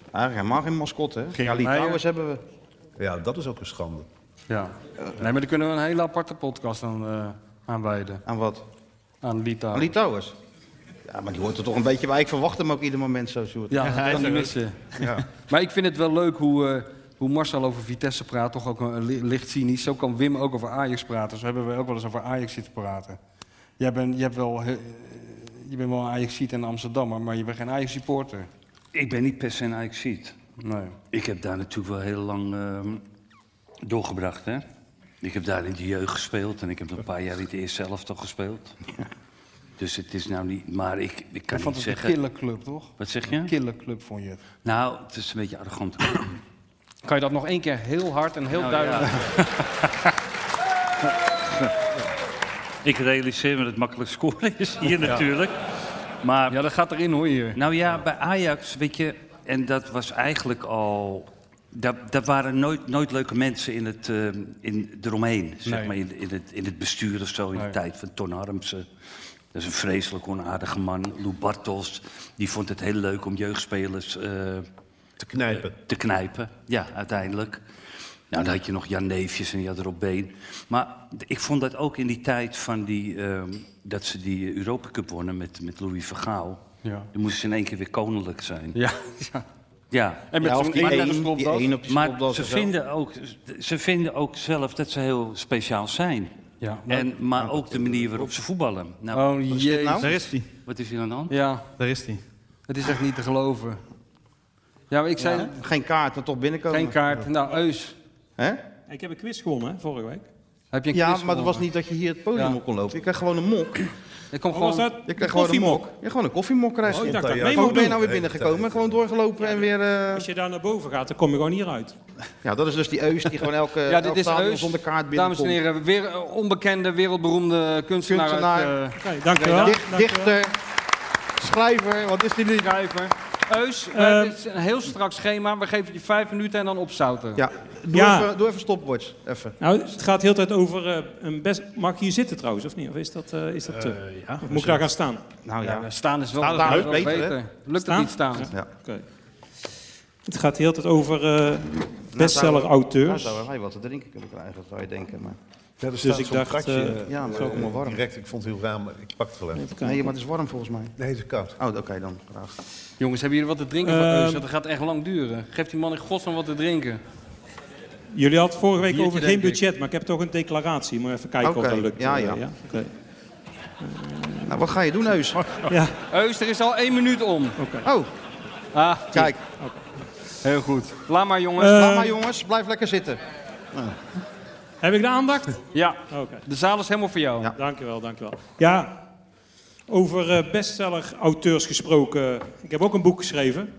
Speaker 9: Eigenlijk helemaal geen mascotte, hè?
Speaker 10: Gerard
Speaker 9: Ja, Litouwers
Speaker 10: Meijer.
Speaker 9: hebben we.
Speaker 16: Ja, dat is ook een schande.
Speaker 10: Ja. Nee, maar daar kunnen we een hele aparte podcast aan, eh aan wijden.
Speaker 9: Aan wat?
Speaker 10: Aan Lita.
Speaker 9: Aan Litouwers. Ja, maar die hoort er toch een beetje bij. Ik verwacht hem ook ieder moment zo, Sjoerd.
Speaker 10: Ja, dat kan niet missen.
Speaker 16: Ja.
Speaker 10: Maar ik vind het wel leuk hoe, eh, hoe Marcel over Vitesse praat. Toch ook een li- licht cynisch. Zo kan Wim ook over Ajax praten. Zo hebben we ook wel eens over Ajax zitten praten. Jij bent, je, hebt wel, he- eh, je bent wel een Ajax-ziet en Amsterdammer, maar je bent geen Ajax-supporter.
Speaker 12: Ik ben niet per se een Ajaxiet.
Speaker 10: Nee.
Speaker 12: Ik heb daar natuurlijk wel heel lang ehm, doorgebracht, hè. Ik heb daar in de jeugd gespeeld en ik heb een paar jaar in het eerste elftal gespeeld. Dus het is nou niet... Maar ik, ik kan
Speaker 10: Ik
Speaker 12: niet
Speaker 10: vond het een
Speaker 12: zeggen...
Speaker 10: killerclub, toch?
Speaker 12: Wat zeg je?
Speaker 10: Een killerclub, vond je het.
Speaker 12: Nou, het is een beetje arrogant.
Speaker 10: Kan je dat nog één keer heel hard en heel
Speaker 12: Nou,
Speaker 10: duidelijk...
Speaker 12: ik realiseer me dat makkelijk scoren is hier natuurlijk. Maar,
Speaker 10: ja, dat gaat erin hoor hier.
Speaker 12: Nou ja, bij Ajax, weet je, en dat was eigenlijk al. Daar, daar waren nooit, nooit leuke mensen in het, eh, in, eromheen, zeg
Speaker 10: Nee.
Speaker 12: maar, in, in, het, in het bestuur of zo, in de tijd van Ton Harmsen. Dat is een vreselijk onaardige man. Lou Bartels, die vond het heel leuk om jeugdspelers eh,
Speaker 16: Te knijpen.
Speaker 12: te knijpen. Ja, uiteindelijk. Nou, dan had je nog Jan Neefjes en die had Rob Been. Maar d- ik vond dat ook in die tijd van die, ehm, dat ze die Europa Cup wonnen met, met Louis Vergaal.
Speaker 10: Ja.
Speaker 12: Dan moesten ze in één keer weer koninklijk zijn.
Speaker 10: Ja, ja.
Speaker 12: Ja.
Speaker 10: En met Ja, of zo'n die eenjarige één- stropdas. die één op die
Speaker 12: Maar
Speaker 10: stropdas
Speaker 12: ze
Speaker 10: en zo.
Speaker 12: vinden, ook, ze vinden ook zelf dat ze heel speciaal zijn.
Speaker 10: Ja,
Speaker 12: en, maar ook de manier waarop ze voetballen. Nou,
Speaker 10: Oh, jee.
Speaker 12: Daar
Speaker 10: is
Speaker 12: hij. Wat is hier aan de hand?
Speaker 10: Ja,
Speaker 17: Daar is hij.
Speaker 10: het is echt niet te geloven. Ja, maar ik zei...
Speaker 9: Ja, Geen kaart, maar toch binnenkomen.
Speaker 10: Geen kaart. Nou, Eus.
Speaker 9: Hè?
Speaker 18: Ik heb een quiz gewonnen hè, vorige week.
Speaker 10: Heb je een
Speaker 9: Ja,
Speaker 10: quiz
Speaker 9: maar dat was
Speaker 10: gewonnen?
Speaker 9: niet dat je hier het podium
Speaker 10: Ja.
Speaker 9: op kon lopen. Ik kreeg gewoon een mok.
Speaker 10: Ik kom
Speaker 9: Oh,
Speaker 10: gewoon...
Speaker 9: was dat? Je krijgt gewoon een mok. Ja, gewoon een koffiemok krijg je.
Speaker 18: Oh, ik dacht dat ik mee
Speaker 9: Gewoon
Speaker 18: mocht
Speaker 9: ben je nou weer
Speaker 18: doen.
Speaker 9: binnengekomen, gewoon doorgelopen en weer... eh,
Speaker 18: Als je daar naar boven gaat, dan kom je gewoon hieruit.
Speaker 9: Ja, dat is dus die Eus die gewoon elke
Speaker 10: Ja, dit
Speaker 9: elk
Speaker 10: is
Speaker 9: stadion
Speaker 10: Eus.
Speaker 9: zonder kaart binnenkomt.
Speaker 10: Dames en heren, weer een onbekende, wereldberoemde kunstenaar.
Speaker 9: Kunstenaar.
Speaker 10: eh,
Speaker 18: Oké, dank u wel.
Speaker 10: Breda.
Speaker 18: Dank u wel.
Speaker 9: Dichter, schrijver, wat is die nu?
Speaker 10: Schrijver. Eus, eh, dit is een heel strak schema. We geven je vijf minuten en dan opzouten.
Speaker 9: Ja, doe,
Speaker 18: Ja.
Speaker 9: Even, doe even stopwatch. Even.
Speaker 18: Nou, het gaat de hele tijd over eh, een best... Mag ik hier zitten trouwens, of niet? Of is dat... eh, is dat eh, of moet ik daar gaan staan?
Speaker 9: Nou ja.
Speaker 10: staan is wel,
Speaker 9: Staan is
Speaker 10: staan is
Speaker 9: leuk,
Speaker 10: wel
Speaker 9: beter,
Speaker 10: beter.
Speaker 9: hè?
Speaker 10: Lukt het niet staan?
Speaker 18: Ja. Oké. Het gaat de hele tijd over eh, bestseller-auteurs.
Speaker 9: Nou, zou hij wat te drinken kunnen krijgen, zou je denken. Maar...
Speaker 18: Ja, er staat Dus ik zo'n dacht, kratje, eh, eh,
Speaker 9: ja, maar,
Speaker 18: zo ook maar warm.
Speaker 9: Direct, ik vond het heel raar, maar ik pak het wel
Speaker 18: even.
Speaker 9: Nee, maar het is warm volgens mij.
Speaker 16: Nee, het is koud.
Speaker 9: Oh, oké, dan. Graag.
Speaker 10: Jongens, hebben jullie wat te drinken van Eus?
Speaker 18: Ehm.
Speaker 10: Dat gaat echt lang duren. Geef die man in godsnaam wat te drinken.
Speaker 18: Jullie hadden het vorige week
Speaker 10: Biertje,
Speaker 18: over geen
Speaker 10: denk ik.
Speaker 18: budget, maar ik heb toch een declaratie. Moet even kijken
Speaker 9: Oké,
Speaker 18: of dat lukt.
Speaker 9: ja,
Speaker 18: Eh,
Speaker 9: ja.
Speaker 18: Oké.
Speaker 9: Nou, wat ga je doen, Eus?
Speaker 18: Ja.
Speaker 10: Eus, er is al één minuut om.
Speaker 9: Oh.
Speaker 10: Ah,
Speaker 18: eh,
Speaker 9: Kijk.
Speaker 10: Heel goed. Laat maar, jongens.
Speaker 9: Eh,
Speaker 10: Laat maar,
Speaker 9: jongens. Blijf lekker zitten.
Speaker 18: Heb ik de aandacht?
Speaker 10: Ja.
Speaker 18: Oké.
Speaker 10: De zaal is helemaal voor jou.
Speaker 18: Dankjewel, dankjewel. Ja, over eh, bestseller-auteurs gesproken. Ik heb ook een boek geschreven.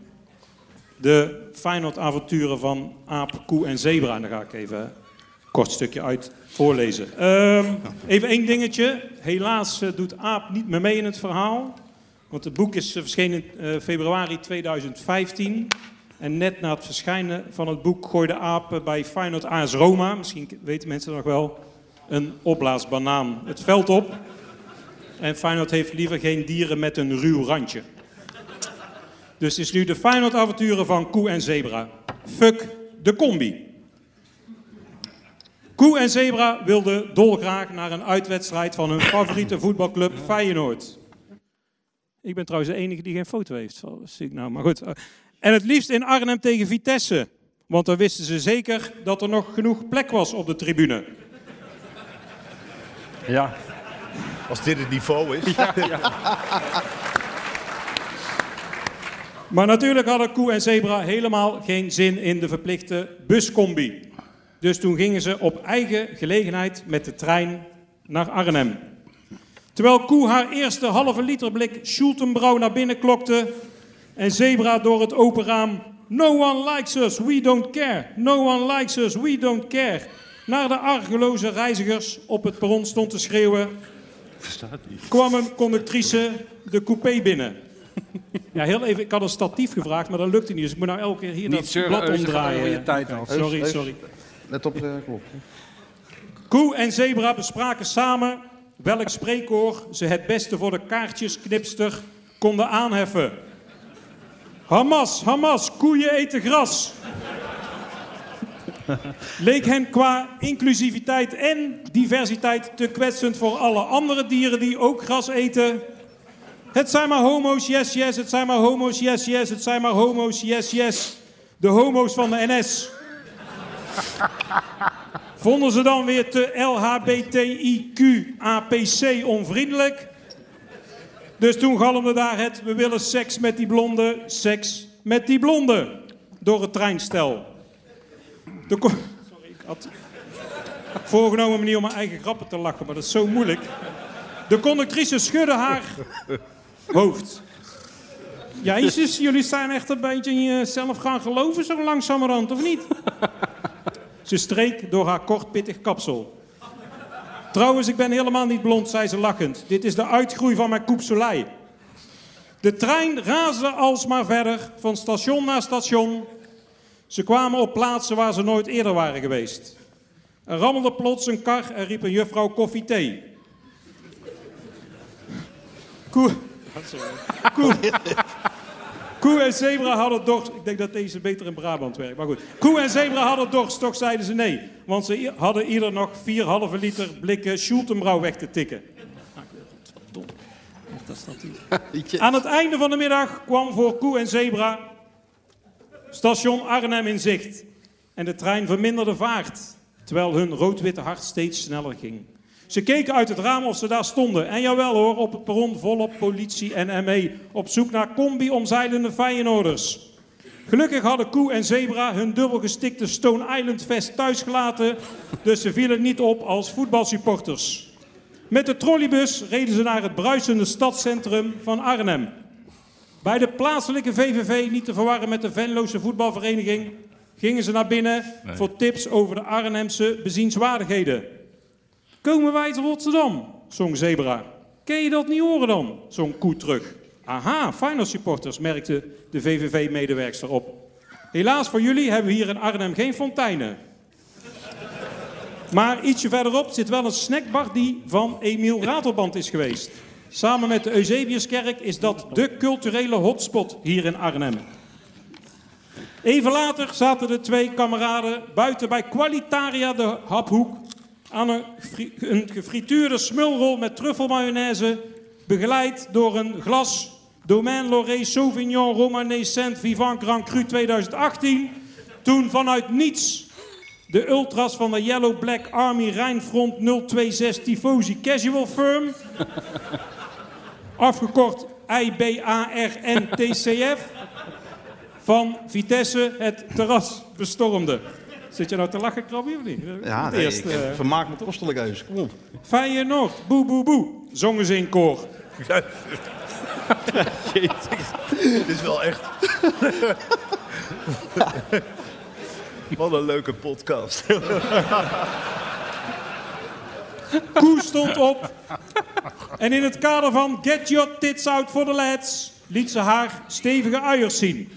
Speaker 18: De Feyenoord-avonturen van Aap, Koe en Zebra. En daar ga ik even een kort stukje uit voorlezen. Ehm, even één dingetje. Helaas eh, doet Aap niet meer mee in het verhaal. Want het boek is eh, verschenen eh, februari 2015. En net na het verschijnen van het boek gooide Aap eh, bij Feyenoord AS Roma... misschien weten mensen dat nog wel... oh, een opblaasbanaan het veld op... En Feyenoord heeft liever geen dieren met een ruw randje. Dus het is nu de Feyenoord-avonturen van Koe en Zebra. Fuck de combi. Koe en Zebra wilden dolgraag naar een uitwedstrijd van hun favoriete voetbalclub Feyenoord. Ik ben trouwens de enige die geen foto heeft. Zo Zie ik nou, maar goed. En het liefst in Arnhem tegen Vitesse. Want dan wisten ze zeker dat er nog genoeg plek was op de tribune.
Speaker 10: Ja.
Speaker 19: Als dit het niveau is.
Speaker 18: Maar natuurlijk hadden Koe en Zebra helemaal geen zin in de verplichte buscombi. Dus toen gingen ze op eigen gelegenheid met de trein naar Arnhem. Terwijl Koe haar eerste halve liter blik Schultenbrouw naar binnen klokte... en Zebra door het open raam... No one likes us, we don't care. No one likes us, we don't care. Naar de argeloze reizigers op het perron stond te schreeuwen... kwam een conductrice de coupé binnen. Ja, heel even. Ik had een statief gevraagd, maar dat lukte niet. Dus ik moet nou elke keer hier
Speaker 10: Niet
Speaker 18: dat
Speaker 10: zeuren,
Speaker 18: blad
Speaker 10: Eus, dan gaan we
Speaker 18: omdraaien.
Speaker 10: weer je tijd
Speaker 18: Oké,
Speaker 10: af.
Speaker 18: Sorry,
Speaker 9: Eus, Eus,
Speaker 18: sorry.
Speaker 9: Let op de klok. hè.
Speaker 18: Koe en Zebra bespraken samen welk spreekkoor ze het beste voor de kaartjesknipster konden aanheffen. Hamas, Hamas, koeien eten gras. Leek hen qua inclusiviteit en diversiteit te kwetsend voor alle andere dieren die ook gras eten. Het zijn maar homo's, yes, yes. Het zijn maar homo's, yes, yes. Het zijn maar homo's, yes, yes. De homo's van de NS. Vonden ze dan weer te LHBTIQ-APC onvriendelijk? Dus toen galmde daar het, we willen seks met die blonde, seks met die blonde. Door het treinstel. De co- Sorry, ik had voorgenomen manier om mijn eigen grappen te lachen, maar dat is zo moeilijk. De conductrice schudde haar hoofd. Ja, Jezus, jullie zijn echt een beetje in jezelf gaan geloven zo langzamerhand, of niet? Ze streek door haar kort pittig kapsel. Trouwens, ik ben helemaal niet blond, zei ze lachend. Dit is de uitgroei van mijn koepselij. De trein raasde alsmaar verder, van station naar station. Ze kwamen op plaatsen waar ze nooit eerder waren geweest. Er rammelde plots een kar en riep een juffrouw koffie-thee. Koe... Koe... Koe en zebra hadden dorst. Ik denk dat deze beter in Brabant werkt, maar goed. Koe en zebra hadden dorst, toch zeiden ze nee. Want ze i- hadden ieder nog 4,5 liter blikken Schultenbrouw weg te tikken. Aan het einde van de middag kwam voor Koe en Zebra station Arnhem in zicht. En de trein verminderde vaart, terwijl hun rood-witte hart steeds sneller ging. Ze keken uit het raam of ze daar stonden. En jawel hoor, op het perron volop politie en ME. Op zoek naar combi-omzeilende Feyenoorders. Gelukkig hadden Koe en Zebra hun dubbel gestikte Stone Island vest thuisgelaten. Dus ze vielen niet op als voetbalsupporters. Met de trolleybus reden ze naar het bruisende stadscentrum van Arnhem. Bij de plaatselijke VVV, niet te verwarren met de Venloze voetbalvereniging, gingen ze naar binnen
Speaker 20: Nee.
Speaker 18: voor tips over de Arnhemse bezienswaardigheden. Komen wij te Rotterdam? zong Zebra. Ken je dat niet horen dan? zong Koe terug. Aha, Feyenoord supporters, merkte de VVV-medewerkster op. Helaas voor jullie hebben we hier in Arnhem geen fonteinen. Maar ietsje verderop zit wel een snackbar die van Emiel Ratelband is geweest. Samen met de Eusebiuskerk is dat de culturele hotspot hier in Arnhem. Even later zaten de twee kameraden buiten bij Qualitaria de Haphoek aan een, gefri- een gefrituurde smulrol met truffelmayonaise, begeleid door een glas Domaine Loré Sauvignon Romanée Saint Vivant Grand Cru 2018. Toen vanuit niets de ultras van de Yellow Black Army Rijnfront 026 Tifosi Casual Firm afgekort IBARNTCF, van Vitesse het terras bestormde. Zit je nou te lachen, Krabbe, of niet?
Speaker 9: Ja,
Speaker 18: Het
Speaker 9: nee,
Speaker 18: eerste,
Speaker 9: ik
Speaker 18: eh,
Speaker 9: heb vermaak me kostelijk uit. Kom op.
Speaker 18: Feyenoord, boe boe boe, zongen ze in koor.
Speaker 19: Dit is wel echt. Wat een leuke podcast.
Speaker 18: Koe stond op. En in het kader van Get Your Tits Out for the Lads liet ze haar stevige uiers zien.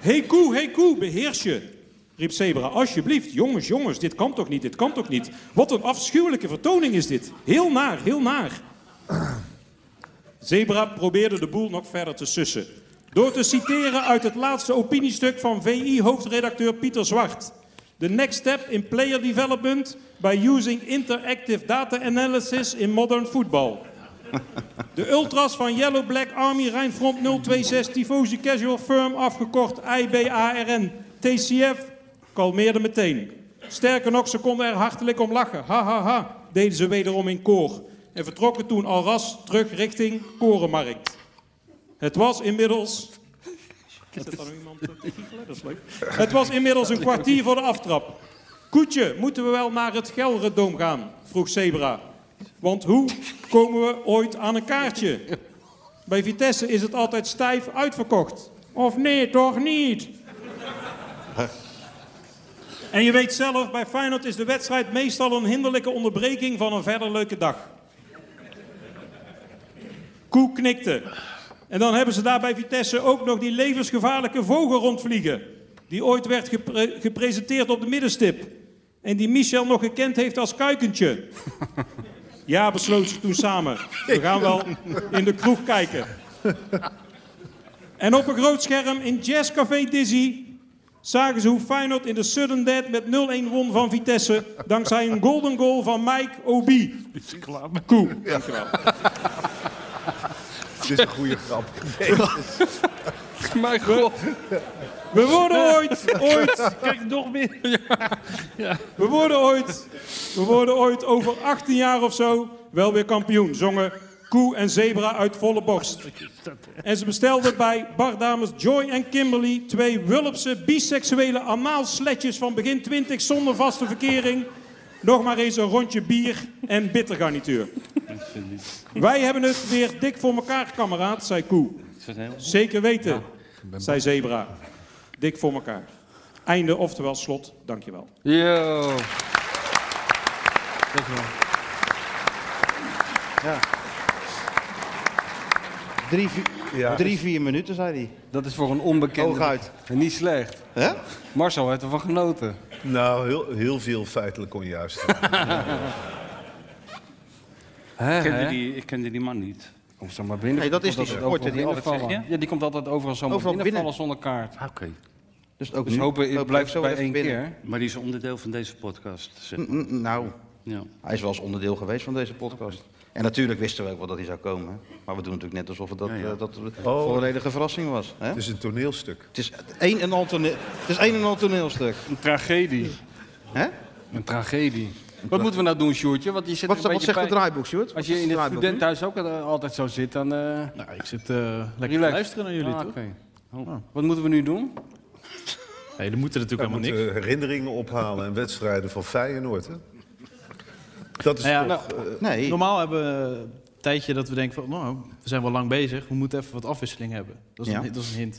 Speaker 18: Hey koe, hey koe, beheers je. Riep Zebra, alsjeblieft, jongens, jongens, dit kan toch niet, dit kan toch niet. Wat een afschuwelijke vertoning is dit. Heel naar, heel naar. Zebra probeerde de boel nog verder te sussen. Door te citeren uit het laatste opiniestuk van VI-hoofdredacteur Pieter Zwart. The next step in player development by using interactive data analysis in modern football. De ultras van Yellow Black Army Rijnfront 026 Tifosi Casual Firm, afgekort IBARN TCF, kalmeerde meteen. Sterker nog, ze konden er hartelijk om lachen. Ha ha ha, deden ze wederom in koor. En vertrokken toen al ras terug richting Korenmarkt. Het was inmiddels... Is dat dan nog iemand eh, te giechelen? Dat is leuk. Het was inmiddels een kwartier voor de aftrap. Koetje, moeten we wel naar het Gelredoom gaan? vroeg Zebra. Want hoe komen we ooit aan een kaartje? Bij Vitesse is het altijd stijf uitverkocht. Of nee, toch niet? En je weet zelf, bij Feyenoord is de wedstrijd meestal een hinderlijke onderbreking van een verder leuke dag. Koe knikte. En dan hebben ze daar bij Vitesse ook nog die levensgevaarlijke vogel rondvliegen. Die ooit werd gepre- gepresenteerd op de middenstip. En die Michel nog gekend heeft als kuikentje. Ja, besloot ze toen samen. We gaan wel in de kroeg kijken. En op een groot scherm in Jazzcafé Dizzy zagen ze hoe Feyenoord in de sudden dead met 0-1 won van Vitesse. Dankzij een golden goal van Mike Obi. Koe, dankjewel.
Speaker 19: Dit is een goede grap.
Speaker 10: Mijn god.
Speaker 18: We worden ooit, ooit... Kijk, nog meer. We worden ooit, we worden ooit over 18 jaar of zo wel weer kampioen. Zongen Koe en Zebra uit volle borst. En ze bestelden bij bardames Joy en Kimberly twee Wulpse biseksuele anaalsletjes van begin 20 zonder vaste verkering. Nog maar eens een rondje bier en bittergarnituur. Wij hebben het weer dik voor elkaar, kameraad, zei Koe. Zeker weten, zei Zebra. Dik voor elkaar. Einde, oftewel slot, dankjewel.
Speaker 10: Yo.
Speaker 9: Ja. Drie, vier,
Speaker 10: Ja.
Speaker 9: drie, vier minuten, zei hij.
Speaker 10: Dat is voor een onbekende.
Speaker 9: Hooguit.
Speaker 10: Niet slecht.
Speaker 9: Hè?
Speaker 10: Marcel heeft ervan genoten.
Speaker 16: Nou, heel, heel veel feitelijk onjuist.
Speaker 10: Hè,
Speaker 12: Ik kende,
Speaker 10: hè?
Speaker 12: die, ik kende die man niet.
Speaker 10: Kom zo maar binnen.
Speaker 9: Nee, dat is die
Speaker 10: Komt altijd
Speaker 9: supporter die
Speaker 10: overal
Speaker 9: altijd
Speaker 10: binnenvallen.
Speaker 9: zegt,
Speaker 10: Ja, die komt altijd overal zomaar
Speaker 9: Overal
Speaker 10: binnenvallen
Speaker 9: binnen.
Speaker 10: zonder kaart.
Speaker 12: Ah, Oké.
Speaker 9: Dus ook
Speaker 10: Dus
Speaker 9: nu.
Speaker 10: hopen, het
Speaker 9: Loop
Speaker 10: blijft
Speaker 9: zo
Speaker 10: bij
Speaker 9: even
Speaker 10: één
Speaker 9: binnen.
Speaker 12: Maar die is onderdeel van deze podcast, zeg maar.
Speaker 9: N- n- Nou,
Speaker 12: Ja.
Speaker 9: hij is wel eens onderdeel geweest van deze podcast. En natuurlijk wisten we ook wel dat hij zou komen. Maar we doen natuurlijk net alsof het dat, eh, dat een volledige verrassing was. Hè? Het
Speaker 20: Dus-
Speaker 16: is een toneelstuk.
Speaker 9: Het is een en al, toneel, het is een en al toneelstuk.
Speaker 10: Een tragedie.
Speaker 9: Hè?
Speaker 10: Een tragedie. Wat moeten we nou doen, Sjoerdje? Want je zit
Speaker 9: Wat-
Speaker 10: een
Speaker 9: wat
Speaker 10: beetje
Speaker 9: zegt het
Speaker 10: pijn-
Speaker 9: draaiboek, Sjoerd? Wat
Speaker 10: Als je
Speaker 9: zegt
Speaker 10: in
Speaker 9: het
Speaker 10: het
Speaker 9: draaiboek nu?
Speaker 10: studentenhuis ook al- altijd zo zit, dan... Nou, ik zit
Speaker 7: lekker te luisteren naar jullie, toch?
Speaker 10: Oh. Wat moeten we nu doen?
Speaker 7: Nee, dan moeten er
Speaker 16: We
Speaker 7: natuurlijk helemaal niks.
Speaker 16: moeten herinneringen ophalen en wedstrijden van Feyenoord. Hè? Dat is
Speaker 7: Nou ja,
Speaker 16: toch...
Speaker 7: nou,
Speaker 16: eh,
Speaker 7: Normaal hebben we een tijdje dat we denken van, nou, we zijn wel lang bezig. We moeten even wat afwisseling hebben. Dat is,
Speaker 10: Ja.
Speaker 7: een, dat is een hint.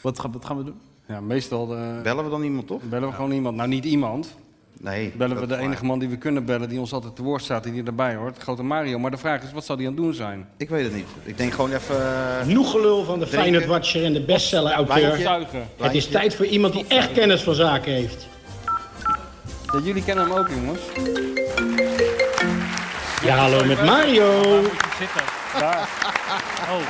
Speaker 7: Wat gaan, wat gaan we doen?
Speaker 10: Ja, meestal... eh,
Speaker 9: bellen we dan iemand, toch?
Speaker 10: Bellen we gewoon iemand. Nou, niet iemand.
Speaker 9: Nee.
Speaker 10: Bellen
Speaker 9: dat
Speaker 10: we de
Speaker 9: is waar.
Speaker 10: enige man die we kunnen bellen, die ons altijd te woord staat en die erbij hoort. Grote Mario. Maar de vraag is, wat zal die aan het doen zijn?
Speaker 9: Ik weet het niet. Ik denk gewoon even... eh,
Speaker 20: Genoeg gelul van de
Speaker 9: Drinken.
Speaker 20: Feyenoord-watcher en de
Speaker 9: Lijntje.
Speaker 20: bestseller-auteur.
Speaker 10: Zuigen.
Speaker 20: Het is
Speaker 10: Lijntje.
Speaker 20: tijd voor iemand die echt kennis van zaken heeft.
Speaker 10: Ja, jullie kennen hem ook, jongens.
Speaker 20: Ja, hallo met Mario.
Speaker 10: Daar. Oh.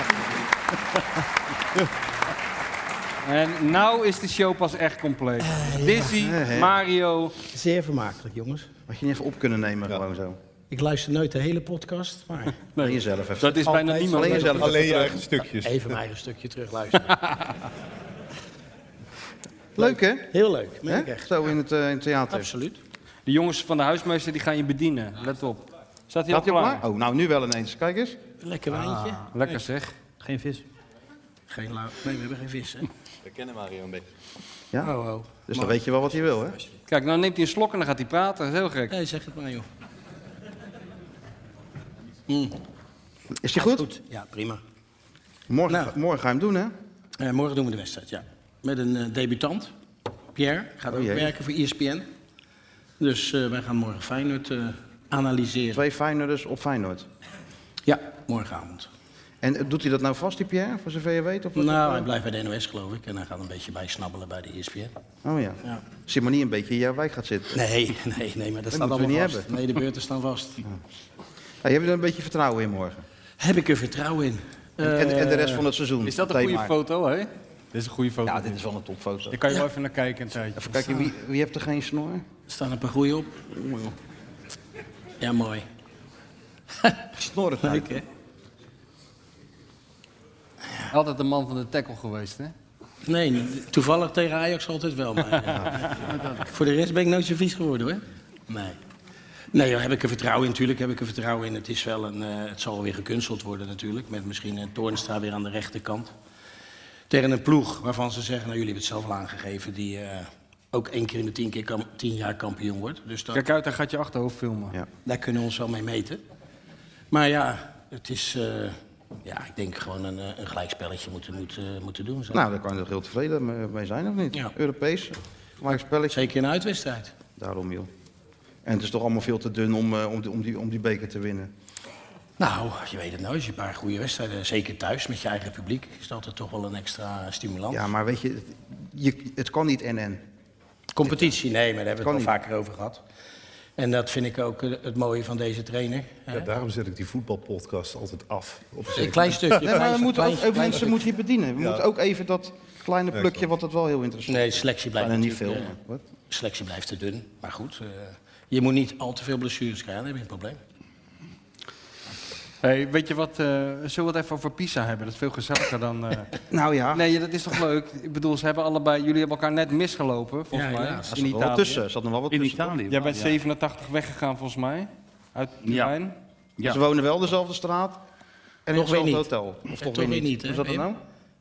Speaker 10: En nou is de show pas echt compleet.
Speaker 9: Eh,
Speaker 10: Dizzy, Mario.
Speaker 20: Zeer vermakelijk, jongens.
Speaker 9: Had je niet even op kunnen nemen, gewoon zo.
Speaker 20: Ik luister nooit de hele podcast, maar...
Speaker 9: Alleen jezelf even.
Speaker 10: Dat is bijna
Speaker 20: Altijd.
Speaker 10: niemand. Alleen jezelf even terug.
Speaker 20: Even mijn eigen stukje terugluisteren.
Speaker 9: Leuk, hè?
Speaker 20: Heel leuk, meen
Speaker 9: Hè?
Speaker 20: ik echt.
Speaker 9: Zo in het, eh, in het theater.
Speaker 20: Absoluut.
Speaker 10: De jongens van de huismeester die gaan je bedienen. Let op. Staat hij al
Speaker 9: Staat hij al
Speaker 10: klaar?
Speaker 9: klaar? Oh, nou nu wel ineens. Kijk eens.
Speaker 20: Lekker wijntje.
Speaker 10: Lekker zeg.
Speaker 7: Geen vis.
Speaker 20: Geen lau- nee, we hebben geen vis, hè?
Speaker 12: We kennen Mario een beetje.
Speaker 9: Ja.
Speaker 20: Oh, oh.
Speaker 9: Dus dan weet je wel wat hij wil, hè?
Speaker 10: Kijk, nou neemt hij een slok en dan gaat hij praten. Dat is heel gek.
Speaker 20: Nee, zeg het maar, joh.
Speaker 9: Is die goed?
Speaker 20: Ja, prima.
Speaker 9: Morgen,
Speaker 20: Nou.
Speaker 9: morgen ga je hem doen, hè?
Speaker 20: Eh, morgen doen we de wedstrijd, ja. Met een eh, debutant, Pierre, gaat
Speaker 9: Oh,
Speaker 20: ook
Speaker 9: jee.
Speaker 20: werken voor E ESPN. Dus eh, wij gaan morgen Feyenoord eh, analyseren.
Speaker 9: Twee Feyenoorders op Feyenoord.
Speaker 20: Ja, morgenavond.
Speaker 9: En eh, doet hij dat nou vast, die Pierre, voor zover je weet? Of eh, wat?
Speaker 20: Nou, hij blijft bij de NOS, geloof ik. En hij gaat een beetje bijsnabbelen bij de E ESPN.
Speaker 9: Oh ja.
Speaker 20: Ja.
Speaker 9: Zit maar niet een beetje in jouw wijk gaat zitten.
Speaker 20: Nee, nee, nee, maar dat, staat
Speaker 9: moeten we
Speaker 20: allemaal
Speaker 9: niet
Speaker 20: vast.
Speaker 9: hebben.
Speaker 20: Nee, de beurten staan vast.
Speaker 9: Ja, je hebt er een beetje vertrouwen in morgen.
Speaker 20: Heb ik er vertrouwen in? Eh,
Speaker 9: En, en- en de rest van het seizoen.
Speaker 10: Is dat een
Speaker 9: Thema.
Speaker 10: goede foto, hè? Dit is een goede foto.
Speaker 9: Ja, dit is wel een topfoto.
Speaker 10: Daar kan je wel even naar kijken een tijdje.
Speaker 9: Even kijken, wie, wie heeft er geen snor?
Speaker 20: Er staan een paar goeie op. Ja, mooi.
Speaker 9: Snorren
Speaker 20: Leuk, hè?
Speaker 10: Altijd de man van de tackle geweest, hè?
Speaker 20: Nee, niet- toevallig tegen Ajax altijd wel. Maar, eh, Voor de rest ben ik nooit zo vies geworden, hoor. Nee. Nee, daar heb ik er vertrouwen in. Natuurlijk heb ik er vertrouwen in. Het, is wel een, eh, het zal weer gekunsteld worden natuurlijk. Met misschien een Toornstra weer aan de rechterkant. Tegen een ploeg waarvan ze zeggen... Nou, jullie hebben het zelf al aangegeven. Die eh, ook één keer in de tien, keer kam- tien jaar kampioen wordt. Dus dat,
Speaker 10: Kijk uit, daar gaat je achterhoofd filmen.
Speaker 20: daar kunnen we ons wel mee meten. Maar ja, het is... eh, ja, ik denk gewoon een, eh, een gelijkspelletje moeten, moeten, moeten doen. zo.
Speaker 9: Nou, daar kan je toch heel tevreden mee- mee zijn, of niet? Europees, gelijk spelletje.
Speaker 20: Zeker in een uitwedstrijd.
Speaker 9: Daarom, joh. En het is toch allemaal veel te dun om, eh, om, die, om, die, om die beker te winnen.
Speaker 20: Nou, je weet het nooit. Als je een paar goede wedstrijden, zeker thuis met je eigen publiek, is dat er toch wel een extra stimulans.
Speaker 9: Ja, maar weet je, het- je, het kan niet en-en.
Speaker 20: Competitie, nee, maar daar hebben we
Speaker 9: Kan
Speaker 20: het al vaker over gehad. En dat vind ik ook eh, het mooie van deze trainer. hè?
Speaker 16: Ja, daarom zet ik die voetbalpodcast altijd af. Op
Speaker 20: Een klein stukje.
Speaker 9: Nee, maar
Speaker 20: klein-
Speaker 9: we moeten ook,
Speaker 20: klein-
Speaker 9: ook
Speaker 20: klein
Speaker 9: mensen
Speaker 20: stukje.
Speaker 9: moeten je bedienen. We
Speaker 20: Ja.
Speaker 9: moeten ook even dat kleine
Speaker 20: Ja,
Speaker 9: plukje, wat het wel heel interessant
Speaker 20: Nee, selectie blijft
Speaker 9: Bijna niet veel.
Speaker 20: natuurlijk, eh, Selectie blijft te dun, maar goed. eh, je moet niet al te veel blessures krijgen, dan heb je een probleem.
Speaker 10: Hey, weet je wat, eh, zullen we het even over Pisa hebben? Dat is veel gezelliger dan... eh,
Speaker 9: Nou ja.
Speaker 10: Nee, dat is toch leuk? Ik bedoel, ze hebben allebei, jullie hebben elkaar net misgelopen, volgens
Speaker 9: Ja,
Speaker 10: mij.
Speaker 9: ja, er zat
Speaker 10: in
Speaker 9: nog wel wat
Speaker 10: Italië.
Speaker 9: tussen, er zat nog wel wat In tussen, Italië, toch?
Speaker 10: Jij bent
Speaker 9: ja.
Speaker 10: 87 weggegaan, volgens mij. Uit Turijn. Ja.
Speaker 9: Ze wonen wel dezelfde straat en in
Speaker 20: Nog weer
Speaker 9: hetzelfde
Speaker 20: niet.
Speaker 9: hotel. Of
Speaker 20: En
Speaker 9: toch weer niet.
Speaker 20: hè,
Speaker 9: Hoe zat dat
Speaker 20: Wim?
Speaker 9: nou?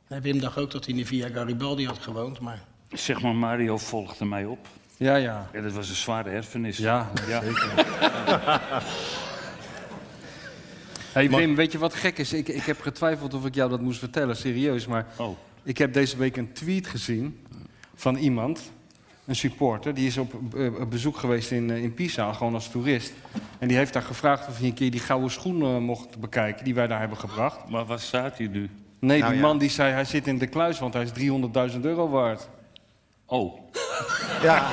Speaker 20: Nee, Wim dacht ook dat hij in de Via Garibaldi had gewoond, maar...
Speaker 12: Zeg maar, Mario volgde mij op.
Speaker 10: Ja, ja.
Speaker 12: En dat was een zware erfenis.
Speaker 10: Ja, Hey Wim, weet je wat gek is? Ik, ik heb getwijfeld of ik jou dat moest vertellen, serieus. Maar ik heb deze week een tweet gezien van iemand, een supporter. Die is op eh, op bezoek geweest in, eh, in Pisa, gewoon als toerist. En die heeft daar gevraagd of hij een keer die gouden schoen eh, mocht bekijken die wij daar hebben gebracht.
Speaker 12: Maar waar staat hij nu?
Speaker 10: Nee,
Speaker 12: Nou
Speaker 10: die
Speaker 12: ja.
Speaker 10: man die zei hij zit in de kluis, want hij is 300.000 euro waard.
Speaker 12: Oh.
Speaker 9: Ja.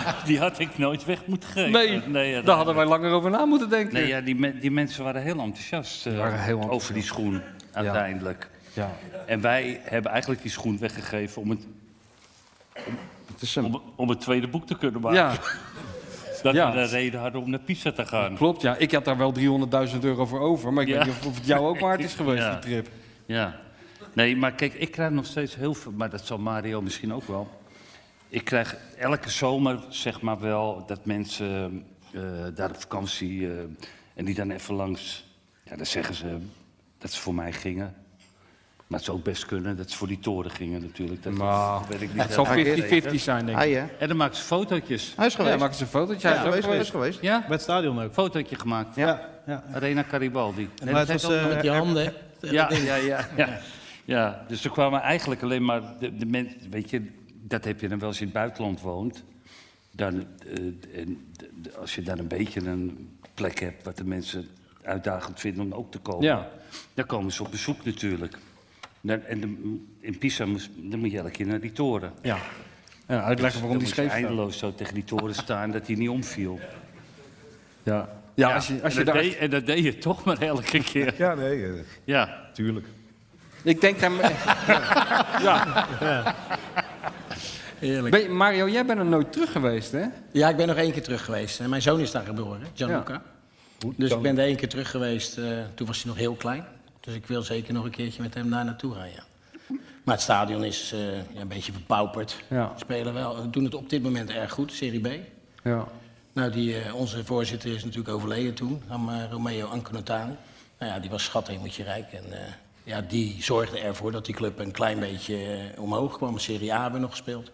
Speaker 12: Die had ik nooit weg moeten geven.
Speaker 10: eh, Nee, Nou,
Speaker 12: ja,
Speaker 10: daar hadden wij langer over na moeten denken.
Speaker 12: Nee, ja, die, me- die mensen waren heel enthousiast, eh,
Speaker 10: waren heel enthousiast.
Speaker 12: over die schoen uiteindelijk.
Speaker 10: Ja.
Speaker 12: En wij hebben eigenlijk die schoen weggegeven om het, om, om het tweede boek te kunnen maken.
Speaker 10: Ja.
Speaker 12: Dat
Speaker 10: Ja.
Speaker 12: we de reden hadden om naar Pisa te gaan.
Speaker 10: Klopt, ja. Ik had daar wel 300.000 euro voor over. Maar ik
Speaker 12: Ja.
Speaker 10: weet niet of- of het jou ook waard is geweest,
Speaker 12: Ja.
Speaker 10: die trip.
Speaker 12: Ja. Nee, maar kijk, ik krijg nog steeds heel veel... Maar dat zal Mario misschien ook wel. Ik krijg elke zomer, zeg maar wel, dat mensen eh, daar op vakantie... eh, en die dan even langs... Ja, dan zeggen ze dat ze voor mij gingen. Maar het zou ook best kunnen dat ze voor die toren gingen natuurlijk. Dat, dat weet ik niet.
Speaker 10: het zal
Speaker 12: helemaal
Speaker 10: 50-50
Speaker 12: zeker.
Speaker 10: zijn, denk ik.
Speaker 12: Hij, hè? En dan maken ze fotootjes.
Speaker 9: Hij is geweest.
Speaker 10: Ja, maken ze een fotootje.
Speaker 12: Ja,
Speaker 10: Hij is ook
Speaker 12: geweest,
Speaker 10: geweest.
Speaker 9: geweest.
Speaker 12: Ja?
Speaker 7: Bij het stadion ook.
Speaker 12: Fotootje gemaakt.
Speaker 9: Ja.
Speaker 12: Arena Garibaldi.
Speaker 7: Maar het was, eh, Met die handen, hè?
Speaker 12: Ja, ja, ja, ja. ja, dus er kwamen eigenlijk alleen maar de, de mensen... Weet je, dat heb je dan wel als je in het buitenland woont. Dan, eh, en d- d- als je dan een beetje een plek hebt... wat de mensen uitdagend vinden om ook te komen...
Speaker 10: Ja.
Speaker 12: dan komen ze op bezoek natuurlijk. Dan, en de- in Pisa moest, dan moet je elke keer naar die toren.
Speaker 10: Ja. Ja, uitleggen waarom
Speaker 12: dan moest
Speaker 10: die
Speaker 12: je
Speaker 10: scheef staat.
Speaker 12: eindeloos zo tegen die toren staan dat hij niet omviel.
Speaker 10: Ja, ja, als je, als
Speaker 12: en,
Speaker 10: je
Speaker 12: dat
Speaker 10: daar...
Speaker 12: deed, en dat deed je toch maar elke keer.
Speaker 16: Ja, nee. eh,
Speaker 12: Ja.
Speaker 16: Tuurlijk.
Speaker 10: Ik denk daar... ja.
Speaker 20: Heerlijk.
Speaker 10: Ben je- Mario, jij bent nog nooit terug geweest, hè?
Speaker 20: Ja, ik ben nog één keer terug geweest. En mijn zoon is daar geboren, Gianluca. Dus ik ben er één keer terug geweest. eh, toen was hij nog heel klein. Dus ik wil zeker nog een keertje met hem daar naartoe gaan, ja. Maar het stadion is eh, ja, een beetje verpauperd.
Speaker 10: Ja.
Speaker 20: Spelen wel, doen het op dit moment erg goed, Serie B.
Speaker 10: Ja.
Speaker 20: Nou, die, eh, onze voorzitter is natuurlijk overleden toen, aan, eh, Romeo Anconotani. Nou ja, die was schat moet je rijk. En eh, ja, die zorgde ervoor dat die club een klein beetje eh, omhoog kwam. Serie A hebben we nog gespeeld.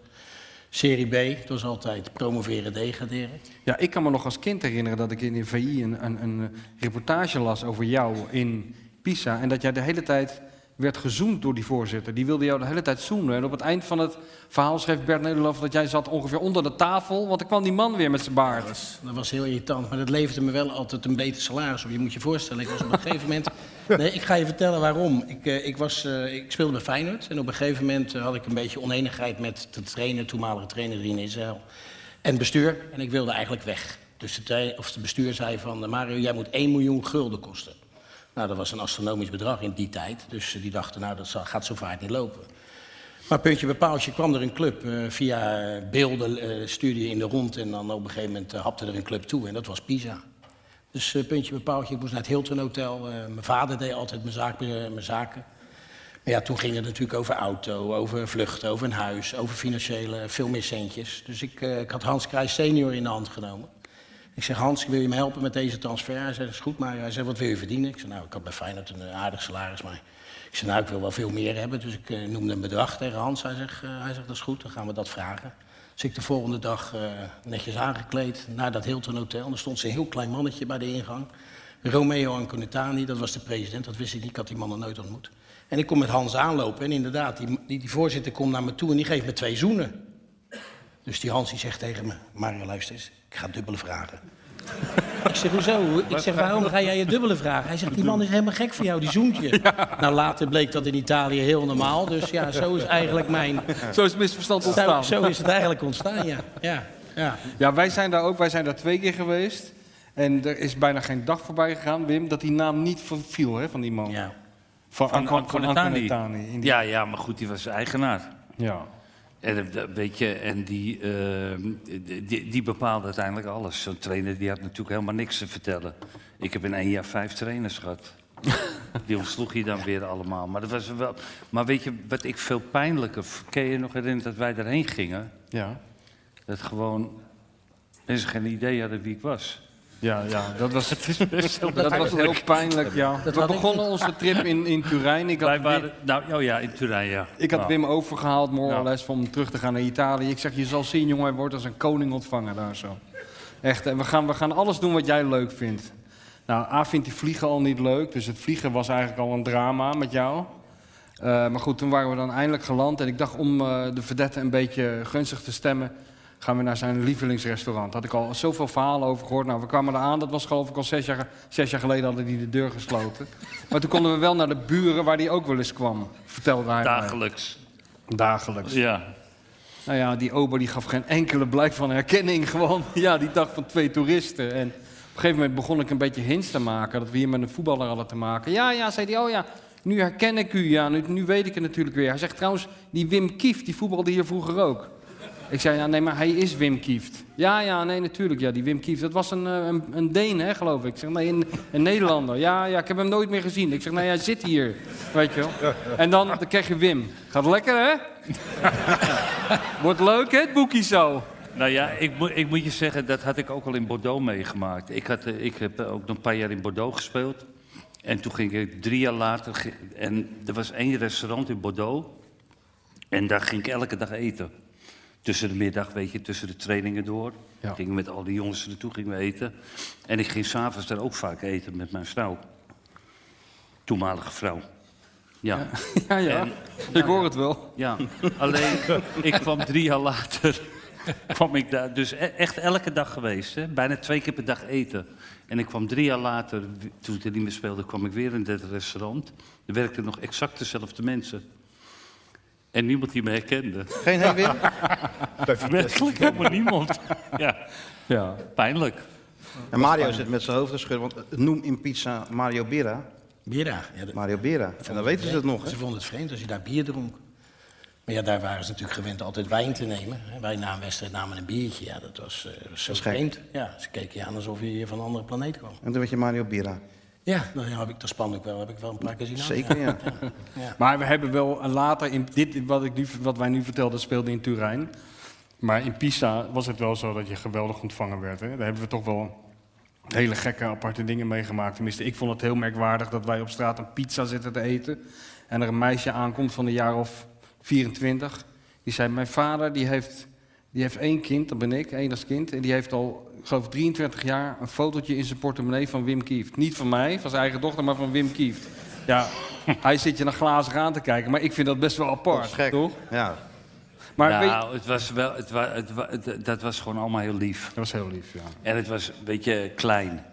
Speaker 20: Serie B, dat was altijd promoveren, degraderen.
Speaker 10: Ja, ik kan me nog als kind herinneren dat ik in de VI een, een, een reportage las over jou in Pisa. En dat jij de hele tijd werd gezoend door die voorzitter. Die wilde jou de hele tijd zoenen. En op het eind van het verhaal schreef Bert Nederlof dat jij zat ongeveer onder de tafel. Want er kwam die man weer met zijn baard.
Speaker 20: Dat was heel irritant, maar dat leverde me wel altijd een beter salaris op. Je moet je voorstellen, ik was op een gegeven moment... Nee, ik ga je vertellen waarom. Ik, eh, ik, was, eh, ik speelde bij Feyenoord en op een gegeven moment eh, had ik een beetje oneenigheid met de trainer, toenmalige trainer Rien Israël, en het bestuur. En ik wilde eigenlijk weg. Dus de, tra- of het bestuur zei van, eh, Mario, jij moet 1 miljoen gulden kosten. Nou, dat was een astronomisch bedrag in die tijd. Dus eh, die dachten, nou, dat zal- gaat zo vaart niet lopen. Maar puntje bij paaltje kwam er een club eh, via eh, beelden, eh stuurde je in de rond en dan op een gegeven moment eh, hapte er een club toe en dat was Pisa. Dus eh, puntje bij paaltje, ik moest naar het Hilton Hotel. eh, mijn vader deed altijd mijn, zaak, eh, mijn zaken. Maar ja, toen ging het natuurlijk over auto, over vluchten, over een huis, over financiële, veel meer centjes. Dus ik, eh, ik had Hans Krijs senior in de hand genomen. Ik zeg, Hans, wil je me helpen met deze transfer? Hij zei, dat is goed, maar hij zei, wat wil je verdienen? Ik zei, nou, ik had bij Feyenoord een eh, aardig salaris, maar ik zei, nou, ik wil wel veel meer hebben. Dus ik eh, noemde een bedrag tegen Hans. Hij zegt, eh, hij zegt, dat is goed, dan gaan we dat vragen. Dus ik de volgende dag eh, netjes aangekleed naar dat Hilton Hotel. En er stond een heel klein mannetje bij de ingang. Romeo Anconetani, dat was de president, dat wist ik niet, ik had die man nog nooit ontmoet. En ik kom met Hans aanlopen en inderdaad, die, die, die voorzitter komt naar me toe en die geeft me twee zoenen. Dus die Hans die zegt tegen me, Mario luister eens, ik ga dubbele vragen. ik zeg, hoezo? Ik zeg, waarom ga jij je dubbele vragen? Hij zegt, die man is helemaal gek voor jou, die zoent je. Nou, later bleek dat in Italië heel normaal. Dus ja, zo is eigenlijk mijn...
Speaker 10: Zo is het misverstand
Speaker 20: Zo-
Speaker 10: ontstaan.
Speaker 20: Zo, is het eigenlijk ontstaan, ja. ja. Ja.
Speaker 10: ja, wij zijn daar ook. Wij zijn daar twee keer geweest. En er is bijna geen dag voorbij gegaan, Wim, dat die naam niet viel hè, van die man.
Speaker 20: Ja.
Speaker 10: Van,
Speaker 12: Van
Speaker 10: Anco- van
Speaker 12: Anconetani.
Speaker 10: Anconetani, in die-
Speaker 12: Ja, ja, maar goed, die was eigenaar.
Speaker 10: Ja.
Speaker 12: En, eh, dat- weet je, en die, eh, die, die bepaalde uiteindelijk alles. Zo'n trainer die had natuurlijk helemaal niks te vertellen. Ik heb in één jaar vijf trainers gehad. die ontsloeg je dan weer allemaal. Maar, dat was wel, maar weet je, wat ik veel pijnlijker... v- Ken je je nog herinneren dat wij erheen gingen?
Speaker 10: Ja.
Speaker 12: Dat gewoon mensen geen idee hadden wie ik was.
Speaker 10: Ja, ja, dat was het.
Speaker 12: heel
Speaker 10: Dat was heel pijnlijk, ja.
Speaker 12: Dat
Speaker 10: We
Speaker 12: had ik
Speaker 10: begonnen
Speaker 12: niet.
Speaker 10: onze trip in, in Turijn. Ik had,
Speaker 12: Wij
Speaker 10: Wim-
Speaker 12: waren, nou, oh ja, in Turijn, ja.
Speaker 10: ik had
Speaker 12: Nou.
Speaker 10: Wim overgehaald, more
Speaker 12: Ja.
Speaker 10: or less, om terug te gaan naar Italië. Ik zeg, je zal zien, jongen, hij wordt als een koning ontvangen daar zo. Echt, en we gaan, we gaan alles doen wat jij leuk vindt. Nou, A vindt die vliegen al niet leuk, dus het vliegen was eigenlijk al een drama met jou. Eh, maar goed, toen waren we dan eindelijk geland. En ik dacht, om eh, de verdette een beetje gunstig te stemmen... gaan we naar zijn lievelingsrestaurant. Daar had ik al zoveel verhalen over gehoord. Nou, we kwamen er aan. Dat was geloof ik al zes jaar, zes jaar geleden hadden die de deur gesloten. Maar toen konden we wel naar de buren waar die ook wel eens kwam. Vertelde hij mij.
Speaker 12: Dagelijks.
Speaker 10: Dagelijks.
Speaker 12: Ja.
Speaker 10: Nou ja, die ober die gaf geen enkele blijk van herkenning. Gewoon, ja, die dag van twee toeristen. En op een gegeven moment begon ik een beetje hints te maken... dat we hier met een voetballer hadden te maken. Ja, ja, zei hij, oh ja, nu herken ik u. Ja, nu, nu weet ik het natuurlijk weer. Hij zegt trouwens, die Wim Kieft, die voetbalde hier vroeger ook. Ik zei, ja, nee, maar hij is Wim Kieft. Ja, ja, nee, natuurlijk, ja, die Wim Kieft. Dat was een, eh, een, een Deen, hè, geloof ik. Ik zeg, nee, een, een Nederlander. Ja, ja, ik heb hem nooit meer gezien. Ik zeg, nee, hij zit hier, weet je wel. En dan, dan krijg je Wim. Gaat lekker, hè? Wordt leuk, hè, het boekje zo.
Speaker 12: Nou ja, ik, moet- ik moet je zeggen, dat had ik ook al in Bordeaux meegemaakt. Ik, had, eh, ik heb ook nog een paar jaar in Bordeaux gespeeld. En toen ging ik drie jaar later... ge- En er was één restaurant in Bordeaux. En daar ging ik elke dag eten. Tussen de middag, weet je, tussen de trainingen door.
Speaker 10: Ja.
Speaker 12: Ging ik met al die jongens naartoe, gingen we eten. En ik ging s'avonds daar ook vaak eten met mijn vrouw. Toenmalige vrouw. Ja.
Speaker 10: Ja, Ah, ja.
Speaker 12: En-
Speaker 10: ik hoor het wel.
Speaker 12: ja, alleen ik kwam drie jaar later. kwam ik daar. Dus e- echt elke dag geweest. Hè? Bijna twee keer per dag eten. En ik kwam drie jaar later, w- toen ik er niet meer speelde, kwam ik weer in dit restaurant. Er werkten nog exact dezelfde mensen. En niemand die me herkende.
Speaker 9: Geen heen weer?
Speaker 12: Werkelijk helemaal niemand. Ja.
Speaker 10: ja.
Speaker 12: Pijnlijk.
Speaker 9: En Mario zit met zijn hoofd te schudden, want eh, noem in pizza Mario Bira.
Speaker 20: Bera. Ja,
Speaker 9: Mario Bera. En dan weten ze het nog, hè?
Speaker 20: Ze vonden het vreemd als je daar bier dronk. Maar ja, daar waren ze natuurlijk gewend altijd wijn te nemen. hè. Wij na een wedstrijd namen een biertje. Ja, dat was eh, zo
Speaker 9: is gek.
Speaker 20: vreemd. Ja, ze keken je aan alsof je hier van een andere planeet kwam.
Speaker 9: En toen werd je Mario Bera.
Speaker 20: Ja, nou ja, heb ik, dat span ik wel. Heb ik wel een paar keer zien
Speaker 9: Zeker, ja.
Speaker 10: Maar we hebben wel een later in dit wat, ik nu, wat wij nu vertelden speelde in Turijn. Maar in Pisa was het wel zo dat je geweldig ontvangen werd. Hè? Daar hebben we toch wel hele gekke aparte dingen meegemaakt. Tenminste, ik vond het heel merkwaardig dat wij op straat een pizza zitten te eten en er een meisje aankomt van een jaar of 24. Die zei: mijn vader die heeft, die heeft één kind, dat ben ik, één als kind, en die heeft al ik geloof 23 jaar een fotootje in zijn portemonnee van Wim Kieft. Niet van mij, van zijn eigen dochter, maar van Wim Kieft. Ja, hij zit je naar glazig aan te kijken, maar ik vind dat best wel apart, toch?
Speaker 9: Ja.
Speaker 10: Maar
Speaker 12: nou, het was wel, het wa, het wa- het- dat was gewoon allemaal heel lief. Dat
Speaker 10: was heel lief, ja.
Speaker 12: En het was een beetje klein.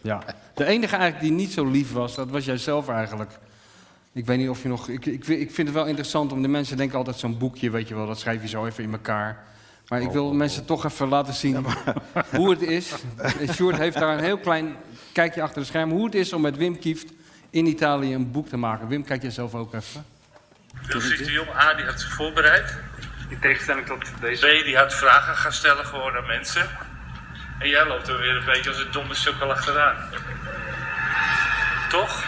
Speaker 10: Ja. De enige eigenlijk die niet zo lief was, dat was jij zelf eigenlijk. Ik weet niet of je nog. Ik, ik, ik vind het wel interessant om de mensen denken altijd zo'n boekje, weet je wel, dat schrijf je zo even in elkaar. Maar ik wil mensen toch even laten zien hoe het is. En Sjoerd heeft daar een heel klein kijkje achter de scherm hoe het is om met Wim Kieft in Italië een boek te maken. Wim, kijk jij zelf ook even.
Speaker 21: Wilfried de Jong, A, Dus die had zich voorbereid. In tegenstelling tot deze. B, die had vragen gaan stellen gewoon aan mensen. En jij loopt er weer een beetje als een domme sukkel achteraan. Toch?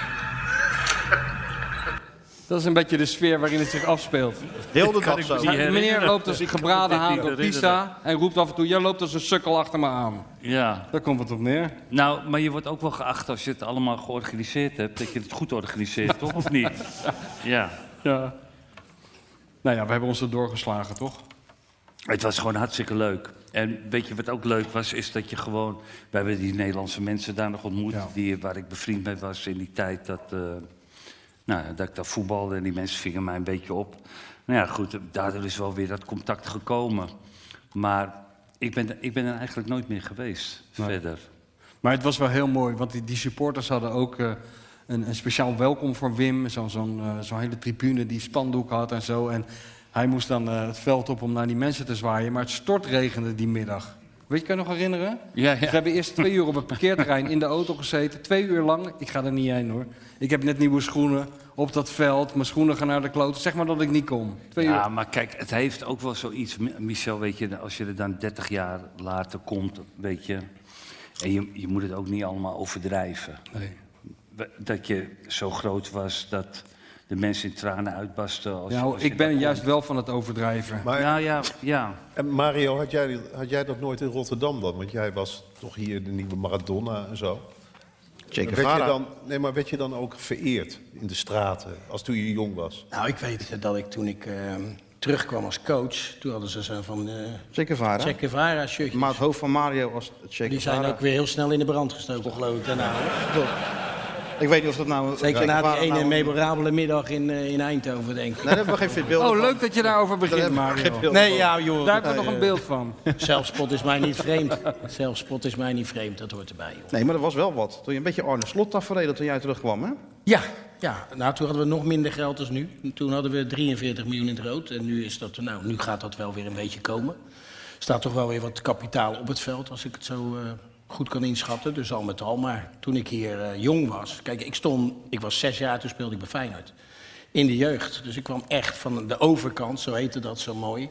Speaker 10: Dat is een beetje de sfeer waarin het zich afspeelt.
Speaker 12: Heel de dag Ik kan zo. me niet
Speaker 10: Meneer
Speaker 12: herinneren.
Speaker 10: loopt als een
Speaker 12: Ik kan
Speaker 10: gebraden
Speaker 12: me dit
Speaker 10: haan
Speaker 12: niet
Speaker 10: door
Speaker 12: herinneren.
Speaker 10: Pisa en roept af en toe: Jij loopt als een sukkel achter me aan.
Speaker 12: Ja.
Speaker 10: Daar komt het op neer.
Speaker 12: Nou, maar je wordt ook wel geacht als je het allemaal georganiseerd hebt, dat je het goed organiseert, toch? Of niet? Ja.
Speaker 10: Ja. Nou ja, we hebben ons er doorgeslagen, toch?
Speaker 12: Het was gewoon hartstikke leuk. En weet je wat ook leuk was, is dat je gewoon... We hebben die Nederlandse mensen daar nog ontmoet... Die, waar ik bevriend mee was in die tijd dat, eh, nou, ja, dat ik daar voetbalde. En die mensen vingen mij een beetje op. Nou ja, goed, daardoor is wel weer dat contact gekomen. Maar ik ben, ik ben er eigenlijk nooit meer geweest verder.
Speaker 10: Maar het was wel heel mooi, want die, die supporters hadden ook eh, een, een speciaal welkom voor Wim. Zo'n zo'n, eh, zo'n hele tribune die spandoek had en zo. En hij moest dan eh, het veld op om naar die mensen te zwaaien. Maar het stortregende die middag. Weet je, kan je nog herinneren?
Speaker 12: Ja,
Speaker 10: Ze hebben eerst twee uur op het parkeerterrein in de auto gezeten. Twee uur lang. Ik ga er niet heen hoor. Ik heb net nieuwe schoenen op dat veld. Mijn schoenen gaan naar de kloot. Zeg maar dat ik niet kom. Twee uur.
Speaker 12: Ja, maar kijk, het heeft ook wel zoiets, Mi- Michel, weet je, als je er dan 30 jaar later komt, weet je, en je, je moet het ook niet allemaal overdrijven.
Speaker 10: Nee.
Speaker 12: We- Dat je zo groot was dat de mensen in tranen uitbasten. Als,
Speaker 10: Nou,
Speaker 12: als je
Speaker 10: ik ben
Speaker 12: dat-
Speaker 10: juist wel van het overdrijven.
Speaker 12: nou ja, ja.
Speaker 16: En Mario, had jij, had jij dat nooit in Rotterdam dan? Want jij was toch hier de nieuwe Maradona en zo.
Speaker 9: Che
Speaker 16: Werd
Speaker 9: Guevara.
Speaker 16: je dan, nee, maar werd je dan ook vereerd in de straten, als toen je jong was?
Speaker 20: Nou, ik weet dat ik toen ik ehm, terugkwam als coach, toen hadden ze zo van eh
Speaker 9: Che Guevara.
Speaker 20: Che Guevara shirtjes.
Speaker 9: Maar het hoofd van Mario was Che Guevara.
Speaker 20: Die zijn ook weer heel snel in de brand gestoken, geloof ik, daarna. hoor.
Speaker 9: Ik weet niet of dat nou...
Speaker 20: Zeker
Speaker 9: Che
Speaker 20: na die
Speaker 9: Guevara
Speaker 20: ene
Speaker 9: nou-
Speaker 20: memorabele middag in, eh, in Eindhoven, denk ik.
Speaker 9: Nee, daar hebben we geen fit beelden
Speaker 10: Oh, van. leuk dat je daarover begint, Mario.
Speaker 20: Nee, ja, joh.
Speaker 10: Daar hebben we nog een beeld van.
Speaker 20: Zelfspot is mij niet vreemd. Zelfspot is mij niet vreemd, dat hoort erbij, joh.
Speaker 9: Nee, maar er was wel wat. Toen je een beetje Arne Slot tafereel toen jij terugkwam, hè?
Speaker 20: Ja, ja, nou toen hadden we nog minder geld dan nu. Toen hadden we 43 miljoen in het rood. En nu, is dat, nou, nu gaat dat wel weer een beetje komen. Er staat toch wel weer wat kapitaal op het veld, als ik het zo eh, goed kan inschatten. Dus al met al. Maar toen ik hier eh, jong was... Kijk, ik, stond, ik was zes jaar, toen speelde ik bij Feyenoord. In de jeugd. Dus ik kwam echt van de overkant, zo heette dat zo mooi...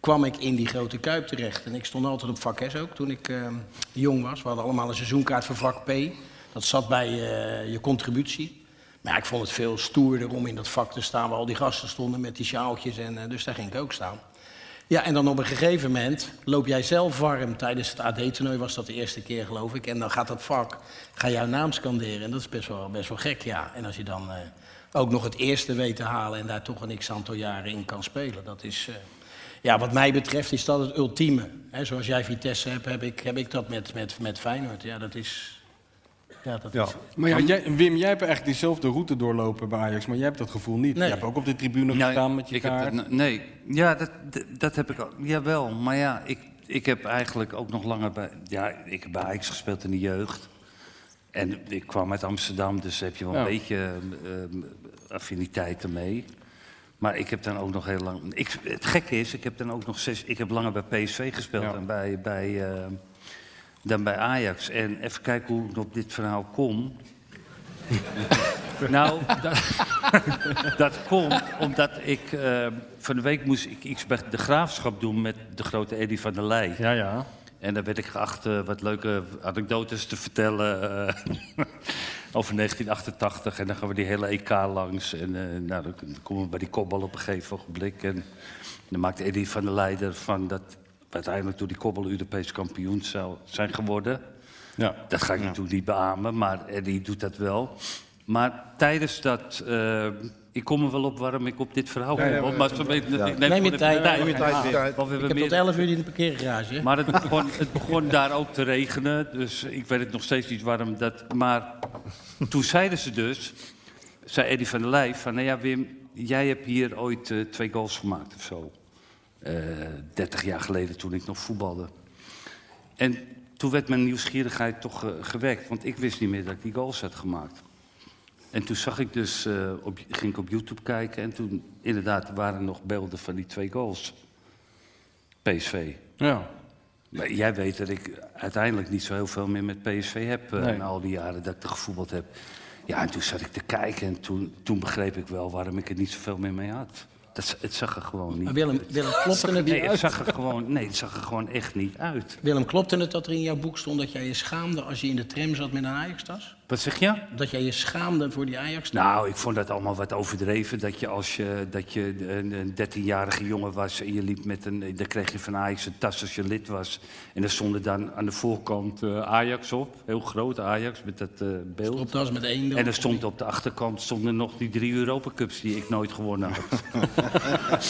Speaker 20: kwam ik in die grote Kuip terecht. En ik stond altijd op vak S ook, toen ik eh, jong was. We hadden allemaal een seizoenkaart voor vak P. Dat zat bij eh, je contributie. Maar ja, ik vond het veel stoerder om in dat vak te staan waar al die gasten stonden met die sjaaltjes. En, eh, dus daar ging ik ook staan. Ja, en dan op een gegeven moment loop jij zelf warm. Tijdens het AD-toernooi was dat de eerste keer, geloof ik. En dan gaat dat vak, ga jouw naam scanderen. En dat is best wel, best wel gek, ja. En als je dan eh, ook nog het eerste weet te halen... en daar toch een x-aantal jaren in kan spelen, dat is... eh, ja, wat mij betreft is dat het ultieme. Hè, zoals jij Vitesse hebt, heb ik, heb ik dat met, met, met Feyenoord. Ja, dat is... Ja, dat is...
Speaker 10: Maar ja, jij, Wim, jij hebt echt diezelfde route doorlopen bij Ajax, maar jij hebt dat gevoel niet. Je hebt ook op de tribune
Speaker 12: Nee,
Speaker 10: gestaan met je
Speaker 12: ik heb
Speaker 10: kaart.
Speaker 12: dat- nee, ja, dat, dat, dat heb ik ook. Jawel, maar ja, ik, ik heb eigenlijk ook nog langer bij... Ja, ik heb bij Ajax gespeeld in de jeugd. En ik kwam uit Amsterdam, dus daar heb je wel een
Speaker 10: Ja.
Speaker 12: beetje ehm, affiniteiten mee. Maar ik heb dan ook nog heel lang... Ik, het gekke is, ik heb dan ook nog zes... Ik heb langer bij PSV gespeeld dan, bij, bij, ehm, dan bij Ajax. En even kijken hoe ik op dit verhaal kom. Nou, dat, dat komt omdat ik eh, van de week moest ik iets bij de graafschap doen met de grote Eddy van der Leij. Ja, ja. En daar werd ik geacht eh, wat leuke anekdotes te vertellen eh, over 1988. En dan gaan we die hele EK langs. En eh, nou, dan komen we bij die kopbal op een gegeven ogenblik. En dan maakt Eddy van der Leij ervan dat we uiteindelijk door die kopbal Europees kampioen zou zijn geworden.
Speaker 22: Ja.
Speaker 12: Dat ga ik natuurlijk niet beamen, maar Eddie doet dat wel. Maar tijdens dat... eh, ik kom er wel op waarom ik op dit verhaal kom.
Speaker 20: Nee, nee,
Speaker 12: hoor,
Speaker 20: we-
Speaker 12: maar zo weet ik-
Speaker 20: Ja.
Speaker 12: ik
Speaker 20: Neem je
Speaker 12: gewoon even
Speaker 20: tijd, neem je tijd,
Speaker 12: Ja,
Speaker 20: tijd.
Speaker 12: want we hebben
Speaker 20: Ik heb
Speaker 12: meer-
Speaker 20: tot 11 uur in de parkeergarage, hè?
Speaker 12: Maar het begon, het begon daar ook te regenen. Dus ik weet het nog steeds niet waarom dat... Maar toen zeiden ze dus... Zei Eddie van der Leij van... Nou ja, Wim, jij hebt hier ooit eh, twee goals gemaakt of zo. Eh 30 jaar geleden toen ik nog voetbalde. En toen werd mijn nieuwsgierigheid toch eh, gewekt. Want ik wist niet meer dat ik die goals had gemaakt. En toen zag ik dus, eh, op, ging ik op YouTube kijken. En toen inderdaad er waren nog beelden van die twee goals. PSV.
Speaker 10: Ja.
Speaker 12: Maar jij weet dat ik uiteindelijk niet zo heel veel meer met PSV heb. eh,
Speaker 10: Nee.
Speaker 12: Na al die jaren dat ik er gevoetbald heb. Ja, en toen zat ik te kijken. En toen, toen begreep ik wel waarom ik er niet zoveel meer mee had. Dat, het zag er gewoon niet
Speaker 20: Maar Willem, Willem klopte het
Speaker 12: nee,
Speaker 20: niet
Speaker 12: het
Speaker 20: uit.
Speaker 12: zag er gewoon, nee, het zag er gewoon echt niet uit.
Speaker 20: Willem, klopte het dat er in jouw boek stond dat jij je schaamde als je in de tram zat met een Ajax-tas?
Speaker 12: Wat zeg je?
Speaker 20: Dat jij je schaamde voor die Ajax-tas?
Speaker 12: Nou, ik vond dat allemaal wat overdreven. Dat je als je, dat je een, een 13-jarige jongen was en je liep met een. Dan kreeg je van Ajax een tas als je lid was. En er stonden dan aan de voorkant eh, Ajax op. Heel groot Ajax met dat eh, beeld.
Speaker 20: Stropdas met één dan.
Speaker 12: En er stond op de achterkant stonden nog die drie Europa Cups die ik nooit gewonnen had.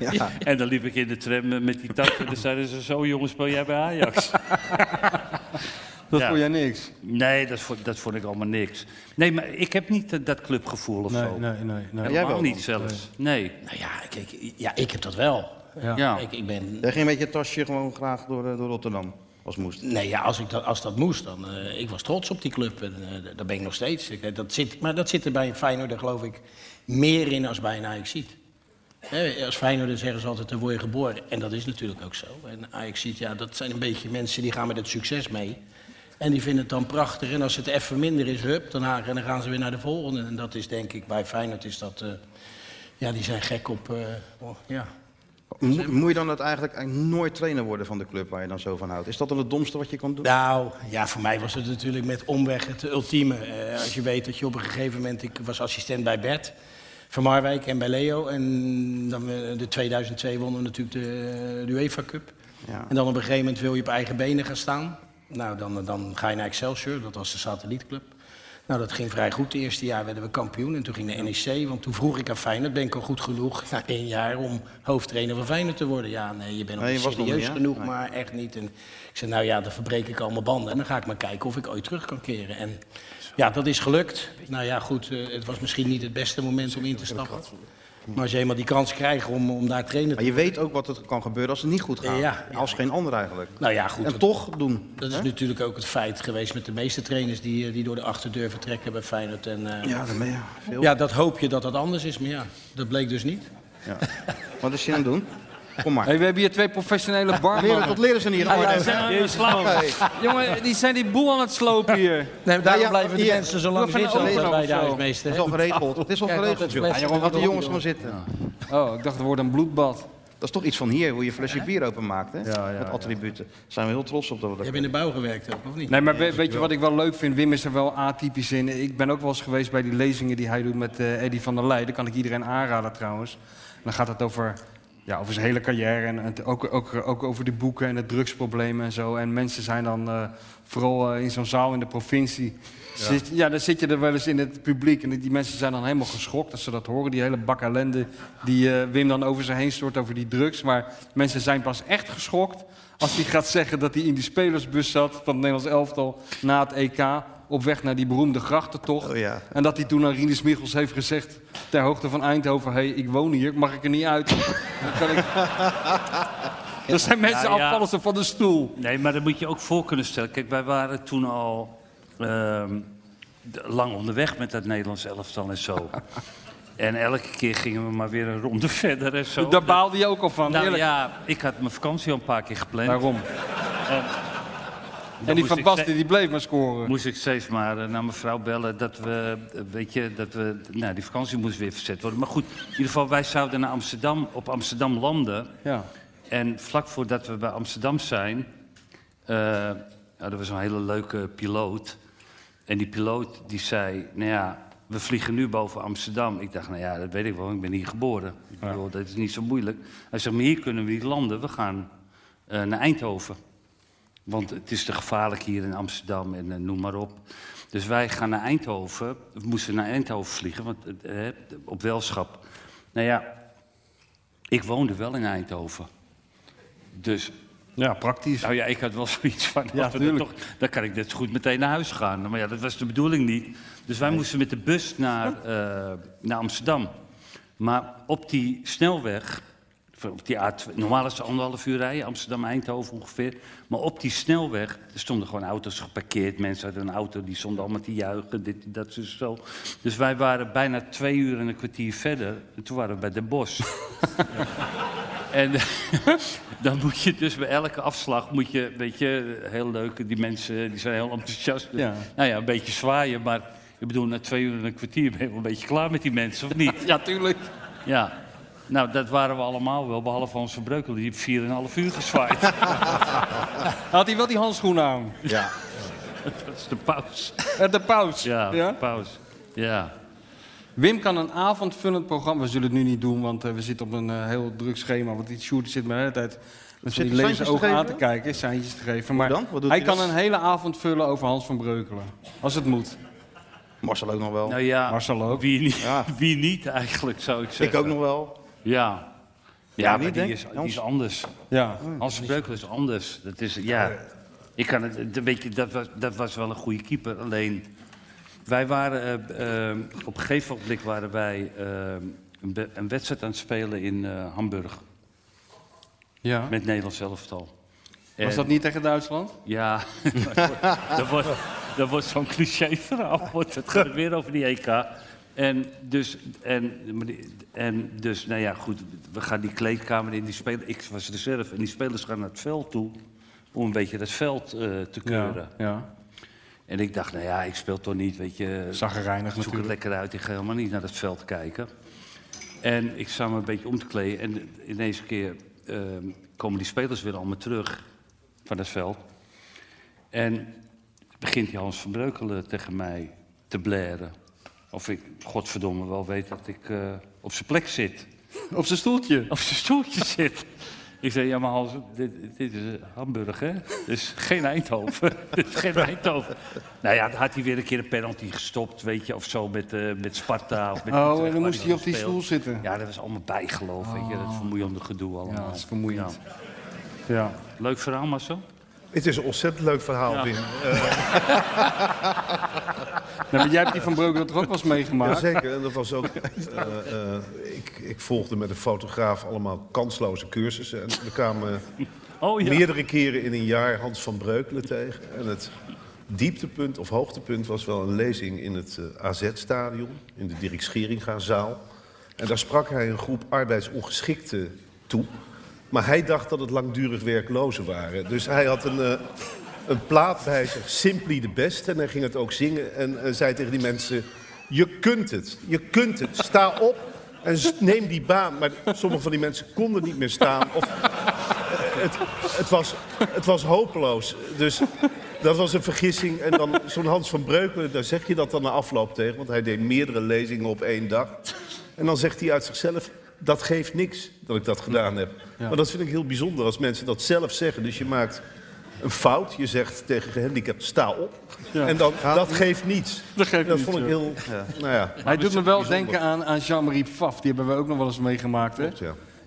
Speaker 20: Ja.
Speaker 12: En dan liep ik in de tram eh, met die tas en dan zeiden ze zo jongens, speel jij bij Ajax?
Speaker 10: Dat
Speaker 12: Ja.
Speaker 10: vond jij niks?
Speaker 12: Nee, dat vond, dat vond ik allemaal niks. Nee, maar ik heb niet eh, dat clubgevoel of
Speaker 10: Nee,
Speaker 12: zo.
Speaker 10: nee, nee, nee.
Speaker 12: Helemaal
Speaker 10: Jij wel
Speaker 12: niet
Speaker 10: dan?
Speaker 12: zelfs. Nee.
Speaker 20: Nou ja, kijk, ja, ik heb dat wel.
Speaker 12: Ja.
Speaker 20: Ik, ik ben...
Speaker 9: Jij ging met je tasje gewoon graag door, eh, door Rotterdam, als moest.
Speaker 20: Nee, ja, als, ik dat, als dat moest, dan... eh, ik was trots op die club en eh, d- dat ben ik nog steeds. Ik, eh, dat zit, maar dat zit er bij een Feyenoord, geloof ik, meer in als bij een Ajaxiet. Hè, als Feyenoord zeggen ze altijd, daar word je geboren. En dat is natuurlijk ook zo. En Ajaxiet, ja, dat zijn een beetje mensen die gaan met het succes mee. En die vinden het dan prachtig. En als het even minder is, hup, dan, haken, en dan gaan ze weer naar de volgende. En dat is denk ik, bij Feyenoord is dat... eh, ja, die zijn gek op... eh, oh, ja.
Speaker 9: Mo- moet je dan dat eigenlijk eigenlijk nooit trainer worden van de club waar je dan zo van houdt? Is dat dan het domste wat je kan doen?
Speaker 20: Nou, ja, voor mij was het natuurlijk met omweg het ultieme. Eh, als je weet dat je op een gegeven moment... Ik was assistent bij Bert van Marwijk en bij Leo. En dan, eh, de 2002 wonnen we natuurlijk de, de UEFA Cup. En dan op een gegeven moment wil je op eigen benen gaan staan. Nou, dan, dan ga je naar Excelsior, dat was de satellietclub. Nou, dat ging vrij goed. Het eerste jaar werden we kampioen en toen ging de NEC. Want toen vroeg ik aan Feyenoord, ben ik al goed genoeg na één jaar om hoofdtrainer van Feyenoord te worden? Ja, nee, je bent nog
Speaker 9: Nee,
Speaker 20: niet
Speaker 9: je was nog
Speaker 20: serieus
Speaker 9: niet, hè?
Speaker 20: genoeg,
Speaker 9: Nee.
Speaker 20: maar echt niet. En ik zei, nou ja, dan verbreek ik al mijn banden en dan ga ik maar kijken of ik ooit terug kan keren. En ja, dat is gelukt. Nou ja, goed, eh, het was misschien niet het beste moment om in te stappen. Maar als je eenmaal die kans krijgt om, om daar trainer te
Speaker 9: Maar je weet ook wat er kan gebeuren als het niet goed gaat.
Speaker 20: Ja, ja.
Speaker 9: Als geen ander eigenlijk.
Speaker 20: Nou ja, goed.
Speaker 9: En
Speaker 20: dat-
Speaker 9: toch doen.
Speaker 20: Dat is
Speaker 9: hè?
Speaker 20: natuurlijk ook het feit geweest met de meeste trainers die, eh, die door de achterdeur vertrekken bij Feyenoord. En, eh,
Speaker 9: Ja, dat ben je veel.
Speaker 20: ja, dat hoop je dat dat anders is, maar ja, dat bleek dus niet.
Speaker 9: Ja. Wat is je aan het doen? Kom maar.
Speaker 10: Hey, we hebben hier twee professionele barmannen.
Speaker 9: Leren- dat leren ze niet in
Speaker 10: Ah, ja,
Speaker 9: Arnhem.
Speaker 10: we zijn aan de
Speaker 9: Jezus,
Speaker 10: slag.
Speaker 9: man.
Speaker 10: Jongen, die zijn die boel aan het slopen hier. Nee,
Speaker 20: maar daarom blijven de mensen zo lang zitten bij de huismeester,
Speaker 9: Het is
Speaker 20: hè?
Speaker 9: al geregeld. Het is al
Speaker 20: Kijk,
Speaker 9: geregeld,
Speaker 20: altijd
Speaker 9: joh.
Speaker 20: flessen.
Speaker 9: Ja, jongen, Laat de
Speaker 20: Ja.
Speaker 9: jongens maar zitten.
Speaker 10: Oh, ik dacht het wordt een bloedbad.
Speaker 9: Dat is toch iets van hier, hoe je flesje bier openmaakt, hè? Met attributen. Daar zijn we heel trots op dat we
Speaker 20: Je
Speaker 9: dat
Speaker 20: hebt in de bouw gewerkt ook, of niet?
Speaker 10: Nee, maar we- weet je wat ik wel leuk vind? Wim is er wel atypisch in. Ik ben ook wel eens geweest bij die lezingen die hij doet met eh Eddy van der Leij. Dat kan ik iedereen aanraden trouwens. En dan gaat het over, ja, over zijn hele carrière en, en ook, ook, ook over de boeken en het drugsprobleem en zo. En mensen zijn dan eh, vooral eh, in zo'n zaal in de provincie.
Speaker 23: Ja.
Speaker 10: Zit, ja, dan zit je er wel eens in het publiek. En die mensen zijn dan helemaal geschokt als ze dat horen. Die hele bak ellende die eh, Wim dan over zich heen stort over die drugs. Maar mensen zijn pas echt geschokt als hij gaat zeggen dat hij in die spelersbus zat van het Nederlands elftal na het EK. Op weg naar die beroemde grachtentocht. En dat hij toen aan Rinus Michels heeft gezegd ter hoogte van Eindhoven... hé, hey, ik woon hier, mag ik er niet uit? Dan kan ik... Er zijn mensen
Speaker 12: Nou ja.
Speaker 10: afvallen ze van de stoel.
Speaker 12: Nee, maar dat moet je ook voor kunnen stellen. Kijk, wij waren toen al ehm, d- lang onderweg met dat Nederlands elftal en zo. en elke keer gingen we maar weer een ronde verder en zo.
Speaker 10: Daar baalde je ook al van,
Speaker 12: Nou
Speaker 10: eerlijk.
Speaker 12: ja, ik had mijn vakantie al een paar keer gepland.
Speaker 10: Waarom?
Speaker 12: En,
Speaker 10: En die
Speaker 12: moest
Speaker 10: Van
Speaker 12: ik
Speaker 10: Basten
Speaker 12: ste-
Speaker 10: die bleef maar scoren.
Speaker 12: Moest ik steeds maar eh, naar mevrouw bellen dat we, eh, weet je, dat we, nou die vakantie moest weer verzet worden. Maar goed, in ieder geval wij zouden naar Amsterdam, op Amsterdam landen.
Speaker 10: Ja.
Speaker 12: En vlak voordat we bij Amsterdam zijn, eh nou, er was een hele leuke piloot. En die piloot die zei, nou ja, we vliegen nu boven Amsterdam. Ik dacht, nou ja, dat weet ik wel, ik ben hier geboren. Ik bedoel, dat is niet zo moeilijk. Hij zegt, maar hier kunnen we niet landen, we gaan eh, naar Eindhoven. Want het is te gevaarlijk hier in Amsterdam en eh, noem maar op. Dus wij gaan naar Eindhoven. We moesten naar Eindhoven vliegen, want, eh, eh, op welschap. Nou ja, ik woonde wel in Eindhoven. Dus.
Speaker 10: Ja, praktisch.
Speaker 12: Nou ja, ik had wel zoiets van.
Speaker 10: Ja,
Speaker 12: laten we dat
Speaker 10: tuurlijk.
Speaker 12: dan kan ik net zo goed meteen naar huis gaan. Maar ja, dat was de bedoeling niet. Dus wij moesten met de bus naar,
Speaker 10: Oh.
Speaker 12: eh, naar Amsterdam. Maar op die snelweg, of op die A2, normaal is het anderhalf uur rijden, Amsterdam-Eindhoven ongeveer. Maar op die snelweg er stonden gewoon auto's geparkeerd. Mensen hadden een auto, die stonden allemaal te juichen, dit, dat, zo, zo. Dus wij waren bijna twee uur en een kwartier verder. En toen waren we bij Den Bosch. En dan moet je dus bij elke afslag, moet je, weet je, heel leuk, die mensen die zijn heel enthousiast.
Speaker 10: Ja.
Speaker 12: Nou ja, een beetje zwaaien, maar ik bedoel, na twee uur en een kwartier ben je wel een beetje klaar met die mensen, of niet?
Speaker 10: ja, tuurlijk.
Speaker 12: Ja. Nou, dat waren we allemaal wel, behalve Hans van Breukel, die heeft vier en een half uur gezwaaid.
Speaker 10: Had hij wel die handschoenen aan? Eh,
Speaker 12: Ja. dat is de paus.
Speaker 10: De paus.
Speaker 12: Ja,
Speaker 10: Ja?
Speaker 12: de paus. Ja.
Speaker 10: Wim kan een avondvullend programma. We zullen het nu niet doen, want eh, we zitten op een eh, heel druk schema. Want die Sjoerd zit me de hele tijd met
Speaker 9: Zit
Speaker 10: van die lezende
Speaker 9: seintjes te
Speaker 10: ogen aan te
Speaker 9: geven?
Speaker 10: kijken, seintjes te geven. Maar
Speaker 9: dan? Wat doet
Speaker 10: hij
Speaker 9: hij
Speaker 10: kan
Speaker 9: dan?
Speaker 10: een hele avond vullen over Hans van Breukelen. Als het moet.
Speaker 9: Marcel ook nog wel.
Speaker 12: Nou ja,
Speaker 10: Marcel ook.
Speaker 12: Wie niet, wie niet eigenlijk, zou ik zeggen.
Speaker 9: Ik ook nog wel.
Speaker 12: Ja.
Speaker 9: Ja,
Speaker 12: Ja,
Speaker 9: niet,
Speaker 12: maar die
Speaker 9: denk
Speaker 12: is,
Speaker 9: ik.
Speaker 12: die is anders.
Speaker 10: Ja.
Speaker 12: Hans van Breukelen is anders. Dat is, ja. Ik kan het, dat weet je, dat was, dat was wel een goede keeper. Alleen, wij waren, eh, eh, op een gegeven moment waren wij eh, een, be- een wedstrijd aan het spelen in eh, Hamburg.
Speaker 10: Ja.
Speaker 12: Met Nederlands elftal.
Speaker 10: Was
Speaker 12: En-
Speaker 10: dat niet tegen Duitsland?
Speaker 12: ja, dat wordt, dat wordt zo'n cliché verhaal. Wordt het gaat weer over die EK. En dus, en, en dus, nou ja, goed, we gaan die kleedkamer in. Die spelen, ik was reserve en die spelers gaan naar het veld toe om een beetje dat veld eh, te keuren.
Speaker 10: Ja.
Speaker 12: En ik dacht, nou ja, ik speel toch niet, weet je.
Speaker 10: Zagrijnig
Speaker 12: Zoek het lekker uit, ik ga helemaal niet naar het veld kijken. En ik sta me een beetje om te kleden. En in deze keer ehm, komen die spelers weer allemaal terug van het veld. En begint die Hans van Breukelen tegen mij te blaren. Of ik, godverdomme, wel weet dat ik eh, op zijn plek zit.
Speaker 10: Op zijn stoeltje?
Speaker 12: Op zijn stoeltje zit. Ik zei, ja maar Hans, dit, dit is eh, Hamburg hè? Dus geen Eindhoven. dus geen Eindhoven. Nou ja, dan had hij weer een keer een penalty gestopt, weet je, of zo met, eh, met Sparta. Of met
Speaker 10: Oh, en dan
Speaker 12: Utrecht, waar
Speaker 10: moest hij op die
Speaker 12: speelde.
Speaker 10: stoel zitten.
Speaker 12: Ja, dat was allemaal bijgeloof, weet je. Dat
Speaker 10: Oh.
Speaker 12: vermoeiende gedoe allemaal.
Speaker 10: Ja, dat is vermoeiend.
Speaker 12: Ja.
Speaker 10: Ja.
Speaker 12: Leuk verhaal, Marcel?
Speaker 16: Het is een ontzettend leuk verhaal,
Speaker 12: Ja.
Speaker 16: Wim.
Speaker 10: Nou, maar jij hebt die van Breukelen toch ook wel eens meegemaakt?
Speaker 16: Jazeker, en dat was ook. eh, eh, ik, ik volgde met een fotograaf allemaal kansloze cursussen. En we kwamen
Speaker 12: Oh, ja.
Speaker 16: meerdere keren in een jaar Hans van Breukelen tegen. En het dieptepunt of hoogtepunt was wel een lezing in het eh, AZ-stadion, in de Dirk Scheringa-zaal. En daar sprak hij een groep arbeidsongeschikten toe. Maar hij dacht dat het langdurig werklozen waren. Dus hij had een, eh, een plaat bij zich, Simply the Best. En hij ging het ook zingen en eh, zei tegen die mensen... Je kunt het, je kunt het. Sta op en s- neem die baan. Maar sommige van die mensen konden niet meer staan. Of, eh, het, het, was, het was hopeloos. Dus dat was een vergissing. En dan zo'n Hans van Breukelen, daar zeg je dat dan na afloop tegen. Want hij deed meerdere lezingen op één dag. En dan zegt hij uit zichzelf, dat geeft niks dat ik dat gedaan heb.
Speaker 24: Ja.
Speaker 16: Maar dat vind ik heel bijzonder als mensen dat zelf zeggen. Dus je maakt een fout. Je zegt tegen gehandicapten, sta op.
Speaker 10: Ja.
Speaker 16: En dan,
Speaker 10: Gaat
Speaker 16: dat
Speaker 10: niet.
Speaker 16: geeft niets.
Speaker 10: Dat geeft niets,
Speaker 16: vond ik
Speaker 10: ja.
Speaker 16: heel... Nou ja,
Speaker 10: Hij doet me wel
Speaker 16: bijzonder.
Speaker 10: denken aan, aan Jean-Marie Pfaff. Die hebben we ook nog wel eens meegemaakt. Hè?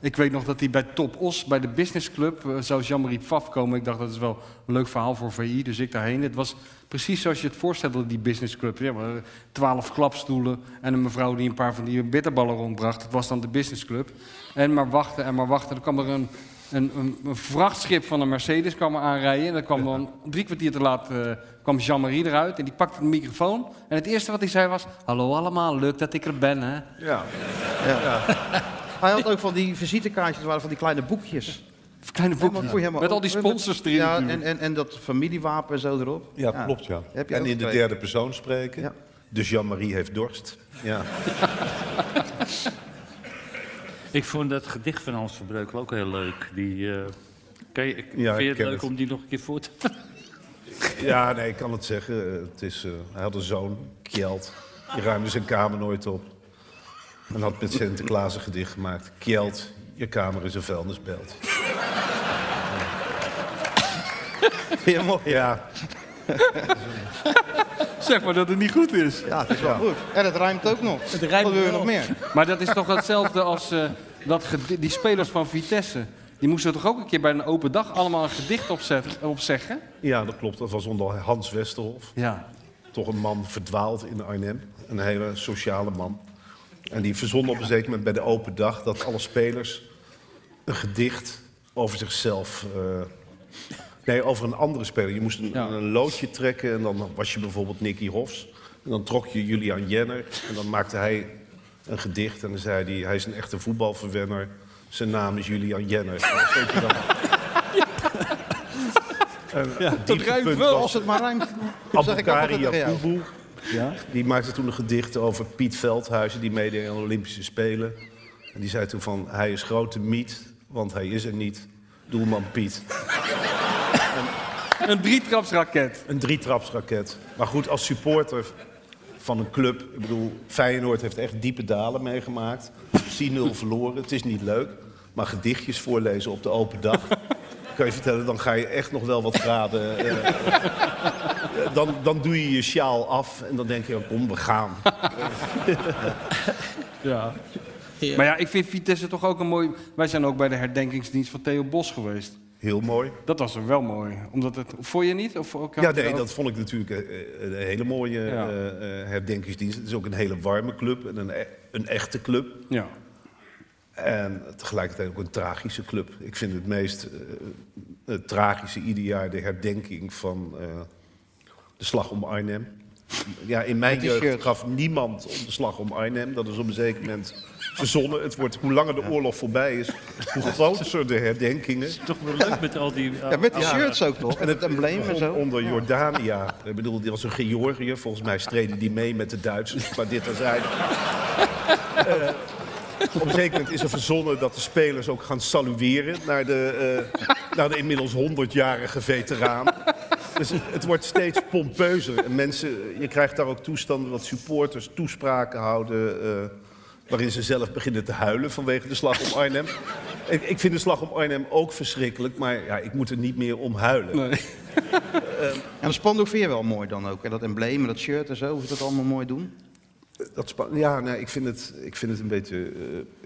Speaker 10: Ik weet nog dat hij bij Top Os, bij de Business Club, eh, zou Jean-Marie Pfaff komen. Ik dacht, dat is wel een leuk verhaal voor VI, dus ik daarheen. Het was precies zoals je het voorstelde, die Business Club. Ja, maar, eh, twaalf klapstoelen en een mevrouw die een paar van die bitterballen rondbracht. Dat was dan de Business Club. En maar wachten en maar wachten. Dan kwam er een, een, een, een vrachtschip van een Mercedes kwam er aanrijden. En dan kwam dan drie kwartier te laat eh, kwam Jean-Marie eruit. En die pakte de microfoon. En het eerste wat hij zei was... Hallo allemaal, leuk dat ik er ben, hè?
Speaker 9: Ja. Hij had ook van die visitekaartjes, dat waren van die kleine boekjes.
Speaker 10: Kleine
Speaker 9: Nee, maar
Speaker 10: boekjes.
Speaker 9: voor je helemaal
Speaker 10: met al
Speaker 9: ook-
Speaker 10: die sponsors erin.
Speaker 9: Ja, en, en, en dat familiewapen en zo erop.
Speaker 16: Ja, klopt ja.
Speaker 9: Heb je
Speaker 16: en
Speaker 9: ook
Speaker 16: in de
Speaker 9: twee.
Speaker 16: derde persoon spreken. Dus Jean-Marie heeft dorst. Ja.
Speaker 25: Ik vond dat gedicht van Hans van Breukelen ook heel leuk. Die, eh ken je,
Speaker 16: Ja,
Speaker 25: vind
Speaker 16: ik
Speaker 25: je het
Speaker 16: ken
Speaker 25: leuk
Speaker 16: het.
Speaker 25: om die nog een keer voor te...
Speaker 16: Ja, nee, ik kan het zeggen. Eh, Het is, eh, hij had een zoon, Kjeld. Die ruimde zijn kamer nooit op. En had met Sinterklaas een gedicht gemaakt. Kjeld, je kamer is een vuilnisbelt. Ja, mooi. Ja.
Speaker 10: zeg maar dat het niet goed is.
Speaker 9: Ja, het is wel goed. En het ruimt ook nog. Het ruimt Wat wil je nog meer?
Speaker 10: Maar dat is toch hetzelfde als eh, dat gedi- die spelers van Vitesse. Die moesten toch ook een keer bij een open dag allemaal een gedicht opzet- opzeggen?
Speaker 16: ja, dat klopt. Dat was onder Hans Westerhof.
Speaker 10: Ja.
Speaker 16: Toch een man verdwaald in Arnhem. Een hele sociale man. En die verzon op een zeker moment bij de open dag... dat alle spelers een gedicht over zichzelf... eh, nee, over een andere speler. Je moest een, een loodje trekken en dan was je bijvoorbeeld Nicky Hofs. En dan trok je Julian Jenner en dan maakte hij een gedicht. En dan zei hij, hij is een echte voetbalverwenner. Zijn naam is Julian Jenner. Dat weet je dan. En het dieptepunt was-
Speaker 9: Als het maar ruimt. zeg ik altijd
Speaker 16: Abdelkari
Speaker 9: tegen jou.
Speaker 16: Yakubu. Die maakte toen een gedicht over Piet Veldhuizen, die meedeed aan de Olympische Spelen. En die zei toen van, hij is grote miet, want hij is er niet. Doelman Piet.
Speaker 10: Een drietrapsraket.
Speaker 16: Een drietrapsraket. Maar goed, als supporter van een club... Ik bedoel, Feyenoord heeft echt diepe dalen meegemaakt. 10-0 verloren, het is niet leuk. Maar gedichtjes voorlezen op de open dag... kan je vertellen, dan ga je echt nog wel wat graden... eh, dan, dan doe je je sjaal af en dan denk je, kom, we gaan.
Speaker 10: Ja. Maar ja, ik vind Vitesse toch ook een mooi... Wij zijn ook bij de herdenkingsdienst van Theo Bos geweest.
Speaker 16: Heel mooi.
Speaker 10: Dat was er wel mooi. Omdat het... Vond je niet? Of, ook-
Speaker 16: Ja, nee, dat vond ik natuurlijk eh, een hele mooie
Speaker 10: Ja.
Speaker 16: eh, eh, herdenkingsdienst. Het is ook een hele warme club en een, e- een echte club.
Speaker 10: Ja.
Speaker 16: En tegelijkertijd ook een tragische club. Ik vind het meest eh, het tragische ieder jaar de herdenking van eh, de Slag om Arnhem. Ja, in mijn
Speaker 9: Met die
Speaker 16: jeugd
Speaker 9: shirt.
Speaker 16: gaf niemand om de Slag om Arnhem. Dat is op een zeker moment verzonnen. Het wordt, hoe langer de oorlog voorbij is, hoe groter de herdenkingen.
Speaker 25: toch wel leuk met al die...
Speaker 9: Ja, met die shirts ook toch? En het embleem en
Speaker 16: begon
Speaker 9: zo.
Speaker 16: Onder Jordania. Ik bedoel, die was een Georgië. Volgens mij streden die mee met de Duitsers. Maar dit terzijde. Eh op een zeker moment is er verzonnen dat de spelers ook gaan salueren naar de, eh, naar de inmiddels 100-jarige veteraan. Dus het wordt steeds pompeuzer. En mensen, je krijgt daar ook toestanden dat supporters toespraken houden. eh, waarin ze zelf beginnen te huilen vanwege de slag om Arnhem. Ik, ik vind de slag om Arnhem ook verschrikkelijk, maar ja, ik moet er niet meer om huilen.
Speaker 9: En dat spandoek vind je wel mooi dan ook. En dat embleem en dat shirt en zo. Hoe ze dat allemaal mooi doen.
Speaker 16: Dat spa- ja, nee, ik vind het, ik vind het een beetje eh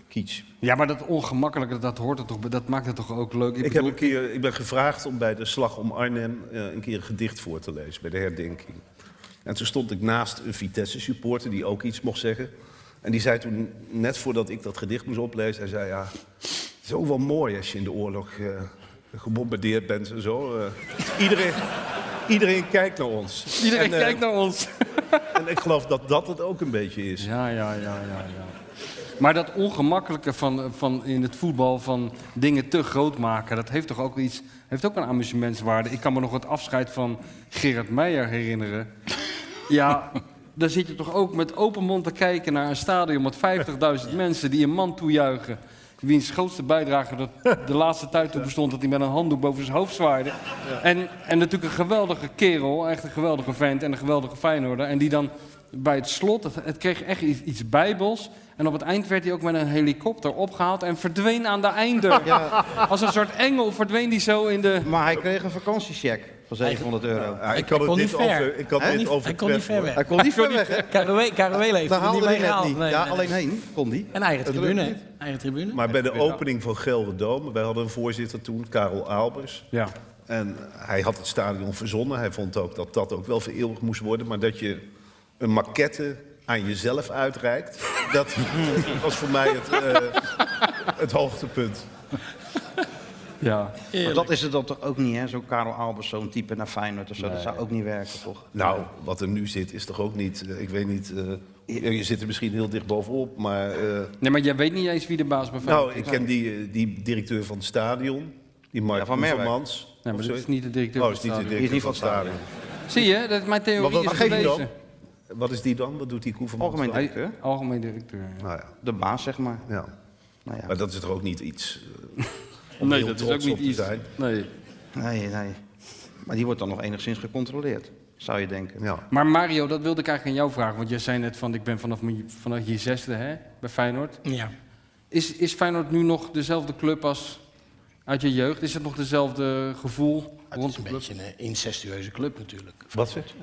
Speaker 16: kitsch.
Speaker 10: Ja, maar dat ongemakkelijke, dat hoort er toch bij. Dat maakt het toch ook leuk.
Speaker 16: Ik, heb een keer, ik ben gevraagd om bij de Slag om Arnhem eh, een keer een gedicht voor te lezen bij de herdenking. En toen stond ik naast een Vitesse-supporter die ook iets mocht zeggen. En die zei toen, net voordat ik dat gedicht moest oplezen, hij zei ja, het is ook wel mooi als je in de oorlog eh, gebombardeerd bent en zo. eh. iedereen, iedereen kijkt naar ons.
Speaker 10: Iedereen
Speaker 16: En, eh,
Speaker 10: kijkt naar ons.
Speaker 16: En ik geloof dat dat het ook een beetje is.
Speaker 10: Ja, ja, ja, ja. ja. Maar dat ongemakkelijke van, van in het voetbal, van dingen te groot maken, dat heeft toch ook iets, heeft ook een amusementswaarde. Ik kan me nog het afscheid van Gerard Meijer herinneren. Ja, daar zit je toch ook met open mond te kijken naar een stadion met 50.000 mensen die een man toejuichen. Wiens grootste bijdrage dat de laatste tijd toe bestond dat hij met een handdoek boven zijn hoofd zwaaide. En, en natuurlijk een geweldige kerel, echt een geweldige vent en een geweldige Feyenoorder. En die dan bij het slot, het, het kreeg echt iets, iets bijbels. En op het eind werd hij ook met een helikopter opgehaald en verdween aan de einde.
Speaker 9: Ja.
Speaker 10: Als een soort engel verdween hij zo in de...
Speaker 9: Maar hij kreeg een vakantiecheck van 700 euro.
Speaker 16: Ja, ik kan het niet over- ik kan
Speaker 9: Hè?
Speaker 16: dit over-
Speaker 9: Hij kon niet ver weg. Hij kon niet ver weg, hè?
Speaker 20: Caroué heeft
Speaker 9: Daar
Speaker 20: hem niet
Speaker 9: haalde hij net
Speaker 20: meegehaald.
Speaker 9: niet.
Speaker 20: Nee,
Speaker 9: Ja,
Speaker 20: nee,
Speaker 9: alleen
Speaker 20: nee.
Speaker 9: heen kon die.
Speaker 20: En eigen
Speaker 16: Dat
Speaker 20: tribune,
Speaker 16: lukt
Speaker 20: hè? Eigen tribune.
Speaker 16: Maar bij de opening van Gelderdome, wij hadden een voorzitter toen, Karel Albers.
Speaker 10: Ja.
Speaker 16: En hij had het stadion verzonnen. Hij vond ook dat dat ook wel vereeuwigd moest worden. Maar dat je een maquette aan jezelf uitreikt, dat was voor mij het, eh, het hoogtepunt.
Speaker 10: Ja.
Speaker 9: Maar dat is het dan toch ook niet, hè? Zo'n Karel Albers, zo'n type naar Feyenoord of zo. Dat
Speaker 16: Nee.
Speaker 9: zou ook niet werken, toch?
Speaker 16: Nou, wat er nu zit is toch ook niet, eh, ik weet niet, eh, je zit er misschien heel dicht bovenop, maar... eh,
Speaker 10: Nee, maar jij weet niet eens wie de baas bij
Speaker 16: Nou,
Speaker 10: Feyenoord
Speaker 16: ik
Speaker 10: is.
Speaker 16: ken die, eh, die directeur van het stadion. Die Die Mark
Speaker 9: Ja, van Merwijk.
Speaker 16: Oevermans.
Speaker 10: Nee, maar
Speaker 16: Of
Speaker 10: dat
Speaker 16: zo-
Speaker 10: is niet de directeur
Speaker 16: Oh,
Speaker 10: van
Speaker 16: is niet de
Speaker 10: het stadion.
Speaker 16: directeur
Speaker 10: Is niet
Speaker 16: van het
Speaker 10: van het
Speaker 16: stadion.
Speaker 10: Zie je, dat, mijn theorie
Speaker 16: Maar wat,
Speaker 10: is
Speaker 16: wat geef je dan?
Speaker 10: bewezen.
Speaker 16: Wat is die dan? Wat doet die
Speaker 20: Oh.
Speaker 16: Oevermans?
Speaker 10: Algemeen
Speaker 16: dan?
Speaker 10: directeur. Algemeen directeur. ja.
Speaker 16: Nou ja.
Speaker 9: De baas, zeg maar.
Speaker 16: Ja.
Speaker 9: Nou ja.
Speaker 16: Maar dat is toch ook niet iets eh, om
Speaker 10: Nee,
Speaker 16: heel
Speaker 10: dat is
Speaker 16: trots
Speaker 10: ook
Speaker 16: op
Speaker 10: niet
Speaker 16: te
Speaker 10: iets.
Speaker 16: zijn?
Speaker 10: Nee.
Speaker 9: Nee, nee. Maar die wordt dan nog enigszins gecontroleerd, zou je denken.
Speaker 16: Ja.
Speaker 10: Maar Mario, dat wilde ik eigenlijk aan jou vragen. Want jij zei net van, ik ben vanaf, mijn- vanaf je zesde hè, bij Feyenoord.
Speaker 20: Ja.
Speaker 10: Is, is Feyenoord nu nog dezelfde club als uit je jeugd? Is het nog dezelfde gevoel rond de
Speaker 20: een
Speaker 10: club?
Speaker 20: beetje een eh, incestueuze club natuurlijk.
Speaker 16: Wat zegt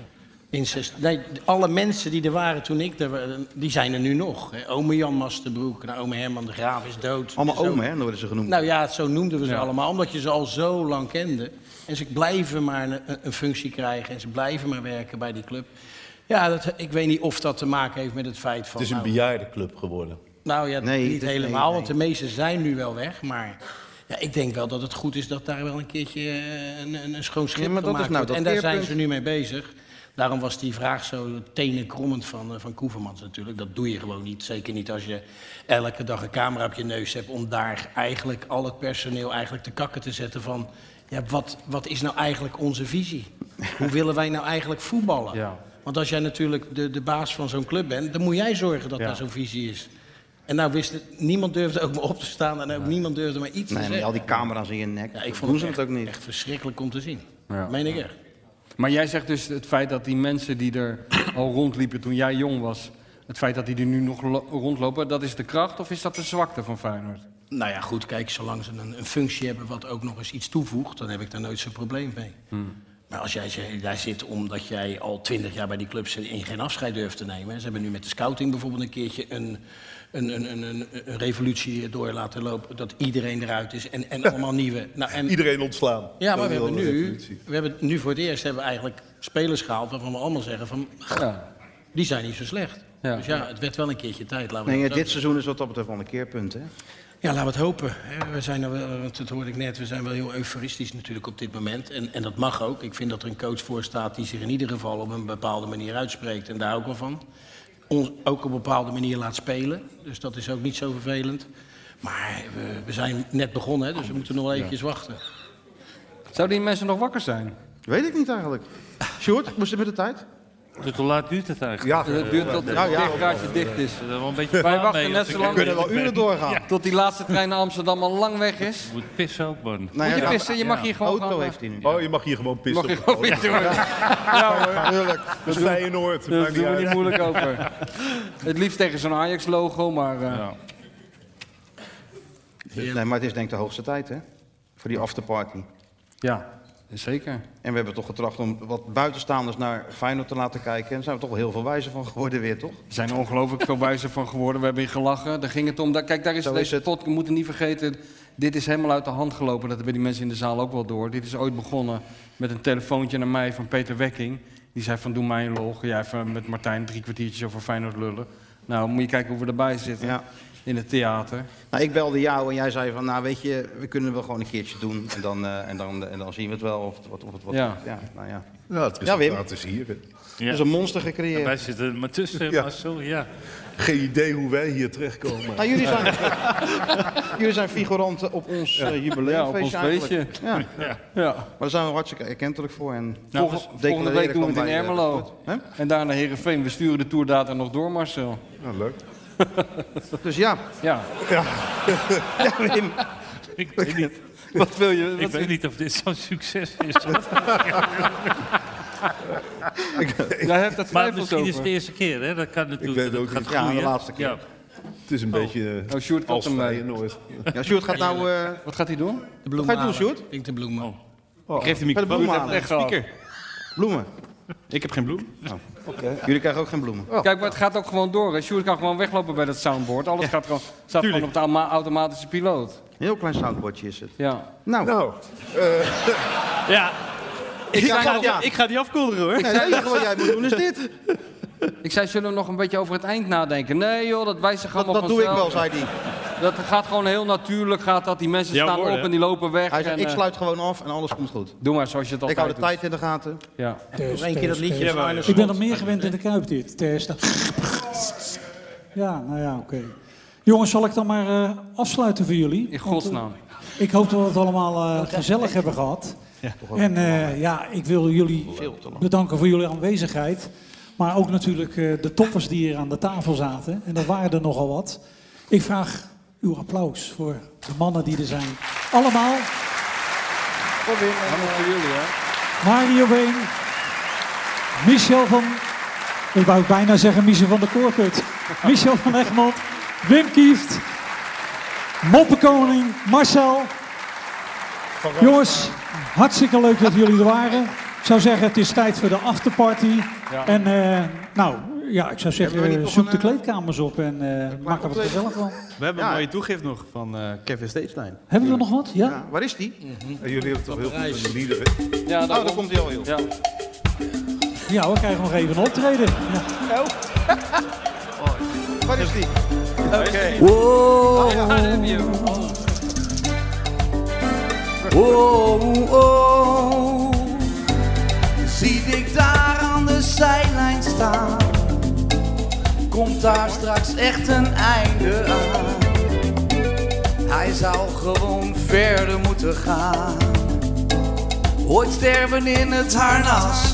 Speaker 20: Incest. Nee, alle mensen die er waren toen ik er was, die zijn er nu nog. hè. Ome Jan Masterbroek, nou, ome Herman de Graaf is dood.
Speaker 9: Allemaal
Speaker 20: Zo-
Speaker 9: omen, hè, worden ze genoemd.
Speaker 20: Nou ja, zo noemden we ze
Speaker 9: Ja.
Speaker 20: allemaal, omdat je ze al zo lang kende. En ze blijven maar een, een functie krijgen en ze blijven maar werken bij die club. Ja, dat, ik weet niet of dat te maken heeft met het feit van...
Speaker 19: Het is een
Speaker 20: nou,
Speaker 19: bejaardenclub geworden.
Speaker 20: nou ja,
Speaker 19: Nee,
Speaker 20: niet
Speaker 19: dit-
Speaker 20: helemaal,
Speaker 19: nee,
Speaker 20: want de meesten zijn nu wel weg. Maar ja, ik denk wel dat het goed is dat daar wel een keertje eh, een, een, een schoon schip
Speaker 9: Ja, maar dat
Speaker 20: gemaakt
Speaker 9: is nou
Speaker 20: wordt.
Speaker 9: dat
Speaker 20: En daar zijn
Speaker 9: keerpunt.
Speaker 20: ze nu mee bezig. Daarom was die vraag zo tenenkrommend van, eh, van Koevermans natuurlijk. Dat doe je gewoon niet. Zeker niet als je elke dag een camera op je neus hebt... om daar eigenlijk al het personeel eigenlijk te kakken te zetten van... Ja, wat, wat is nou eigenlijk onze visie? Hoe willen wij nou eigenlijk voetballen? Want als jij natuurlijk de, de baas van zo'n club bent... dan moet jij zorgen dat
Speaker 9: Ja.
Speaker 20: daar zo'n visie is. En nou wist het, niemand durfde ook maar op te staan en ook niemand durfde maar iets te
Speaker 9: Nee,
Speaker 20: zeggen.
Speaker 9: met al die camera's in je nek.
Speaker 20: Ja, ik vond
Speaker 9: doen ze
Speaker 20: het
Speaker 9: het ook niet.
Speaker 20: Echt verschrikkelijk om te zien.
Speaker 10: Ja.
Speaker 20: Meen ik echt.
Speaker 10: Maar jij zegt dus het feit dat die mensen die er al rondliepen toen jij jong was... het feit dat die er nu nog lo- rondlopen, dat is de kracht of is dat de zwakte van Feyenoord?
Speaker 20: Nou ja, goed, kijk, zolang ze een, een functie hebben wat ook nog eens iets toevoegt, dan heb ik daar nooit zo'n probleem mee.
Speaker 25: Hmm.
Speaker 20: Maar als jij ze- daar zit omdat jij al twintig jaar bij die club zit en geen afscheid durft te nemen. hè. Ze hebben nu met de scouting bijvoorbeeld een keertje een, een, een, een, een, een revolutie door laten lopen. Dat iedereen eruit is en, en allemaal nieuwe. Nou, en,
Speaker 19: Iedereen ontslaan.
Speaker 20: Ja,
Speaker 19: Dat
Speaker 20: maar we
Speaker 19: is wel
Speaker 20: hebben,
Speaker 19: een
Speaker 20: nu,
Speaker 19: revolutie.
Speaker 20: we hebben nu voor het eerst hebben we eigenlijk spelers gehaald waarvan we allemaal zeggen van die zijn niet zo slecht.
Speaker 9: Ja.
Speaker 20: Dus ja, het werd wel een keertje tijd. Laten we
Speaker 9: Nee,
Speaker 20: dat
Speaker 9: dit
Speaker 20: zo
Speaker 9: seizoen is wat dat betreft wel een keerpunt, hè?
Speaker 20: ja, laten we het hopen. hè. We zijn er wel, want dat hoorde ik net, we zijn wel heel euforistisch natuurlijk op dit moment. En, en dat mag ook. Ik vind dat er een coach voor staat die zich in ieder geval op een bepaalde manier uitspreekt. En daar hou ik wel van. Ons ook op een bepaalde manier laat spelen. Dus dat is ook niet zo vervelend. Maar we, we zijn net begonnen, hè, dus we moeten nog wel eventjes wachten.
Speaker 10: Zouden die mensen nog wakker zijn?
Speaker 9: Weet ik niet eigenlijk. Sjoerd, moest het met de tijd?
Speaker 25: Dus hoe laat duurt het eigenlijk?
Speaker 9: Ja, Het duurt tot het nou ja, dichtgaatje
Speaker 10: dicht is.
Speaker 25: Dat is wel een beetje
Speaker 10: Wij
Speaker 25: klaar
Speaker 10: wachten
Speaker 25: mee,
Speaker 10: net
Speaker 25: want
Speaker 10: zo
Speaker 25: ik-
Speaker 10: lang...
Speaker 25: Ja,
Speaker 9: Nou
Speaker 10: Tot die laatste trein naar Amsterdam al lang weg is.
Speaker 25: ik moet pissen ook, man.
Speaker 10: Nou ja, Moet je pissen? Je mag hier gewoon
Speaker 9: Auto
Speaker 10: gaan,
Speaker 9: heeft hij nu.
Speaker 19: Oh, je mag hier gewoon pissen.
Speaker 10: Mag je
Speaker 19: op de
Speaker 10: gewoon
Speaker 19: auto.
Speaker 10: pissen, hoor. Ja, hoor.
Speaker 19: Tuurlijk. Dat is
Speaker 10: doen-
Speaker 19: Feyenoord.
Speaker 10: Daar
Speaker 19: Maakt
Speaker 10: doen we
Speaker 19: uit.
Speaker 10: niet moeilijk over. Het liefst tegen zo'n Ajax-logo, maar... eh,
Speaker 9: Nee, maar het is denk ik de hoogste tijd, hè? Voor die afterparty.
Speaker 10: Ja, zeker.
Speaker 9: En we hebben toch getracht om wat buitenstaanders naar Feyenoord te laten kijken. En daar zijn we toch wel heel veel wijzer van geworden weer, toch?
Speaker 10: We zijn er ongelooflijk veel wijzer van geworden. We hebben hier gelachen. Daar ging het om. Daar- Kijk, daar is
Speaker 9: Zo is
Speaker 10: deze
Speaker 9: het.
Speaker 10: podcast. We moeten niet vergeten. Dit is helemaal uit de hand gelopen. Dat hebben die mensen in de zaal ook wel door. Dit is ooit begonnen met een telefoontje naar mij van Peter Wekking. Die zei van doe mij een lol. Ga jij even met Martijn drie kwartiertjes over Feyenoord lullen. Nou, moet je kijken hoe we erbij zitten. In het theater.
Speaker 9: Nou, ik belde jou en jij zei van, nou weet je, we kunnen het wel gewoon een keertje doen. En dan, eh, en dan, en dan zien we het wel of het wat... Of het, wat
Speaker 10: Ja.
Speaker 9: nou ja.
Speaker 19: Ja, het
Speaker 9: Ja, Wim.
Speaker 19: resultaat is hier. hè.
Speaker 9: Er is een monster gecreëerd.
Speaker 25: Wij zitten er maar tussen,
Speaker 19: Ja.
Speaker 25: Marcel, ja.
Speaker 19: Geen idee hoe wij hier terechtkomen.
Speaker 9: Nou, jullie zijn, jullie zijn figuranten op ons eh,
Speaker 10: Ja, op
Speaker 9: jubileumfeestje
Speaker 10: ons
Speaker 9: eigenlijk.
Speaker 10: feestje.
Speaker 9: Ja.
Speaker 10: Ja.
Speaker 9: Maar daar zijn we hartstikke erkentelijk voor. En
Speaker 10: Volgens- volgende week doen we het in Ermelo. En daarna Herenveen. We sturen de toerdata nog door, Marcel.
Speaker 19: leuk.
Speaker 9: Dus ja.
Speaker 10: Ja.
Speaker 9: Ja. Wim.
Speaker 25: Ik weet niet.
Speaker 10: Wat wil je?
Speaker 25: Ik
Speaker 10: wat-
Speaker 25: weet niet of dit zo'n succes is.
Speaker 10: Jij hebt dat
Speaker 25: maar
Speaker 10: twijfels
Speaker 25: misschien is
Speaker 10: over.
Speaker 25: het de eerste keer, hè? Dat kan natuurlijk.
Speaker 19: weet het
Speaker 25: dat
Speaker 19: ook
Speaker 25: gaat
Speaker 19: niet. Ja, de
Speaker 25: groeien.
Speaker 19: laatste keer. Het is een beetje eh,
Speaker 10: Oh, Sjoerd kapt
Speaker 19: als
Speaker 10: hem mee.
Speaker 19: Feyenoord.
Speaker 9: Ja, Sjoerd gaat nou... eh,
Speaker 10: Wat gaat hij doen?
Speaker 20: De
Speaker 9: Wat
Speaker 20: bloemen
Speaker 9: ga je doen,
Speaker 20: halen.
Speaker 9: Sjoerd?
Speaker 20: Ik denk de bloemen.
Speaker 9: Oh,
Speaker 7: Geef de
Speaker 9: ga je
Speaker 7: microfoon.
Speaker 9: bloemen
Speaker 7: aan
Speaker 9: halen?
Speaker 7: de speaker.
Speaker 9: Bloemen.
Speaker 7: Ik heb geen bloem.
Speaker 9: Jullie krijgen ook geen bloemen.
Speaker 10: Kijk, maar het gaat ook gewoon door. hè. Sjoerd kan gewoon weglopen bij dat soundboard. Alles gaat gewoon, staat gewoon op de ama- automatische piloot.
Speaker 9: Een heel klein soundboardje is het.
Speaker 10: Ja.
Speaker 9: Nou.
Speaker 6: Ja.
Speaker 10: Ik zei,
Speaker 9: ga- ja.
Speaker 6: Ik ga die afkondigen hoor.
Speaker 9: Nee, het enige wat jij moet doen is dit.
Speaker 10: ik zei, zullen we nog een beetje over het eind nadenken? Nee joh, dat wijst zich
Speaker 9: Dat,
Speaker 10: allemaal
Speaker 9: dat doe ik wel,
Speaker 10: vanzelf.
Speaker 9: zei hij.
Speaker 10: Dat gaat gewoon heel natuurlijk, gaat dat. Die mensen
Speaker 9: Jouw
Speaker 10: staan
Speaker 9: woorden,
Speaker 10: op
Speaker 9: hè?
Speaker 10: en die lopen weg.
Speaker 9: Hij zei,
Speaker 10: en,
Speaker 9: ik
Speaker 10: eh,
Speaker 9: sluit gewoon af en alles komt goed.
Speaker 10: Doe maar zoals je het
Speaker 9: Ik
Speaker 10: altijd
Speaker 9: hou de
Speaker 10: doet.
Speaker 9: tijd in de gaten.
Speaker 10: Ja.
Speaker 9: Nog één keer dat liedje. dus van Arne
Speaker 8: Ik ben
Speaker 9: Slot.
Speaker 8: nog meer gewend in de Kuip dit. Test. Ja, nou ja, oké. Jongens, zal ik dan maar eh, afsluiten voor jullie?
Speaker 10: In godsnaam.
Speaker 8: Ik hoop dat we het allemaal eh, gezellig hebben gehad. En eh, ja, ik wil jullie bedanken voor jullie aanwezigheid. Maar ook natuurlijk eh, de toppers die hier aan de tafel zaten. En dat waren er nogal wat. Ik vraag uw applaus voor de mannen die er zijn. Allemaal.
Speaker 9: eh,
Speaker 8: Mario Been. Michel van... Ik wou bijna zeggen Michel van de Koorkut. Michel van Egmond. Wim Kieft. Moppenkoning. Marcel. Jongens, hartstikke leuk dat jullie er waren. Ik zou zeggen, het is tijd voor de afterparty.
Speaker 3: Ja.
Speaker 8: En eh, nou, ja, ik zou
Speaker 7: Hebben we niet
Speaker 8: zeggen,
Speaker 7: nog eh,
Speaker 8: zoek de kleedkamers op en eh, maak er wat gezellig van.
Speaker 7: We hebben een mooie toegift nog van eh, Kevin Steedslijn.
Speaker 8: Hebben we nog wat? Ja?
Speaker 9: Waar is die?
Speaker 16: En jullie hebben toch heel goed met de liederen.
Speaker 9: Ja, oh, daar komt hij al, joh.
Speaker 8: Ja, we krijgen nog even een optreden. Ja.
Speaker 9: Waar is die? Oké.
Speaker 3: Wow.
Speaker 5: Oh, oh, ziet ik daar aan de zijlijn staan. Komt daar straks echt een einde aan? Hij zou gewoon verder moeten gaan. Ooit sterven in het harnas.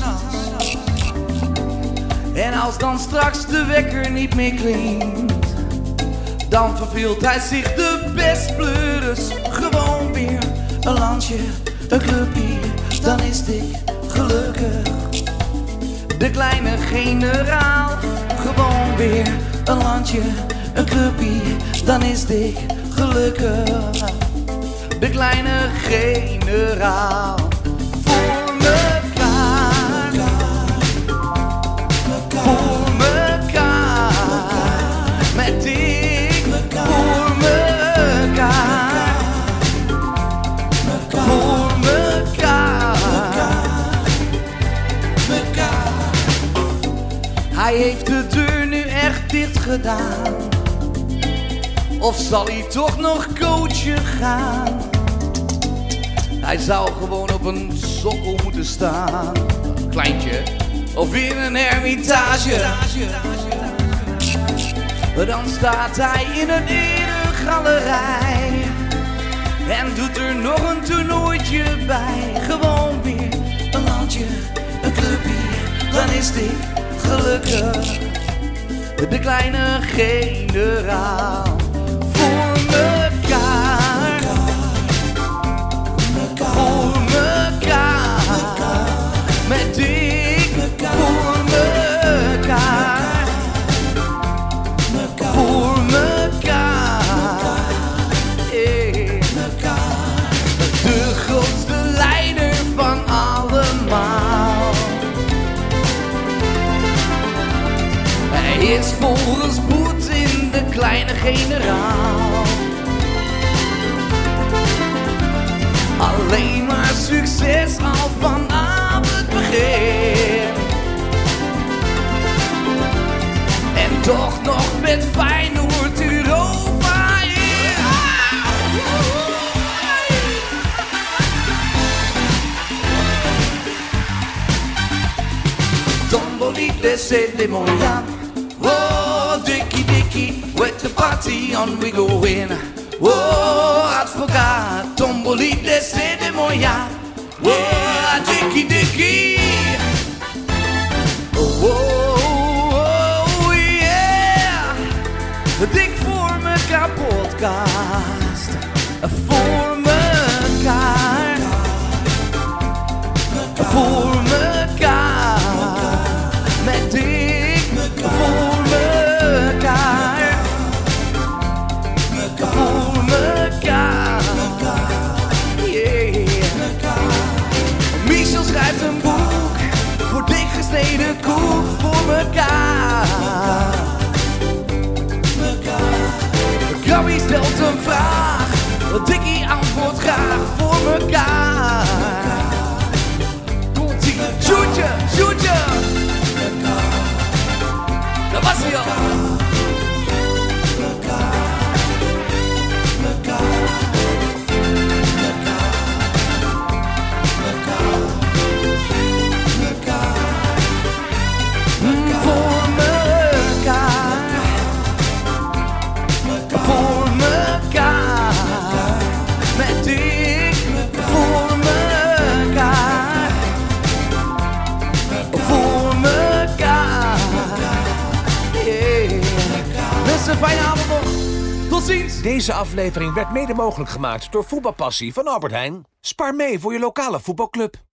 Speaker 5: En als dan straks de wekker niet meer klinkt, dan verveelt hij zich de best pleuris. Gewoon weer een landje, een clubje, dan is dit gelukkig. De kleine generaal, gewoon weer een landje, een clubje, dan is dit gelukkig. De kleine generaal. Voor mekaar, voor mekaar, met dik voor mekaar, voor mekaar, Hij heeft de deur nu echt dicht gedaan. Of zal hij toch nog coachen gaan? Hij zou gewoon op een sokkel moeten staan. Kleintje. Of in een ermitage. Dan staat hij in een eregalerij En doet er nog een toernooitje bij Gewoon weer een landje, een clubje Dan is dit gelukkig De kleine generaal Voor mekaar Voor mekaar Met dik voor mekaar voor mekaar. Eh. De grootste leider van allemaal. Hij is volgens Poetin de kleine generaal. Alleen maar succes al vanaf het begin. En toch nog met Feyenoord Europa in. Tombolite c'est des mondiales. Oh, Dickie Dickie, with the party on we go in. Oh, advocaat, Tombolite c'est des mondiales. Oh, Dickie Dickie. Oh, oh yeah, dik voor mekaar podcast. Voor mekaar. Voor mekaar. Met dik voor mekaar. Voor mekaar. Yeah. Michel schrijft een boek voor dik gesneden koek voor mekaar. Gabby stelt een vraag, Dikkie antwoordt graag voor mekaar. Komt-ie, shootje, shootje. Dat was hij al. Voor mekaar. Voor mekaar. Met u.
Speaker 7: Tot ziens! Deze aflevering werd mede mogelijk gemaakt door voetbalpassie van Albert Heijn. Spaar mee voor je lokale voetbalclub.